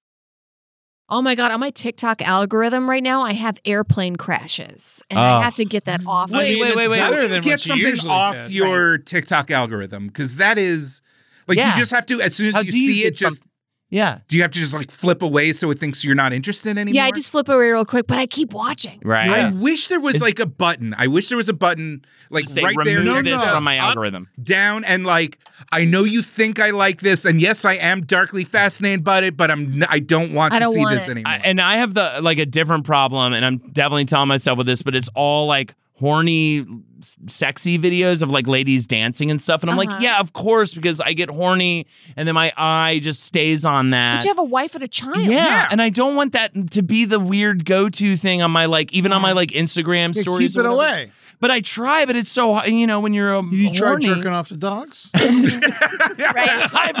Speaker 7: Oh my god! On my TikTok algorithm right now, I have airplane crashes, and
Speaker 9: Oh.
Speaker 7: I have to get that off.
Speaker 10: I mean, it's better than
Speaker 8: what
Speaker 10: get
Speaker 8: you
Speaker 10: something
Speaker 8: usually
Speaker 10: off
Speaker 8: get.
Speaker 10: your TikTok algorithm because that is like
Speaker 9: Yeah.
Speaker 10: you just have to as soon as
Speaker 9: How
Speaker 10: you
Speaker 9: do you
Speaker 10: see
Speaker 9: get
Speaker 10: it, just
Speaker 9: some- Yeah.
Speaker 10: Do you have to just like flip away so it thinks you're not interested anymore?
Speaker 7: Yeah, I just flip away real quick, but I keep watching.
Speaker 9: Right.
Speaker 10: I wish there was like a button. I wish there was a button like
Speaker 9: Say,
Speaker 10: right there.
Speaker 9: remove
Speaker 10: next
Speaker 9: this
Speaker 10: to
Speaker 9: from my
Speaker 10: up,
Speaker 9: algorithm.
Speaker 10: down and like I know you think I like this, and yes, I am darkly fascinated by it, but I'm n- I don't want to see this anymore.
Speaker 9: I- and I have the like a different problem, and I'm definitely telling myself with this, but it's all like horny, s- sexy videos of like ladies dancing and stuff, and I'm
Speaker 7: Uh-huh.
Speaker 9: like, yeah, of course, because I get horny, and then my eye just stays on that.
Speaker 7: But you have a wife and a child.
Speaker 9: yeah. and I don't want that to be the weird go-to thing on my like, even on my like Instagram
Speaker 8: Yeah,
Speaker 9: stories.
Speaker 8: keep it
Speaker 9: or whatever.
Speaker 8: away.
Speaker 9: But I try, but it's so hi- you know when you're um,
Speaker 8: You try
Speaker 9: horny.
Speaker 8: jerking off the dogs?
Speaker 9: I've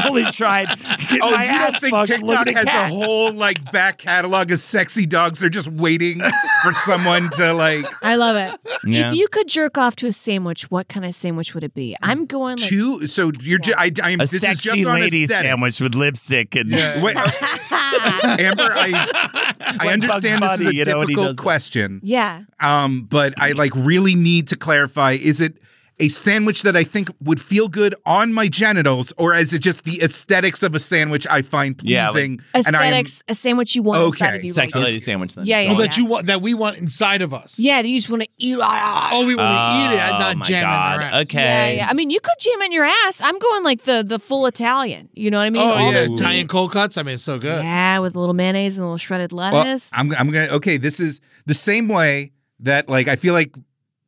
Speaker 9: only tried. getting
Speaker 10: Oh,
Speaker 9: my
Speaker 10: you don't
Speaker 9: ass
Speaker 10: think
Speaker 9: fucked
Speaker 10: TikTok
Speaker 9: looking at
Speaker 10: has
Speaker 9: cats.
Speaker 10: a whole like back catalog of sexy dogs? They're just waiting for someone to like
Speaker 7: I love it.
Speaker 10: Yeah.
Speaker 7: If you could jerk off to a sandwich, what kind of sandwich would it be? I'm going like
Speaker 10: two. So you're ju- I, I'm
Speaker 9: a
Speaker 10: this is
Speaker 9: sexy
Speaker 10: just on
Speaker 9: lady
Speaker 10: aesthetic.
Speaker 9: sandwich with lipstick and
Speaker 10: Wait, Amber, I I
Speaker 9: Like
Speaker 10: understand
Speaker 9: Bugs
Speaker 10: this is a
Speaker 9: Bunny, you know, when he does
Speaker 10: difficult
Speaker 9: that.
Speaker 10: question.
Speaker 7: Yeah.
Speaker 10: Um, but I like really need to clarify: is it a sandwich that I think would feel good on my genitals, or is it just the aesthetics of a sandwich I find
Speaker 9: Yeah, like-
Speaker 10: pleasing? and I am-
Speaker 7: aesthetics, a sandwich you want inside of you.
Speaker 9: sexy
Speaker 7: right
Speaker 9: lady sandwich
Speaker 7: now.
Speaker 9: then.
Speaker 7: Yeah, yeah.
Speaker 8: well,
Speaker 7: yeah.
Speaker 8: that you want that we want inside of us.
Speaker 7: yeah, you just want to eat. ah,
Speaker 8: Oh, we want to eat it.
Speaker 9: Oh,
Speaker 8: I'm not
Speaker 9: my
Speaker 8: jamming
Speaker 9: God.
Speaker 8: around.
Speaker 9: Okay.
Speaker 7: Yeah, yeah. I mean, you could jam in your ass. I'm going like the the full Italian. You know what I mean? All those
Speaker 8: Oh, Italian cold cuts. I mean, it's so good.
Speaker 7: Yeah, with a little mayonnaise and a little shredded
Speaker 10: Well,
Speaker 7: lettuce.
Speaker 10: I'm I'm gonna okay. This is the same way that like I feel like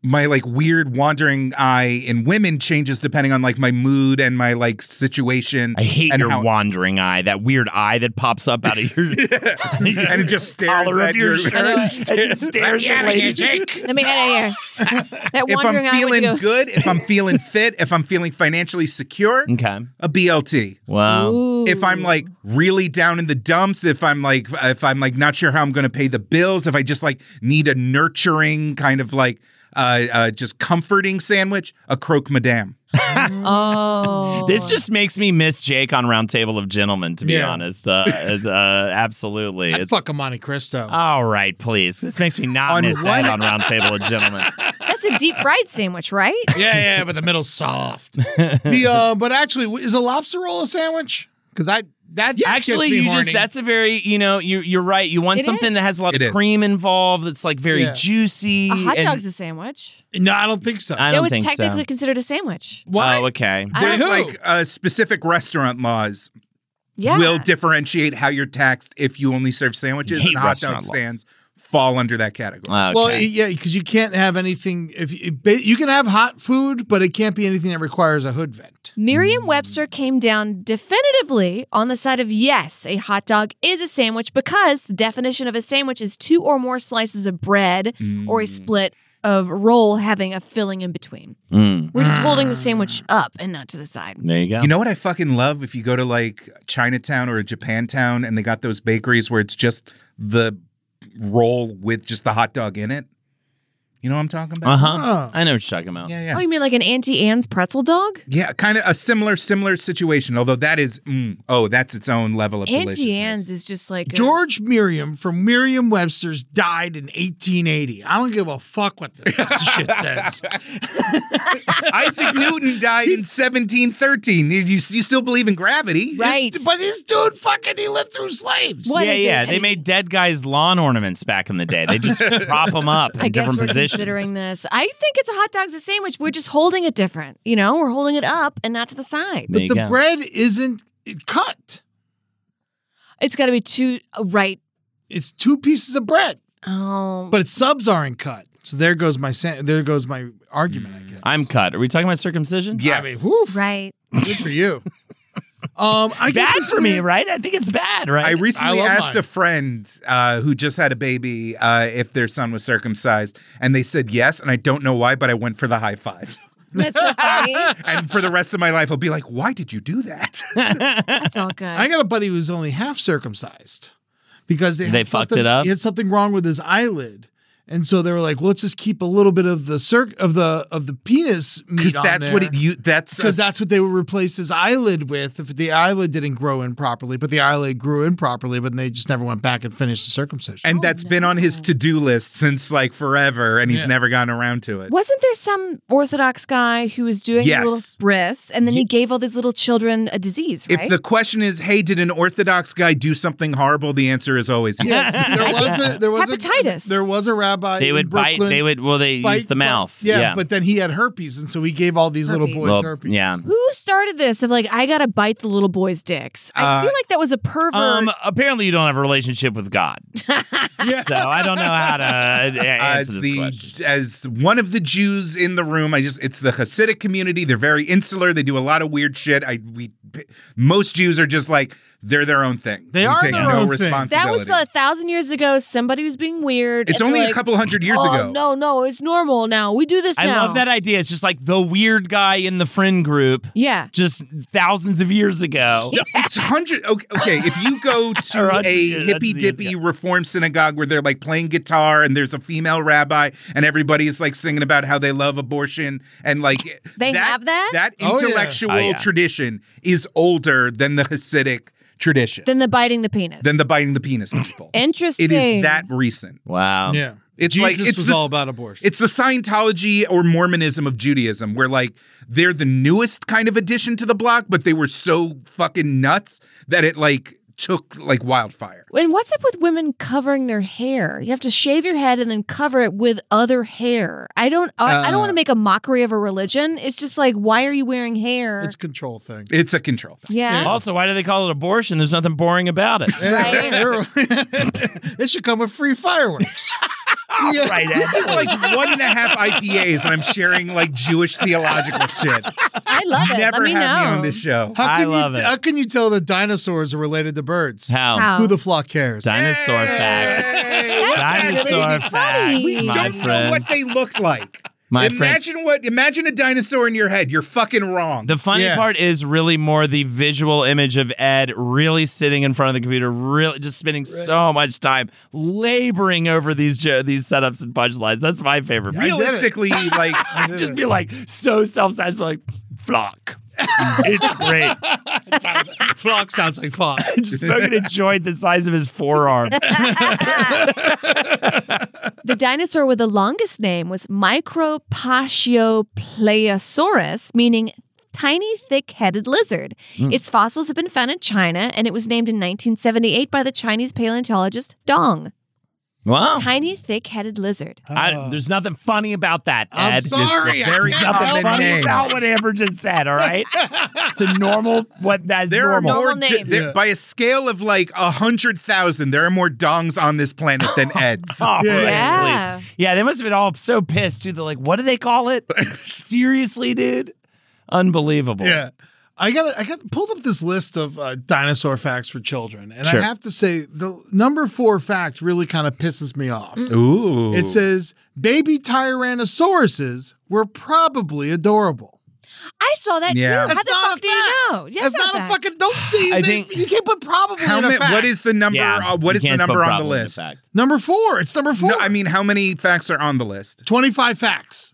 Speaker 10: my like weird wandering eye in women changes depending on like my mood and my like situation.
Speaker 9: I hate
Speaker 10: and
Speaker 9: your
Speaker 10: how-
Speaker 9: wandering eye, that weird eye that pops up out of your
Speaker 10: and it just stares
Speaker 9: collar
Speaker 10: at
Speaker 9: of your
Speaker 10: your.
Speaker 9: shirt.
Speaker 7: I know.
Speaker 9: and stares at ladies.
Speaker 7: Let me out of here. that
Speaker 10: if
Speaker 7: wandering
Speaker 10: I'm
Speaker 7: eye when
Speaker 10: feeling
Speaker 7: you go.
Speaker 10: good, if I'm feeling fit, if I'm feeling financially secure,
Speaker 9: Okay.
Speaker 10: a BLT.
Speaker 9: Wow.
Speaker 10: If I'm like really down in the dumps, if I'm like if I'm like not sure how I'm going to pay the bills, if I just like need a nurturing kind of like uh, uh just comforting sandwich, a croque madame.
Speaker 7: Oh,
Speaker 9: This just makes me miss Jake on Roundtable of Gentlemen, to be
Speaker 8: Yeah.
Speaker 9: honest. Uh, it's, uh, absolutely.
Speaker 8: I'd
Speaker 9: It's-
Speaker 8: fuck a Monte Cristo.
Speaker 9: all right, please. This makes me not
Speaker 10: On
Speaker 9: miss
Speaker 10: what-
Speaker 9: out on Roundtable of Gentlemen.
Speaker 7: that's a deep fried sandwich, right?
Speaker 8: yeah, yeah, but the middle's soft. the uh, but actually, w- is a lobster roll a sandwich? Because I that gets
Speaker 9: Actually,
Speaker 8: me
Speaker 9: you
Speaker 8: horny.
Speaker 9: just that's a very, you know, you you're right. You want
Speaker 7: It
Speaker 9: something
Speaker 7: is.
Speaker 9: that has a lot
Speaker 10: It
Speaker 9: of
Speaker 10: is.
Speaker 9: cream involved that's like very
Speaker 8: Yeah.
Speaker 9: juicy.
Speaker 7: A hot
Speaker 9: and-
Speaker 7: dog's a sandwich.
Speaker 8: no, I don't think so.
Speaker 9: I
Speaker 7: it
Speaker 9: don't
Speaker 7: was
Speaker 9: think
Speaker 7: technically
Speaker 9: so.
Speaker 7: considered a sandwich.
Speaker 8: Why?
Speaker 9: Oh, okay.
Speaker 7: I
Speaker 10: There's
Speaker 7: don't-
Speaker 10: like uh, specific restaurant laws
Speaker 7: Yeah.
Speaker 10: will differentiate how you're taxed if you only serve sandwiches,
Speaker 9: Hate
Speaker 10: and hot
Speaker 9: restaurant
Speaker 10: dog
Speaker 9: laws. Ah,
Speaker 10: stands fall under that category.
Speaker 9: Okay.
Speaker 8: Well, yeah, because you can't have anything. If you, ba- you can have hot food, but it can't be anything that requires a hood vent.
Speaker 7: Merriam Webster came down definitively on the side of yes, a hot dog is a sandwich because the definition of a sandwich is two or more slices of bread or
Speaker 10: Mm.
Speaker 7: a split of roll having a filling in between. We're just holding the sandwich
Speaker 10: Ah.
Speaker 7: up and not to the side.
Speaker 9: Mm, there you go.
Speaker 10: You know what I fucking love if you go to like Chinatown or a Japantown and they got those bakeries where it's just the roll with just the hot dog in it. You know what I'm talking about?
Speaker 9: Uh huh. I know what you're talking about.
Speaker 10: Yeah,
Speaker 7: Oh,
Speaker 10: yeah.
Speaker 7: you mean like an Auntie Anne's pretzel dog?
Speaker 10: Yeah, kind of a similar similar situation, although that is mm, oh, that's its own level of
Speaker 7: Auntie
Speaker 10: deliciousness.
Speaker 7: Anne's is just like a-
Speaker 8: George Merriam from Merriam Webster's died in 1880. I don't give a fuck what this shit says.
Speaker 10: Isaac Newton died in 1713. You, you still believe in gravity?
Speaker 7: right.
Speaker 8: But this dude fucking he lived through slaves.
Speaker 7: What
Speaker 9: yeah,
Speaker 7: is it?
Speaker 9: yeah.
Speaker 7: I
Speaker 9: They
Speaker 7: mean-
Speaker 9: made dead guys' lawn ornaments back in the day. They just prop them up in
Speaker 7: I guess
Speaker 9: different
Speaker 7: we're
Speaker 9: positions.
Speaker 7: considering this. I think it's a hot dog's a sandwich. We're just holding it different. You know, we're holding it up and not to the side.
Speaker 9: There you
Speaker 8: The
Speaker 9: go.
Speaker 8: bread isn't cut.
Speaker 7: It's got to be two right.
Speaker 8: It's two pieces of bread,
Speaker 7: Oh,
Speaker 8: but its subs aren't cut. So there goes my sa- there goes my argument. I guess
Speaker 9: Mm. I'm cut. Are we talking about circumcision?
Speaker 10: Yes.
Speaker 8: I mean, whew,
Speaker 7: right.
Speaker 8: good for you. Um, I get
Speaker 9: Bad
Speaker 8: this
Speaker 9: for me,
Speaker 8: weird-
Speaker 9: right? I think it's bad, right?
Speaker 10: I recently
Speaker 8: love
Speaker 10: asked
Speaker 8: mine.
Speaker 10: a friend uh, who just had a baby uh, if their son was circumcised, and they said yes, and I don't know why, but I went for the high five.
Speaker 7: That's so funny.
Speaker 10: and for the rest of my life, I'll be like, why did you do that?
Speaker 7: That's all good.
Speaker 8: I got a buddy who's only half circumcised because they had
Speaker 9: They fucked
Speaker 8: something-
Speaker 9: it up?
Speaker 8: He had something wrong with his eyelid, And so they were like, well, let's just keep a little bit of the circ of the of the penis meat
Speaker 10: Because that's what it u- that's
Speaker 8: because that's what they would replace his eyelid with if the eyelid didn't grow in properly, but the eyelid grew in properly, but they just never went back and finished the circumcision.
Speaker 10: and that's been on his to-do list since like forever and he's
Speaker 8: Yeah.
Speaker 10: never gotten around to it
Speaker 7: Wasn't there some Orthodox guy who was doing a little
Speaker 10: Yes.
Speaker 7: bris and then he gave all these little children a disease, right?
Speaker 10: if the question is hey did an orthodox guy do something horrible the answer is always yes
Speaker 8: there was a, there was hepatitis. A, there was a rabbi.
Speaker 9: They
Speaker 8: uh, in
Speaker 9: would bite-
Speaker 8: Brooklyn-
Speaker 9: they would- well, they use the mouth.
Speaker 8: Yeah,
Speaker 9: Yeah.
Speaker 8: but then he had herpes, and so he gave all these little boys
Speaker 9: Well,
Speaker 8: herpes.
Speaker 9: yeah.
Speaker 7: Who started this of like, I gotta bite the little boy's dicks? I
Speaker 9: Uh,
Speaker 7: feel like that was a pervert.
Speaker 9: Um, apparently you don't have a relationship with God. So I don't know how to uh,
Speaker 10: as
Speaker 9: answer this
Speaker 10: the
Speaker 9: question.
Speaker 10: as one of the Jews in the room, I just it's the Hasidic community. They're very insular. They do a lot of weird shit. I we most Jews are just like they're their own thing.
Speaker 8: They
Speaker 10: We
Speaker 8: are
Speaker 10: take
Speaker 8: their
Speaker 10: no
Speaker 8: own thing.
Speaker 10: responsibility.
Speaker 7: That was about a thousand years ago. Somebody was being weird.
Speaker 10: It's
Speaker 7: and
Speaker 10: only
Speaker 7: they're
Speaker 10: a
Speaker 7: like,
Speaker 10: couple hundred years
Speaker 7: "Oh,
Speaker 10: ago."
Speaker 7: No, no, it's normal now. We do this
Speaker 9: I
Speaker 7: now.
Speaker 9: love that idea. It's just like the weird guy in the friend group.
Speaker 7: Yeah.
Speaker 9: Just thousands of years ago.
Speaker 10: No, Oh, it's hundred. Okay, okay, if you go
Speaker 9: Or
Speaker 10: to
Speaker 9: hundred
Speaker 10: a
Speaker 9: years,
Speaker 10: hippy
Speaker 9: hundred years
Speaker 10: dippy reform synagogue where they're like playing guitar and there's a female rabbi and everybody's like singing about how they love abortion and like
Speaker 7: They have that?
Speaker 10: that
Speaker 7: Oh, yeah.
Speaker 10: intellectual
Speaker 7: Oh, yeah.
Speaker 10: tradition is older than the Hasidic tradition.
Speaker 7: Than the biting the penis.
Speaker 10: than the biting the penis people.
Speaker 7: Interesting.
Speaker 10: It is that recent.
Speaker 9: Wow.
Speaker 8: Yeah.
Speaker 10: It's
Speaker 8: Jesus
Speaker 10: like it's
Speaker 8: was
Speaker 10: the-
Speaker 8: all about abortion.
Speaker 10: It's the Scientology or Mormonism of Judaism, where like they're the newest kind of addition to the block, but they were so fucking nuts that it like took like wildfire.
Speaker 7: And what's up with women covering their hair? You have to shave your head and then cover it with other hair. I don't. I, I don't
Speaker 10: Uh.
Speaker 7: want to make a mockery of a religion. It's just like, why are you wearing hair? It's
Speaker 8: control thing.
Speaker 10: It's a control.
Speaker 7: Yeah.
Speaker 9: Also, why do they call it abortion? There's nothing boring about it.
Speaker 8: it should come with free fireworks. Yeah.
Speaker 9: right,
Speaker 10: This is like one and a half IPAs, and I'm sharing like Jewish theological shit.
Speaker 7: I love it.
Speaker 10: Never
Speaker 7: Let me
Speaker 10: have
Speaker 7: know.
Speaker 10: me on this show.
Speaker 8: How can you t- How can you tell that dinosaurs are related to birds?
Speaker 9: How? How?
Speaker 8: Who the flock cares?
Speaker 9: Dinosaur facts. Dinosaur facts,
Speaker 10: We
Speaker 9: my
Speaker 10: don't know
Speaker 9: friend.
Speaker 10: what they look like.
Speaker 9: My friend-
Speaker 10: imagine what imagine a dinosaur in your head. You're fucking wrong.
Speaker 9: The funny part is really more the visual image of Ed really sitting in front of the computer, really just spending so much time laboring over these jo- these setups and punchlines. That's my favorite. part.
Speaker 10: Realistically, like
Speaker 9: I'd just be like so self satisfied, like flock. it's great.
Speaker 8: flock sounds like flock.
Speaker 9: Smoking enjoyed the size of his forearm.
Speaker 7: The dinosaur with the longest name was Micropachyopleiosaurus, meaning tiny, thick headed lizard.
Speaker 13: Mm.
Speaker 7: Its fossils have been found in China, and it was named in 1978 by the Chinese paleontologist Dong.
Speaker 9: Wow.
Speaker 7: Tiny, thick headed lizard.
Speaker 9: I, there's nothing funny about that, Ed.
Speaker 7: Uh-huh. I'm
Speaker 9: It's
Speaker 7: sorry, I
Speaker 9: very
Speaker 7: can't
Speaker 9: nothing
Speaker 7: help
Speaker 9: funny
Speaker 7: it.
Speaker 9: about what Amber just said. All right, it's a normal. What that's
Speaker 10: There
Speaker 9: normal.
Speaker 10: are more d- there- by a scale of like a hundred thousand. There are more dongs on this planet than Eds.
Speaker 9: Oh, yeah.
Speaker 10: Yeah.
Speaker 9: yeah, they must have been all so pissed, too. They're like, what do they call it? Seriously, dude? Unbelievable.
Speaker 8: Yeah. I got I got pulled up this list of uh, dinosaur facts for children, and
Speaker 9: Sure.
Speaker 8: I have to say the number four fact really kind of pisses me off.
Speaker 10: Mm. Ooh.
Speaker 8: It says baby tyrannosauruses were probably adorable.
Speaker 7: I saw that
Speaker 10: Yeah.
Speaker 7: too. How
Speaker 8: That's
Speaker 7: the fuck do you know? Yeah,
Speaker 8: That's
Speaker 7: it's
Speaker 8: not a
Speaker 7: fact.
Speaker 8: fucking. Don't see.
Speaker 10: I
Speaker 8: I
Speaker 10: think-
Speaker 8: you can't put probably.
Speaker 10: How
Speaker 8: in a
Speaker 10: many?
Speaker 8: fact.
Speaker 10: What is the number?
Speaker 9: Yeah,
Speaker 10: uh, what
Speaker 9: you
Speaker 10: is the
Speaker 9: can't spell
Speaker 10: number on the
Speaker 9: problem in a
Speaker 10: list?
Speaker 9: fact.
Speaker 8: Number four. It's number four.
Speaker 10: No, I mean, how many facts are on the list?
Speaker 8: Twenty-five facts.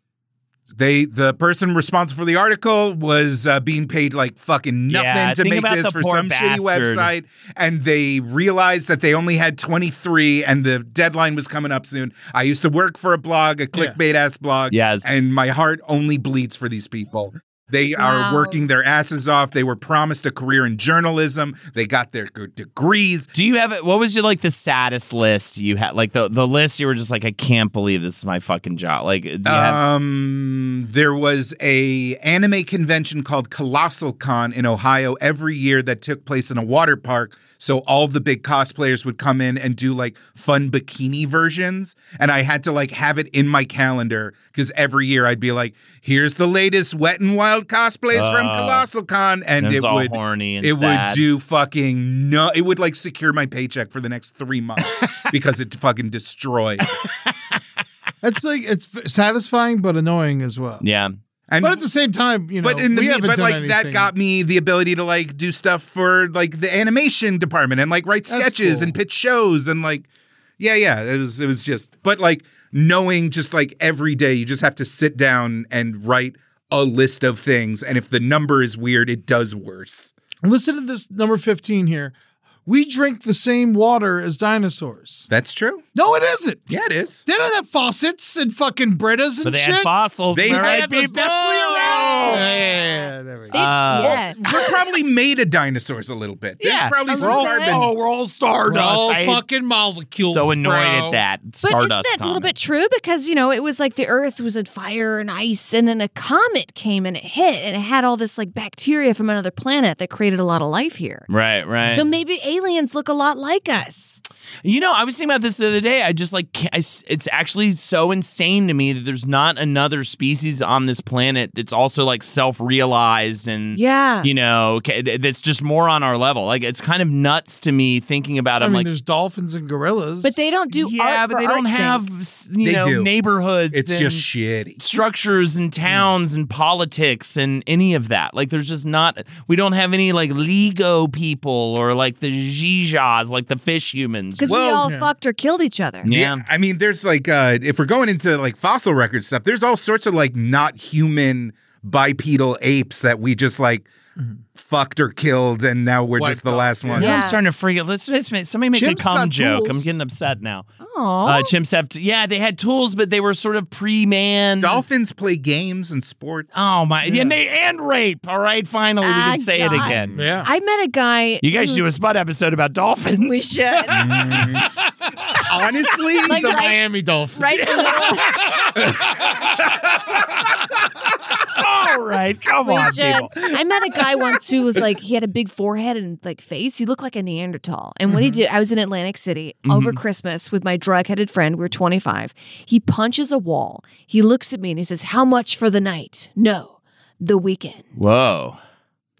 Speaker 10: They the person responsible for the article was uh, being paid like fucking nothing
Speaker 9: Yeah,
Speaker 10: to
Speaker 9: think
Speaker 10: make
Speaker 9: about
Speaker 10: this
Speaker 9: the
Speaker 10: for
Speaker 9: poor
Speaker 10: some shitty
Speaker 9: bastard.
Speaker 10: website, and they realized that they only had twenty three, and the deadline was coming up soon. I used to work for a blog, a clickbait ass blog,
Speaker 9: Yes.
Speaker 10: and my heart only bleeds for these people. They
Speaker 9: Wow.
Speaker 10: are working their asses off. They were promised a career in journalism. They got their good degrees.
Speaker 9: Do you have it? What was your like the saddest list you had? Like the, the list you were just like, I can't believe this is my fucking job. Like, do you have?
Speaker 10: um, there was a anime convention called Colossal Con in Ohio every year that took place in a water park. So all the big cosplayers would come in and do like fun bikini versions, and I had to like have it in my calendar because every year I'd be like, "Here's the latest Wet and Wild cosplays from
Speaker 9: Oh.
Speaker 10: Colossal Con," and,
Speaker 9: And it was
Speaker 10: it
Speaker 9: all
Speaker 10: would
Speaker 9: horny and
Speaker 10: it
Speaker 9: sad.
Speaker 10: would do fucking no, it would like secure my paycheck for the next three months because it fucking destroyed.
Speaker 8: That's like it's f- satisfying but annoying as well.
Speaker 9: Yeah.
Speaker 10: And-
Speaker 8: but at the same time, you know,
Speaker 10: but in the
Speaker 8: we
Speaker 10: me-
Speaker 8: haven't
Speaker 10: but
Speaker 8: done
Speaker 10: like that
Speaker 8: anything.
Speaker 10: got me the ability to like do stuff for like the animation department and like write
Speaker 8: That's
Speaker 10: sketches
Speaker 8: cool.
Speaker 10: and pitch shows and like Yeah, yeah. It was it was just but like knowing just like every day you just have to sit down and write a list of things and if the number is weird it does worse.
Speaker 8: Listen to this number 15 here. We drink the same water as dinosaurs.
Speaker 10: That's true.
Speaker 8: No, it isn't.
Speaker 10: Yeah, it is.
Speaker 8: They don't have faucets and fucking Britas and
Speaker 9: But they
Speaker 8: shit.
Speaker 9: had fossils,
Speaker 10: They
Speaker 9: am I
Speaker 10: had
Speaker 9: right, people?
Speaker 8: Yeah, yeah, there we go.
Speaker 9: Uh,
Speaker 7: yeah.
Speaker 10: We're probably made of dinosaurs a little bit. There's
Speaker 9: Yeah.
Speaker 10: probably
Speaker 9: A
Speaker 10: some
Speaker 9: little
Speaker 10: carbon.
Speaker 9: bit. Oh, we're all stardust.
Speaker 8: We're all
Speaker 9: I-
Speaker 8: fucking molecules.
Speaker 9: so annoyed
Speaker 8: bro.
Speaker 9: at that
Speaker 7: But
Speaker 9: Stardust
Speaker 7: isn't that a little
Speaker 9: comment.
Speaker 7: bit true? Because you know, it was like the Earth was in fire and ice, and then a comet came and it hit, and it had all this like bacteria from another planet that created a lot of life here.
Speaker 9: Right, right.
Speaker 7: So maybe aliens look a lot like us.
Speaker 9: You know, I was thinking about this the other day. I just like, can't- I s- it's actually so insane to me that there's not another species on this planet that's also like self realized and,
Speaker 7: Yeah.
Speaker 9: you know, ca- th- that's just more on our level. Like, it's kind of nuts to me thinking about it.
Speaker 8: I
Speaker 9: I'm
Speaker 8: mean,
Speaker 9: like,
Speaker 8: there's dolphins and gorillas.
Speaker 7: But they don't do
Speaker 9: yeah,
Speaker 7: art
Speaker 9: but
Speaker 7: for
Speaker 9: they don't
Speaker 7: art's sake.
Speaker 9: have, s- you
Speaker 10: They
Speaker 9: know,
Speaker 10: do.
Speaker 9: neighborhoods.
Speaker 10: It's
Speaker 9: and
Speaker 10: just mm. shitty.
Speaker 9: Structures and towns and politics and any of that. Like, there's just not, we don't have any like Lego people or like the Zhizhas, like the fish humans.
Speaker 7: because we all fucked or killed each other.
Speaker 9: Yeah.
Speaker 10: I mean, there's like uh if we're going into like fossil record stuff, there's all sorts of like not human bipedal apes that we just like
Speaker 8: Mm-hmm.
Speaker 10: fucked or killed and now we're
Speaker 8: Wiped
Speaker 10: just the
Speaker 8: out,
Speaker 10: last one.
Speaker 9: Now
Speaker 7: Yeah.
Speaker 9: I'm starting to freak out. Let's, let's make, somebody make
Speaker 8: Chimps
Speaker 9: a cum
Speaker 8: got
Speaker 9: joke. I'm
Speaker 8: tools.
Speaker 9: getting upset now.
Speaker 7: Oh,
Speaker 9: Uh, chimps have to, yeah, they had tools, but they were sort of pre-man.
Speaker 10: Dolphins play games and sports.
Speaker 7: Uh,
Speaker 9: Oh my! And they and rape. All right, finally we
Speaker 7: Ah,
Speaker 9: can say it
Speaker 7: God.
Speaker 9: again.
Speaker 8: yeah.
Speaker 7: I met a guy.
Speaker 9: Uh, You guys should
Speaker 7: who
Speaker 9: do a
Speaker 7: was-
Speaker 9: spud episode about dolphins.
Speaker 7: We should.
Speaker 10: Honestly,
Speaker 7: Like,
Speaker 8: the
Speaker 7: right-
Speaker 8: Miami Dolphins.
Speaker 7: Right?
Speaker 9: all right, come
Speaker 7: We
Speaker 9: on,
Speaker 7: should.
Speaker 9: people.
Speaker 7: I met a guy once who was like, he had a big forehead and like face. He looked like a Neanderthal. And what he
Speaker 9: Mm-hmm.
Speaker 7: did, I was in Atlantic City over Christmas with my drug headed friend. We were 25. He punches a wall. He looks at me and he says, How much for the night? No, the weekend.
Speaker 9: Whoa.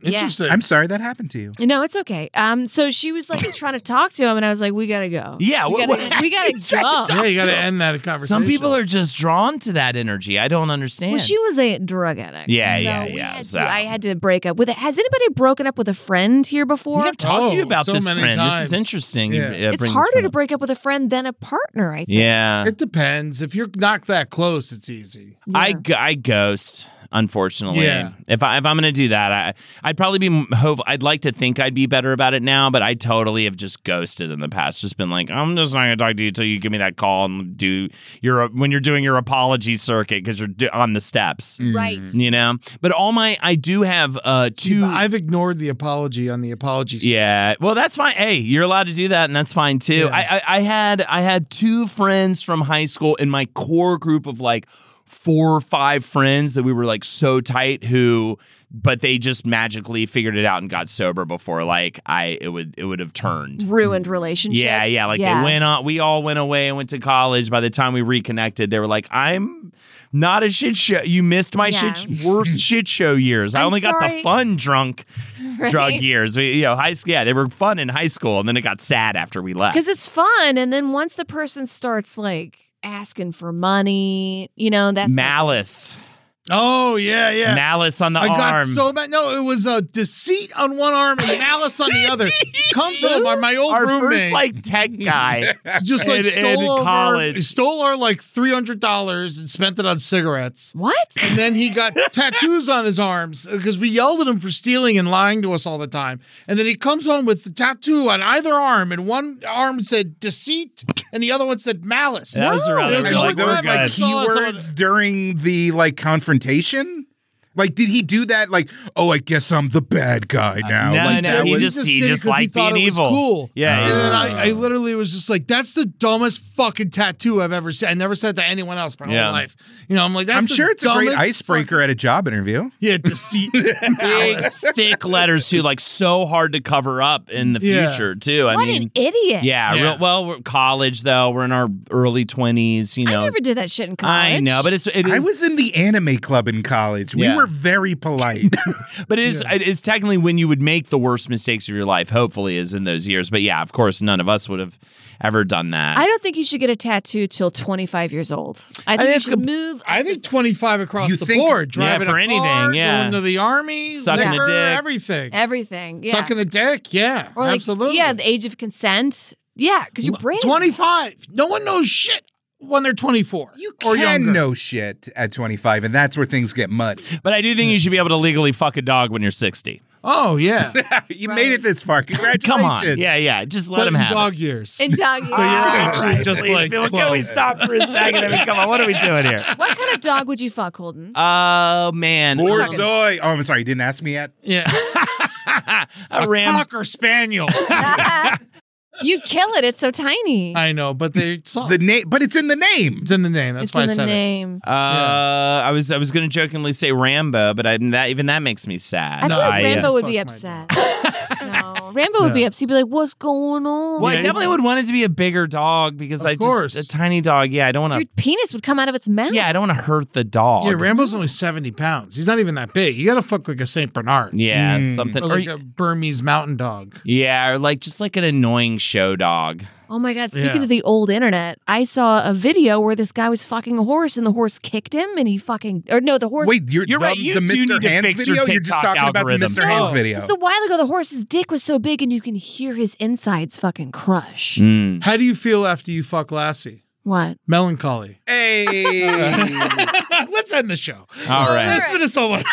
Speaker 8: Interesting.
Speaker 10: I'm sorry that happened to you.
Speaker 7: No, it's okay. Um, so she was like trying to talk to him, and I was like, "We gotta go.
Speaker 9: Yeah,
Speaker 7: we
Speaker 9: what-
Speaker 7: gotta,
Speaker 9: what-
Speaker 7: we gotta go."
Speaker 8: yeah, you got to end that conversation.
Speaker 9: Some people are just drawn to that energy. I don't understand.
Speaker 7: Well, she was a drug addict.
Speaker 9: Yeah,
Speaker 7: so
Speaker 9: yeah,
Speaker 7: we
Speaker 9: yeah,
Speaker 7: had
Speaker 9: so-
Speaker 7: To, I had to break up with it. Has anybody broken up with a friend here before?
Speaker 9: I think I've talked to you
Speaker 8: Oh,
Speaker 9: about
Speaker 8: so
Speaker 9: this
Speaker 8: many
Speaker 9: friend. This is
Speaker 8: times.
Speaker 9: interesting.
Speaker 8: Yeah.
Speaker 9: You, uh,
Speaker 7: it's
Speaker 9: bring this
Speaker 7: harder
Speaker 9: friend
Speaker 7: to
Speaker 9: up.
Speaker 7: break up with a friend than a partner, I think.
Speaker 9: Yeah.
Speaker 8: It depends. If you're not that close, it's easy.
Speaker 9: I, g- I ghost unfortunately
Speaker 8: Yeah.
Speaker 9: if I if I'm gonna do that I I'd probably be m- hope I'd like to think I'd be better about it now but I totally have just ghosted in the past just been like I'm just not gonna talk to you until you give me that call and do your when you're doing your apology circuit because you're do- on the steps
Speaker 7: Right.
Speaker 9: you know but all my I do have uh two
Speaker 8: I've ignored the apology on the apology. side.
Speaker 9: yeah. Well, that's fine. Hey, you're allowed to do that, and that's fine too.
Speaker 8: Yeah.
Speaker 9: I, I I had I had two friends from high school in my core group of like four or five friends that we were like so tight who but they just magically figured it out and got sober before like I it would it would have turned.
Speaker 7: Ruined relationships.
Speaker 9: Yeah, yeah. Like they went on. We all went away and went to college. By the time we reconnected, they were like, "I'm not a shit show. You missed my
Speaker 7: Yeah.
Speaker 9: shit worst shit show years. I
Speaker 7: I'm
Speaker 9: only got the
Speaker 7: sorry."
Speaker 9: fun drunk drug
Speaker 7: Right.
Speaker 9: years. We, you know, high school. Yeah, they were fun in high school, and then it got sad after we left.
Speaker 7: Because it's fun. And then once the person starts like asking for money, you know, that's
Speaker 9: malice,
Speaker 8: Oh yeah, yeah.
Speaker 9: malice on the
Speaker 8: I
Speaker 9: arm.
Speaker 8: got so mad. No, it was a deceit on one arm and malice on the other. Comes from our my old
Speaker 9: Our
Speaker 8: roommate.
Speaker 9: first like tech guy.
Speaker 8: just like
Speaker 9: in- in
Speaker 8: stole over-
Speaker 9: college.
Speaker 8: stole our like three hundred dollars and spent it on cigarettes.
Speaker 7: what?
Speaker 8: And then he got tattoos on his arms because we yelled at him for stealing and lying to us all the time. And then he comes home with the tattoo on either arm, and one arm said deceit, and the other one said malice.
Speaker 9: That was
Speaker 8: It
Speaker 9: rough. That
Speaker 8: the
Speaker 9: was
Speaker 8: only
Speaker 9: like,
Speaker 8: time
Speaker 9: those,
Speaker 8: I
Speaker 9: like,
Speaker 8: saw someone-
Speaker 10: keywords during the like confrontation? Like, did he do that? Like, oh, I guess I'm the bad guy now.
Speaker 9: no,
Speaker 10: like,
Speaker 9: no,
Speaker 10: that
Speaker 9: he
Speaker 10: was-
Speaker 9: just- he
Speaker 8: did it
Speaker 9: just
Speaker 8: 'cause he
Speaker 9: liked
Speaker 8: thought
Speaker 9: being
Speaker 8: it was
Speaker 9: evil.
Speaker 8: Cool.
Speaker 9: Yeah,
Speaker 8: And
Speaker 9: yeah.
Speaker 8: then I, I literally was just like, "That's the dumbest fucking tattoo I've ever seen." I never said to anyone else my
Speaker 9: Yeah.
Speaker 8: whole life. You know, I'm like, "That's
Speaker 10: I'm
Speaker 8: the
Speaker 10: sure it's a great
Speaker 8: dumbest
Speaker 10: icebreaker at a job interview.
Speaker 8: fucking- yeah, deceit.
Speaker 9: Big
Speaker 8: malice.
Speaker 9: thick letters too, like so hard to cover up in the
Speaker 8: Yeah.
Speaker 9: future too. I
Speaker 7: what
Speaker 9: mean,
Speaker 7: an idiot.
Speaker 9: Yeah,
Speaker 8: Yeah.
Speaker 9: Real, well, we're college though. We're in our early twenties. You know,
Speaker 7: I never did that shit in college.
Speaker 9: I know, but it's it is.
Speaker 10: I was in the anime club in college.
Speaker 9: Yeah.
Speaker 10: We were very polite.
Speaker 9: but it is it is technically when you would make the worst mistakes of your life. Hopefully, is in those years. But yeah, of course, none of us would have ever done that.
Speaker 7: I don't think you should get a tattoo till 25 years old. I think you
Speaker 9: that's
Speaker 7: should
Speaker 9: com-
Speaker 7: move.
Speaker 8: I think 25 across
Speaker 10: You
Speaker 8: the
Speaker 10: think-
Speaker 8: board.
Speaker 9: Yeah,
Speaker 8: Driving
Speaker 9: for
Speaker 8: a
Speaker 9: anything,
Speaker 8: car,
Speaker 9: yeah.
Speaker 8: Going to the army,
Speaker 9: Sucking
Speaker 7: a
Speaker 8: liquor,
Speaker 9: dick.
Speaker 8: everything.
Speaker 7: everything. Yeah.
Speaker 8: Sucking a dick. Yeah,
Speaker 7: Or like,
Speaker 8: absolutely.
Speaker 7: Yeah, the age of consent. Yeah, because your brain.
Speaker 8: 25. No one knows shit when they're 24. You
Speaker 10: or can know shit at 25, and that's where things get muddy.
Speaker 9: But I do think you should be able to legally fuck a dog when you're 60.
Speaker 8: Oh, yeah.
Speaker 10: you made it this far. Congratulations.
Speaker 9: Come on. Yeah, yeah. Just let
Speaker 8: But
Speaker 9: him
Speaker 8: in
Speaker 9: have
Speaker 8: dog
Speaker 9: it.
Speaker 8: years.
Speaker 7: In dog
Speaker 8: So you're
Speaker 7: years.
Speaker 8: actually
Speaker 9: All right,
Speaker 8: just
Speaker 9: please,
Speaker 8: like.
Speaker 9: Bill, can we
Speaker 8: 12.
Speaker 9: stop for a second? I mean, come on, what are we doing here?
Speaker 7: What kind of dog would you fuck, Holden?
Speaker 9: Oh, man.
Speaker 10: Borzoi. Oh, I'm sorry. You didn't ask me yet.
Speaker 8: Yeah.
Speaker 9: a ram.
Speaker 8: Cocker spaniel.
Speaker 7: You'd kill it. It's so tiny.
Speaker 8: I know, but they saw
Speaker 10: The name, but it's in the name.
Speaker 8: It's in the name. That's
Speaker 7: it's in
Speaker 8: why I
Speaker 7: the
Speaker 8: said it.
Speaker 7: name.
Speaker 9: Uh, I was I was gonna jokingly say Rambo, but I, that even that makes me sad.
Speaker 7: I feel like
Speaker 9: I, uh,
Speaker 7: Rambo would be
Speaker 8: Fuck my
Speaker 7: upset. no, Rambo would be upset. He'd be like, "What's going on?"
Speaker 9: well, I definitely would want it to be a bigger dog because
Speaker 8: Of
Speaker 9: I just
Speaker 8: course.
Speaker 9: a tiny dog. Yeah, I don't
Speaker 7: Your
Speaker 9: want
Speaker 7: penis would come out of its mouth.
Speaker 9: to. Yeah, I don't want to hurt the dog.
Speaker 8: Yeah, Rambo's only 70 pounds. He's not even that big. You got to fuck like a St. Bernard.
Speaker 9: Yeah,
Speaker 10: Mm.
Speaker 9: something.
Speaker 8: Or
Speaker 9: Or,
Speaker 8: like a Burmese mountain dog.
Speaker 9: yeah, or like just like an annoying show dog.
Speaker 7: Oh my God. Speaking
Speaker 8: Yeah.
Speaker 7: of the old internet, I saw a video where this guy was fucking a horse and the horse kicked him and he fucking, or no, the horse.
Speaker 10: Wait, you're,
Speaker 9: You're
Speaker 10: the,
Speaker 9: right, you
Speaker 10: the
Speaker 9: do
Speaker 10: Mr.
Speaker 9: need to
Speaker 10: Hands
Speaker 9: fix your
Speaker 10: video? You're just
Speaker 9: TikTok
Speaker 10: talking
Speaker 9: algorithm.
Speaker 10: about the Mr. Hands
Speaker 8: No.
Speaker 10: video.
Speaker 7: Just a while ago, the horse's dick was so big and you can hear his insides fucking crush.
Speaker 9: Mm.
Speaker 8: How do you feel after you fuck Lassie?
Speaker 7: What?
Speaker 8: Melancholy.
Speaker 10: hey.
Speaker 8: Let's end the show.
Speaker 9: All right,
Speaker 8: Let's finish someone.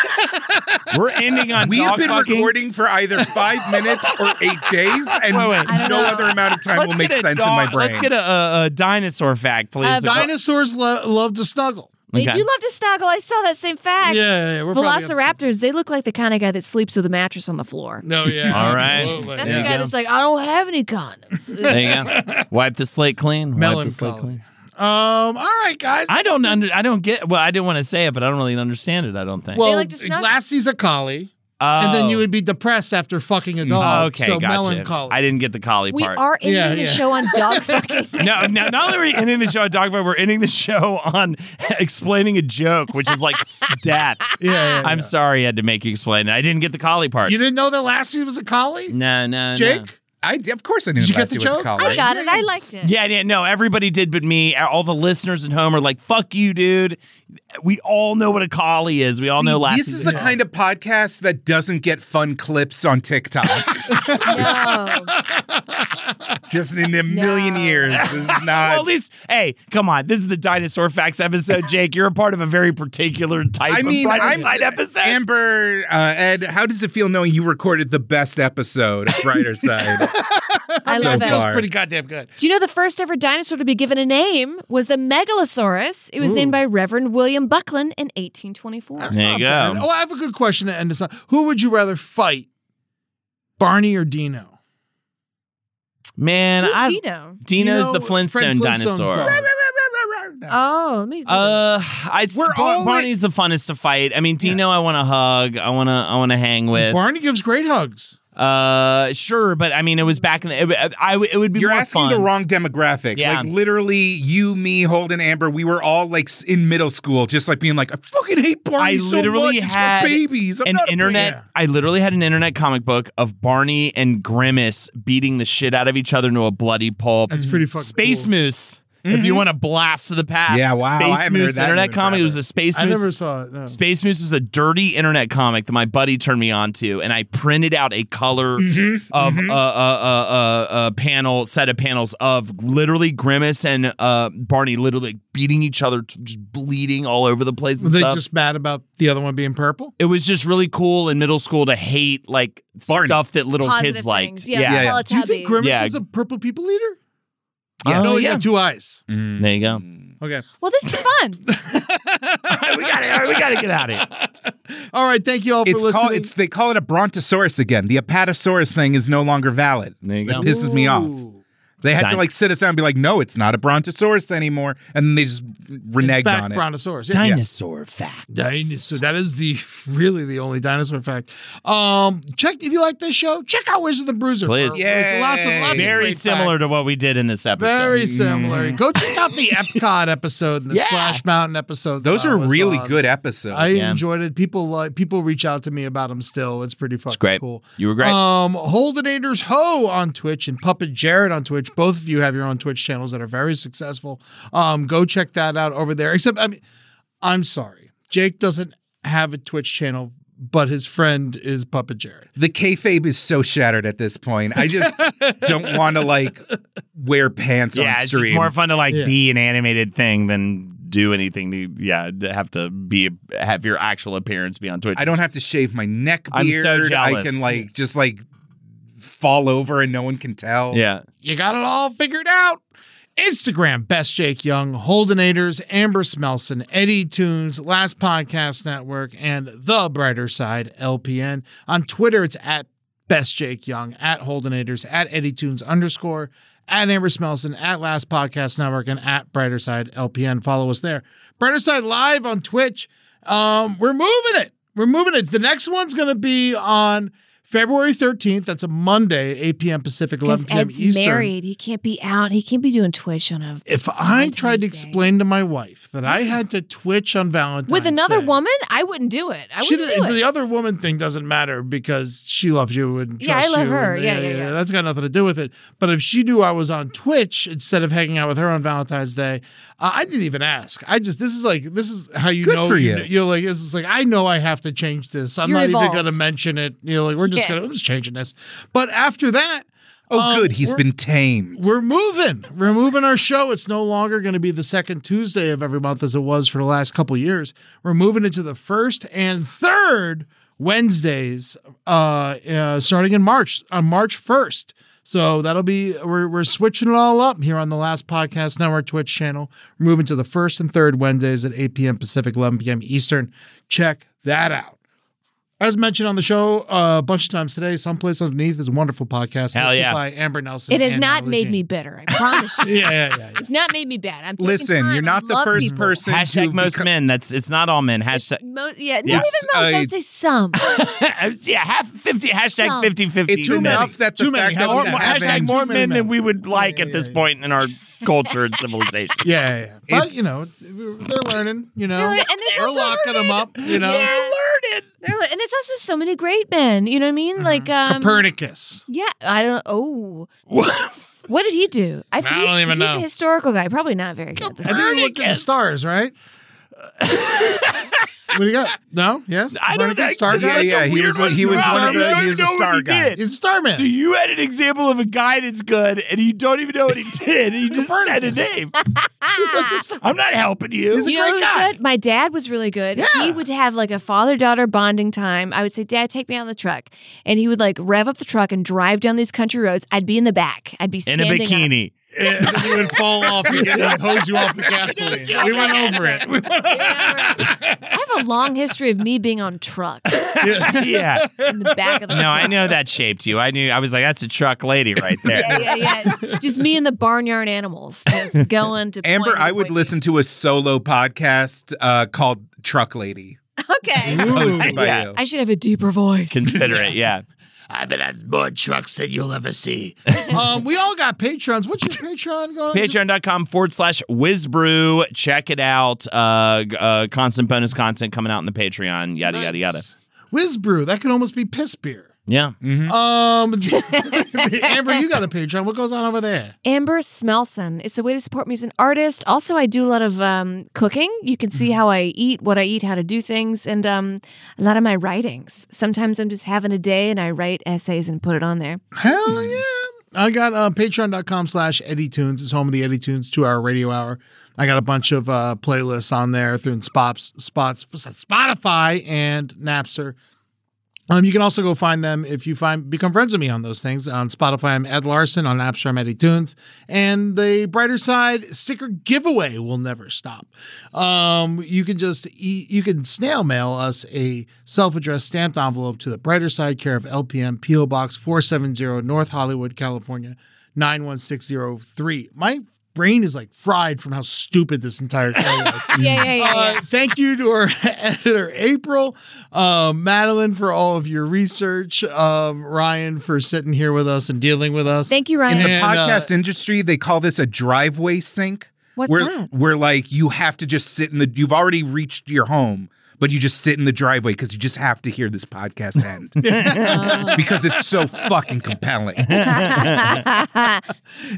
Speaker 9: we're ending on.
Speaker 10: We
Speaker 9: dog
Speaker 10: have been
Speaker 9: fucking.
Speaker 10: recording for either five minutes or eight days, and
Speaker 9: Wait, wait.
Speaker 7: I don't
Speaker 10: no
Speaker 7: know.
Speaker 10: other amount of time
Speaker 9: Let's
Speaker 10: will make
Speaker 9: get a
Speaker 10: sense in
Speaker 9: dog-
Speaker 10: my brain.
Speaker 9: Let's get a, a, a dinosaur fact, please.
Speaker 7: Uh,
Speaker 8: Dinosaurs lo- love to snuggle.
Speaker 7: They
Speaker 9: Okay.
Speaker 7: do love to snuggle. I saw that same
Speaker 8: Yeah,
Speaker 7: fact.
Speaker 8: yeah, yeah, we're probably on the same-
Speaker 7: Velociraptors, they look like the kind of guy that sleeps with a mattress on the floor.
Speaker 8: No, yeah.
Speaker 9: All right.
Speaker 8: absolutely.
Speaker 7: That's
Speaker 9: There
Speaker 7: the
Speaker 9: you
Speaker 7: guy
Speaker 9: go.
Speaker 7: that's like, I don't have any condoms.
Speaker 9: There you go. Wipe the slate clean. Wipe the slate
Speaker 8: Melancholy.
Speaker 9: clean.
Speaker 8: Um. All right, guys.
Speaker 9: I don't under, I don't get. Well, I didn't want to say it, but I don't really understand it. I don't think.
Speaker 8: Well,
Speaker 7: like to snuggle.
Speaker 8: Lassie's a collie,
Speaker 9: oh.
Speaker 8: and then you would be depressed after fucking a dog.
Speaker 9: okay,
Speaker 8: so
Speaker 9: gotcha.
Speaker 8: melancholy.
Speaker 9: I didn't get the collie
Speaker 7: we
Speaker 9: part.
Speaker 7: are ending
Speaker 8: Yeah,
Speaker 7: the
Speaker 8: yeah.
Speaker 7: show on dog fucking.
Speaker 9: no, no, not only are we ending the show on dog fight, we're ending the show on explaining a joke, which is like s- death.
Speaker 8: Yeah, yeah,
Speaker 9: I'm sorry I had to make you explain it. I didn't get the collie part.
Speaker 8: You didn't know that Lassie was a collie,
Speaker 9: no, no, no.
Speaker 8: Jake?
Speaker 10: I, of course, I knew
Speaker 8: Did you get
Speaker 10: Lassie
Speaker 8: the
Speaker 10: was a
Speaker 8: joke?
Speaker 10: collie.
Speaker 7: I got it. I liked it.
Speaker 9: Yeah, yeah, no, everybody did but me. All the listeners at home are like, fuck you, dude. We all know what a collie is. We all know
Speaker 10: See,
Speaker 9: Lassie's
Speaker 10: This is
Speaker 9: a
Speaker 10: the
Speaker 9: collie.
Speaker 10: kind of podcast that doesn't get fun clips on TikTok.
Speaker 7: No.
Speaker 10: Just in a million
Speaker 7: No.
Speaker 10: years, this is
Speaker 9: Well, at
Speaker 10: not.
Speaker 9: least, hey, come on. This is the dinosaur facts episode, Jake. You're a part of a very particular type
Speaker 10: I mean,
Speaker 9: of Brighter
Speaker 10: I'm
Speaker 9: Side episode.
Speaker 10: Amber, uh, Ed. How does it feel knowing you recorded the best episode of Brighter Side?
Speaker 7: I
Speaker 10: So
Speaker 7: love
Speaker 10: far.
Speaker 7: it.
Speaker 8: That's pretty goddamn good.
Speaker 7: Do you know the first ever dinosaur to be given a name was the Megalosaurus? It was named by Reverend William Buckland in 1824.
Speaker 8: That's
Speaker 9: There
Speaker 8: not
Speaker 9: you
Speaker 8: bad.
Speaker 9: go.
Speaker 8: Oh, I have a good question to end this on. Who would you rather fight, Barney or Dino?
Speaker 9: Man,
Speaker 7: Who's
Speaker 9: I,
Speaker 7: Dino?
Speaker 9: Dino's the
Speaker 8: Dino-
Speaker 9: Flintstone
Speaker 8: Fred Flintstone's
Speaker 9: dinosaur.
Speaker 8: dog.
Speaker 7: Oh, let me.
Speaker 9: Uh, I'd say
Speaker 10: We're
Speaker 9: Bar-
Speaker 10: all
Speaker 9: Barney's the funnest to fight. I mean, Dino, I want to hug. I want to. I want to hang with.
Speaker 8: Barney gives great hugs.
Speaker 9: Uh, sure, but I mean, it was back in the. It, would- I would- it would be
Speaker 10: You're
Speaker 9: more
Speaker 10: asking
Speaker 9: fun.
Speaker 10: the wrong demographic.
Speaker 9: Yeah.
Speaker 10: Like literally, you, me, Holden, Amber, we were all like s- in middle school, just like being like, I fucking hate Barney
Speaker 9: I
Speaker 10: so
Speaker 9: literally
Speaker 10: much. It's for
Speaker 9: had
Speaker 10: babies. I'm
Speaker 9: an
Speaker 10: not a
Speaker 9: internet.
Speaker 10: fan."
Speaker 9: I literally had an internet comic book of Barney and Grimace beating the shit out of each other into a bloody pulp.
Speaker 8: That's pretty fucking
Speaker 9: Space
Speaker 8: cool.
Speaker 9: Moose. If
Speaker 10: Mm-hmm.
Speaker 9: you want a blast to the past,
Speaker 10: Yeah, wow, I
Speaker 9: Space
Speaker 10: haven't heard
Speaker 9: Moose
Speaker 10: that
Speaker 9: internet
Speaker 10: name in
Speaker 9: comic. It
Speaker 10: forever.
Speaker 9: was a Space
Speaker 8: I
Speaker 9: Moose.
Speaker 8: never saw it. No.
Speaker 9: Space Moose was a dirty internet comic that my buddy turned me on to, and I printed out a color
Speaker 8: Mm-hmm,
Speaker 9: of a uh, uh, uh, uh, uh, panel, set of panels of literally Grimace and uh, Barney literally beating each other, t- just bleeding all over the place.
Speaker 8: Were
Speaker 9: And
Speaker 8: they
Speaker 9: stuff.
Speaker 8: just mad about the other one being purple?
Speaker 9: it was just really cool in middle school to hate like
Speaker 10: Barney.
Speaker 9: stuff that little
Speaker 7: Positive
Speaker 9: kids
Speaker 7: things.
Speaker 9: liked.
Speaker 7: Yeah,
Speaker 10: Yeah, yeah.
Speaker 7: Teletubbies.
Speaker 8: Do you think Grimace
Speaker 9: Yeah.
Speaker 8: is a purple people leader?
Speaker 9: Yeah.
Speaker 8: no,
Speaker 9: Oh,
Speaker 8: he's
Speaker 9: yeah.
Speaker 8: got two eyes.
Speaker 9: There you go.
Speaker 8: Okay.
Speaker 7: well, this is fun.
Speaker 9: we got to we got to get out of here.
Speaker 8: All right. Thank you all for
Speaker 10: It's
Speaker 8: listening.
Speaker 10: called. It's they call it a Brontosaurus again. The Apatosaurus thing is no longer valid.
Speaker 9: There you
Speaker 10: That
Speaker 9: go.
Speaker 10: pisses me off. They had to
Speaker 9: Dine-
Speaker 10: like sit us down and be like, no, it's not a Brontosaurus anymore, and then they just reneged
Speaker 8: back
Speaker 10: on it.
Speaker 8: brontosaurus. Yeah.
Speaker 9: Dinosaur fact.
Speaker 8: Dinosaur. That is the really the only dinosaur fact. Um, check if you like this show. Check out Wizard the Bruiser.
Speaker 9: Please.
Speaker 8: for, like, lots of lots of
Speaker 9: Very
Speaker 8: great
Speaker 9: similar
Speaker 8: facts.
Speaker 9: to what we did in this episode.
Speaker 8: Very similar. Go check out the Epcot episode and the Splash Mountain episode.
Speaker 10: Those
Speaker 8: that I
Speaker 10: are
Speaker 8: was
Speaker 10: really
Speaker 8: on.
Speaker 10: good episodes.
Speaker 8: I
Speaker 9: Yeah.
Speaker 8: enjoyed it. People like people reach out to me about them still. It's pretty fucking
Speaker 9: great.
Speaker 8: cool.
Speaker 9: You were great.
Speaker 8: Um, Holdenators Ho on Twitch and Puppet Jared on Twitch. Both of you have your own Twitch channels that are very successful. Um, go check that out over there. Except I mean, I'm sorry, Jake doesn't have a Twitch channel, but his friend is Puppet Jared.
Speaker 10: the kayfabe is so shattered at this point. I just don't want to like wear pants
Speaker 9: yeah,
Speaker 10: on
Speaker 9: it's
Speaker 10: stream.
Speaker 9: just more fun to like be an animated thing than do anything to yeah to have to be have your actual appearance be on Twitch.
Speaker 10: I don't have to shave my neck
Speaker 9: I'm
Speaker 10: beard.
Speaker 9: so
Speaker 10: I
Speaker 9: jealous.
Speaker 10: can like just like fall over and no one can tell.
Speaker 9: Yeah.
Speaker 8: You got it all figured out. Instagram, Best Jake Young, Holdenators, Amber Smelson, Eddie Tunes, Last Podcast Network, and The Brighter Side, LPN. On Twitter, it's at Best Jake Young, at Holdenators, at Eddie Tunes underscore, at Amber Smelson, at Last Podcast Network, and at Brighter Side, LPN. Follow us there. Brighter Side Live on Twitch. Um, we're moving it. We're moving it. The next one's going to be on February 13th. That's a Monday, 8 p.m. Pacific, 11
Speaker 7: Because
Speaker 8: p.m.
Speaker 7: Ed's
Speaker 8: Eastern.
Speaker 7: married. He can't be out. He can't be doing Twitch on a
Speaker 8: If I tried to explain to my wife that I had to Twitch on Valentine's
Speaker 7: with another
Speaker 8: Day,
Speaker 7: woman. I wouldn't do it. I
Speaker 8: she
Speaker 7: wouldn't
Speaker 8: didn't-
Speaker 7: do it.
Speaker 8: the other woman thing doesn't matter because she loves you and
Speaker 7: Yeah, I
Speaker 8: trusts
Speaker 7: love
Speaker 8: you and
Speaker 7: her.
Speaker 8: the-
Speaker 7: Yeah, yeah, yeah.
Speaker 8: That's got nothing to do with it. But if she knew I was on Twitch instead of hanging out with her on Valentine's Day, uh, I didn't even ask. I just this is like this is how you
Speaker 10: Good
Speaker 8: know
Speaker 10: for you.
Speaker 8: kn- You're like this is like I know I have to change this. I'm
Speaker 10: You're
Speaker 8: not
Speaker 10: evolved.
Speaker 8: even gonna mention it. You know, like we're just
Speaker 10: Yeah.
Speaker 8: gonna I'm just changing this. But after that.
Speaker 10: Oh,
Speaker 8: um,
Speaker 10: good. He's
Speaker 8: we're-
Speaker 10: been tamed.
Speaker 8: we're moving. We're moving our show. It's no longer going to be the second Tuesday of every month as it was for the last couple of years. We're moving into the first and third Wednesdays, uh, uh, starting in March on March first. So that'll be we're we're switching it all up here on the Last Podcast Network Twitch channel. We're moving to the first and third Wednesdays at 8 p.m. Pacific, 11 p.m. Eastern. Check that out. As mentioned on the show uh, a bunch of times today, Someplace Underneath is a wonderful podcast
Speaker 9: Hell
Speaker 8: hosted
Speaker 9: yeah.
Speaker 8: by Amber Nelson.
Speaker 7: It has
Speaker 8: and
Speaker 7: not
Speaker 8: Natalie
Speaker 7: made
Speaker 8: Jean.
Speaker 7: me bitter. I promise you.
Speaker 8: Yeah, yeah, yeah.
Speaker 7: It's not made me bad. I'm taking
Speaker 9: Listen,
Speaker 7: time.
Speaker 9: you're
Speaker 7: I love people.
Speaker 9: Hashtag most men. That's it's not all men. Hashtag
Speaker 7: Mo- yeah,
Speaker 9: Yeah.
Speaker 7: not even most.
Speaker 9: I-
Speaker 7: I'd say some.
Speaker 9: yeah, half fifty. Hashtag
Speaker 7: Some.
Speaker 9: 50-50.
Speaker 10: It's enough that the Too many. fact that
Speaker 9: more,
Speaker 10: we
Speaker 9: more-
Speaker 10: have
Speaker 9: hashtag
Speaker 10: it-
Speaker 9: more
Speaker 10: Too many
Speaker 9: men than we would like at this point in our culture and civilization.
Speaker 8: Yeah, yeah, yeah. But
Speaker 9: It's-
Speaker 8: you know, they're learning. You know,
Speaker 7: They're learning, and there's
Speaker 8: we're
Speaker 7: also
Speaker 8: locking them up. You know,
Speaker 7: Yeah. They're like- and there's also so many great men. You know what I
Speaker 8: Mm-hmm.
Speaker 7: mean? Like um,
Speaker 8: Copernicus.
Speaker 7: Yeah, I don't. Oh, what did he do? I,
Speaker 8: I don't
Speaker 7: he's-
Speaker 8: even
Speaker 7: he's
Speaker 8: know.
Speaker 7: a historical guy. Probably not very good. At this
Speaker 8: I think we looked at the stars, right? what do you got? No? Yes?
Speaker 9: I don't
Speaker 8: Copernicus,
Speaker 9: think-
Speaker 8: star
Speaker 9: that's
Speaker 8: guy?
Speaker 9: such a weird You don't even know what he did.
Speaker 8: He's a starman.
Speaker 9: So you had an example of a guy that's good, and you don't even know what he did, and you just said a
Speaker 8: Copernicus.
Speaker 9: name. I'm not helping you.
Speaker 7: you know who's good? My dad was really good. He would have like a father daughter bonding time. I would say, Dad, take me on the truck. And he would like rev up the truck and drive down these country roads. I'd be in the back. I'd be
Speaker 9: In a
Speaker 7: standing up.
Speaker 9: bikini.
Speaker 8: and then he would fall off and he would hose you off with gasoline.
Speaker 7: Hose you off
Speaker 8: We
Speaker 7: with
Speaker 8: went over it. We went over it.
Speaker 7: I have a long history of me being on trucks
Speaker 9: yeah.
Speaker 7: in the back of the
Speaker 9: No,
Speaker 7: truck.
Speaker 9: I know that shaped you. I knew. I was like, that's a truck lady right there.
Speaker 7: Yeah, yeah, yeah. Just me and the barnyard animals just going to
Speaker 10: Amber,
Speaker 7: point
Speaker 10: I would listen to a solo podcast uh, called Truck Lady.
Speaker 7: Okay.
Speaker 10: Hosted by
Speaker 9: Yeah.
Speaker 10: you.
Speaker 7: I should have a deeper voice.
Speaker 9: Consider it. Yeah.
Speaker 8: I bet that's more trucks than you'll ever see. um, we all got Patrons. What's your Patreon going on?
Speaker 9: Patreon.com forward slash whizbrew. Check it out. Uh, g- uh, constant bonus content coming out in the Patreon. Yada yada yada.
Speaker 8: Whiz Brew. That could almost be piss beer.
Speaker 9: Yeah.
Speaker 8: Um, Amber, you got a Patreon. What goes on over there?
Speaker 7: Amber Smelson. It's a way to support me as an artist. Also, I do a lot of um, cooking. You can see how I eat, what I eat, how to do things, and um, a lot of my writings. Sometimes I'm just having a day and I write essays and put it on there.
Speaker 8: Hell yeah. I got uh, patreon.com slash Eddie Tunes. It's home of the Eddie Tunes two hour radio hour. I got a bunch of uh, playlists on there through spots, spots, Spotify and Napster. Um, you can also go find them if you find become friends with me on those things. On Spotify, I'm Ed Larson. On Napster, I'm Eddie Tunes. And the Brighter Side sticker giveaway will never stop. Um, you can just e- you can snail mail us a self-addressed stamped envelope to the Brighter Side, care of LPM, PO Box 470, North Hollywood, California 91603. My brain is like fried from how stupid this entire playlist.
Speaker 7: Yeah, yeah, yeah,
Speaker 8: Uh,
Speaker 7: yeah.
Speaker 8: thank you to our editor April, uh, Madeline for all of your research, um, Ryan for sitting here with us and dealing with us.
Speaker 7: Thank you, Ryan.
Speaker 10: In the
Speaker 8: And, uh,
Speaker 10: podcast industry, they call this a driveway sink.
Speaker 7: What's
Speaker 10: where,
Speaker 7: that?
Speaker 10: Where like you have to just sit in the you've already reached your home, but you just sit in the driveway because you just have to hear this podcast end because it's so fucking compelling.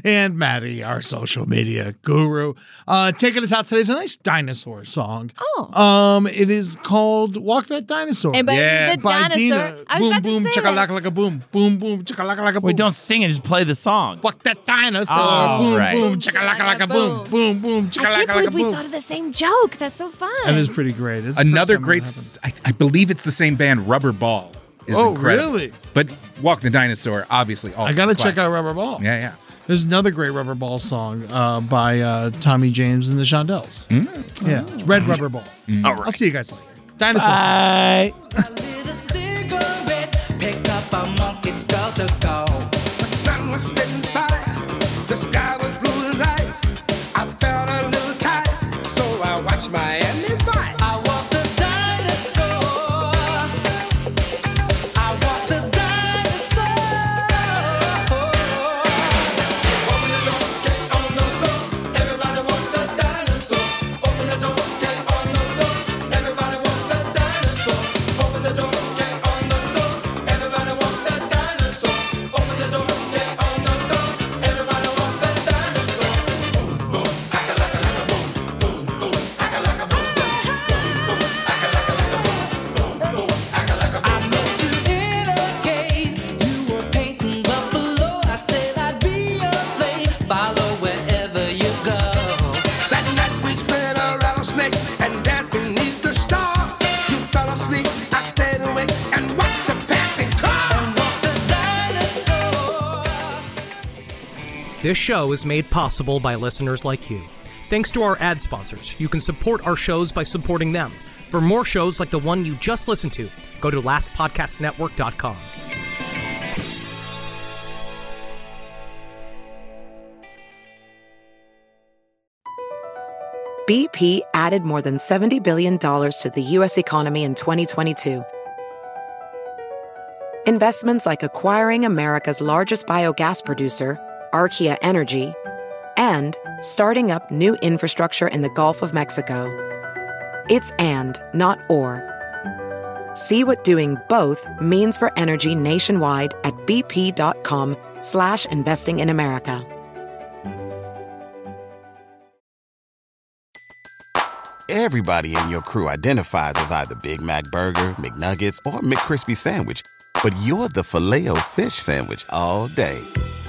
Speaker 8: and Maddie, our social media guru, uh, taking us out today is a nice dinosaur song.
Speaker 7: Oh,
Speaker 8: um, it is called "Walk That Dinosaur."
Speaker 7: And by Yeah. the
Speaker 8: by
Speaker 7: dinosaur-
Speaker 8: Dina.
Speaker 7: I was
Speaker 8: Boom,
Speaker 7: about to
Speaker 8: boom,
Speaker 7: say
Speaker 8: chicka
Speaker 7: that.
Speaker 8: laka laka boom, boom, boom, chicka laka laka boom.
Speaker 9: Wait, don't sing it. Just play the song.
Speaker 8: Walk that dinosaur.
Speaker 9: Oh,
Speaker 8: boom,
Speaker 9: right.
Speaker 8: boom, chicka laka laka boom, boom, boom,
Speaker 7: I
Speaker 8: chicka
Speaker 7: can't
Speaker 8: laka laka
Speaker 7: believe we
Speaker 8: boom.
Speaker 7: thought of the same joke. That's so fun.
Speaker 8: That is pretty great. It's the first
Speaker 10: Another
Speaker 8: time
Speaker 10: great,
Speaker 8: that
Speaker 10: s- I, I believe it's the same band, Rubber Ball. Is
Speaker 8: Oh,
Speaker 10: incredible.
Speaker 8: really?
Speaker 10: But Walk the Dinosaur, obviously.
Speaker 8: I gotta check out Rubber Ball.
Speaker 10: Yeah, yeah.
Speaker 8: There's another great Rubber Ball song uh, by uh, Tommy James and the Shondells. Yeah, it's Red Rubber Ball.
Speaker 10: Mm. All right.
Speaker 8: I'll see you guys later. Dinosaur.
Speaker 9: Bye.
Speaker 6: Picked up a monkey skull to go. The sun was spitting fire. The sky was blue as ice. I felt a little tired, so I watched Miami Vice. I walked the dinosaur. I walked the dinosaur. Open the door, get on the floor. Everybody walk the dinosaur. Open the door, get on the floor. Everybody walk the dinosaur. Open the door, get on the floor. Everybody walk the dinosaur. Open the door, get on the floor. Everybody walk the dinosaur. Boom boom, aka laka laka boom. Boom boom, aka laka boom. Boom boom, aka laka laka boom. Boom boom, aka laka boom. I met you in a cave. You were painting buffalo. I said I'd be your slave. Follow wherever you go. That night we spread a rattlesnake and danced beneath the stars. You fell asleep. I stayed awake and watched the passing car. And walked the dinosaur.
Speaker 13: This show is made possible by listeners like you. Thanks to our ad sponsors, you can support our shows by supporting them. For more shows like the one you just listened to, go to lastpodcastnetwork.com.
Speaker 11: BP added more than $70 billion to the U.S. economy in 2022. Investments like acquiring America's largest biogas producer, Archaea Energy, and starting up new infrastructure in the Gulf of Mexico. It's and, not or. See what doing both means for energy nationwide at bp.com slash investing in America.
Speaker 12: Everybody in your crew identifies as either Big Mac Burger, McNuggets, or McCrispy Sandwich. But you're the filet fish Sandwich all day.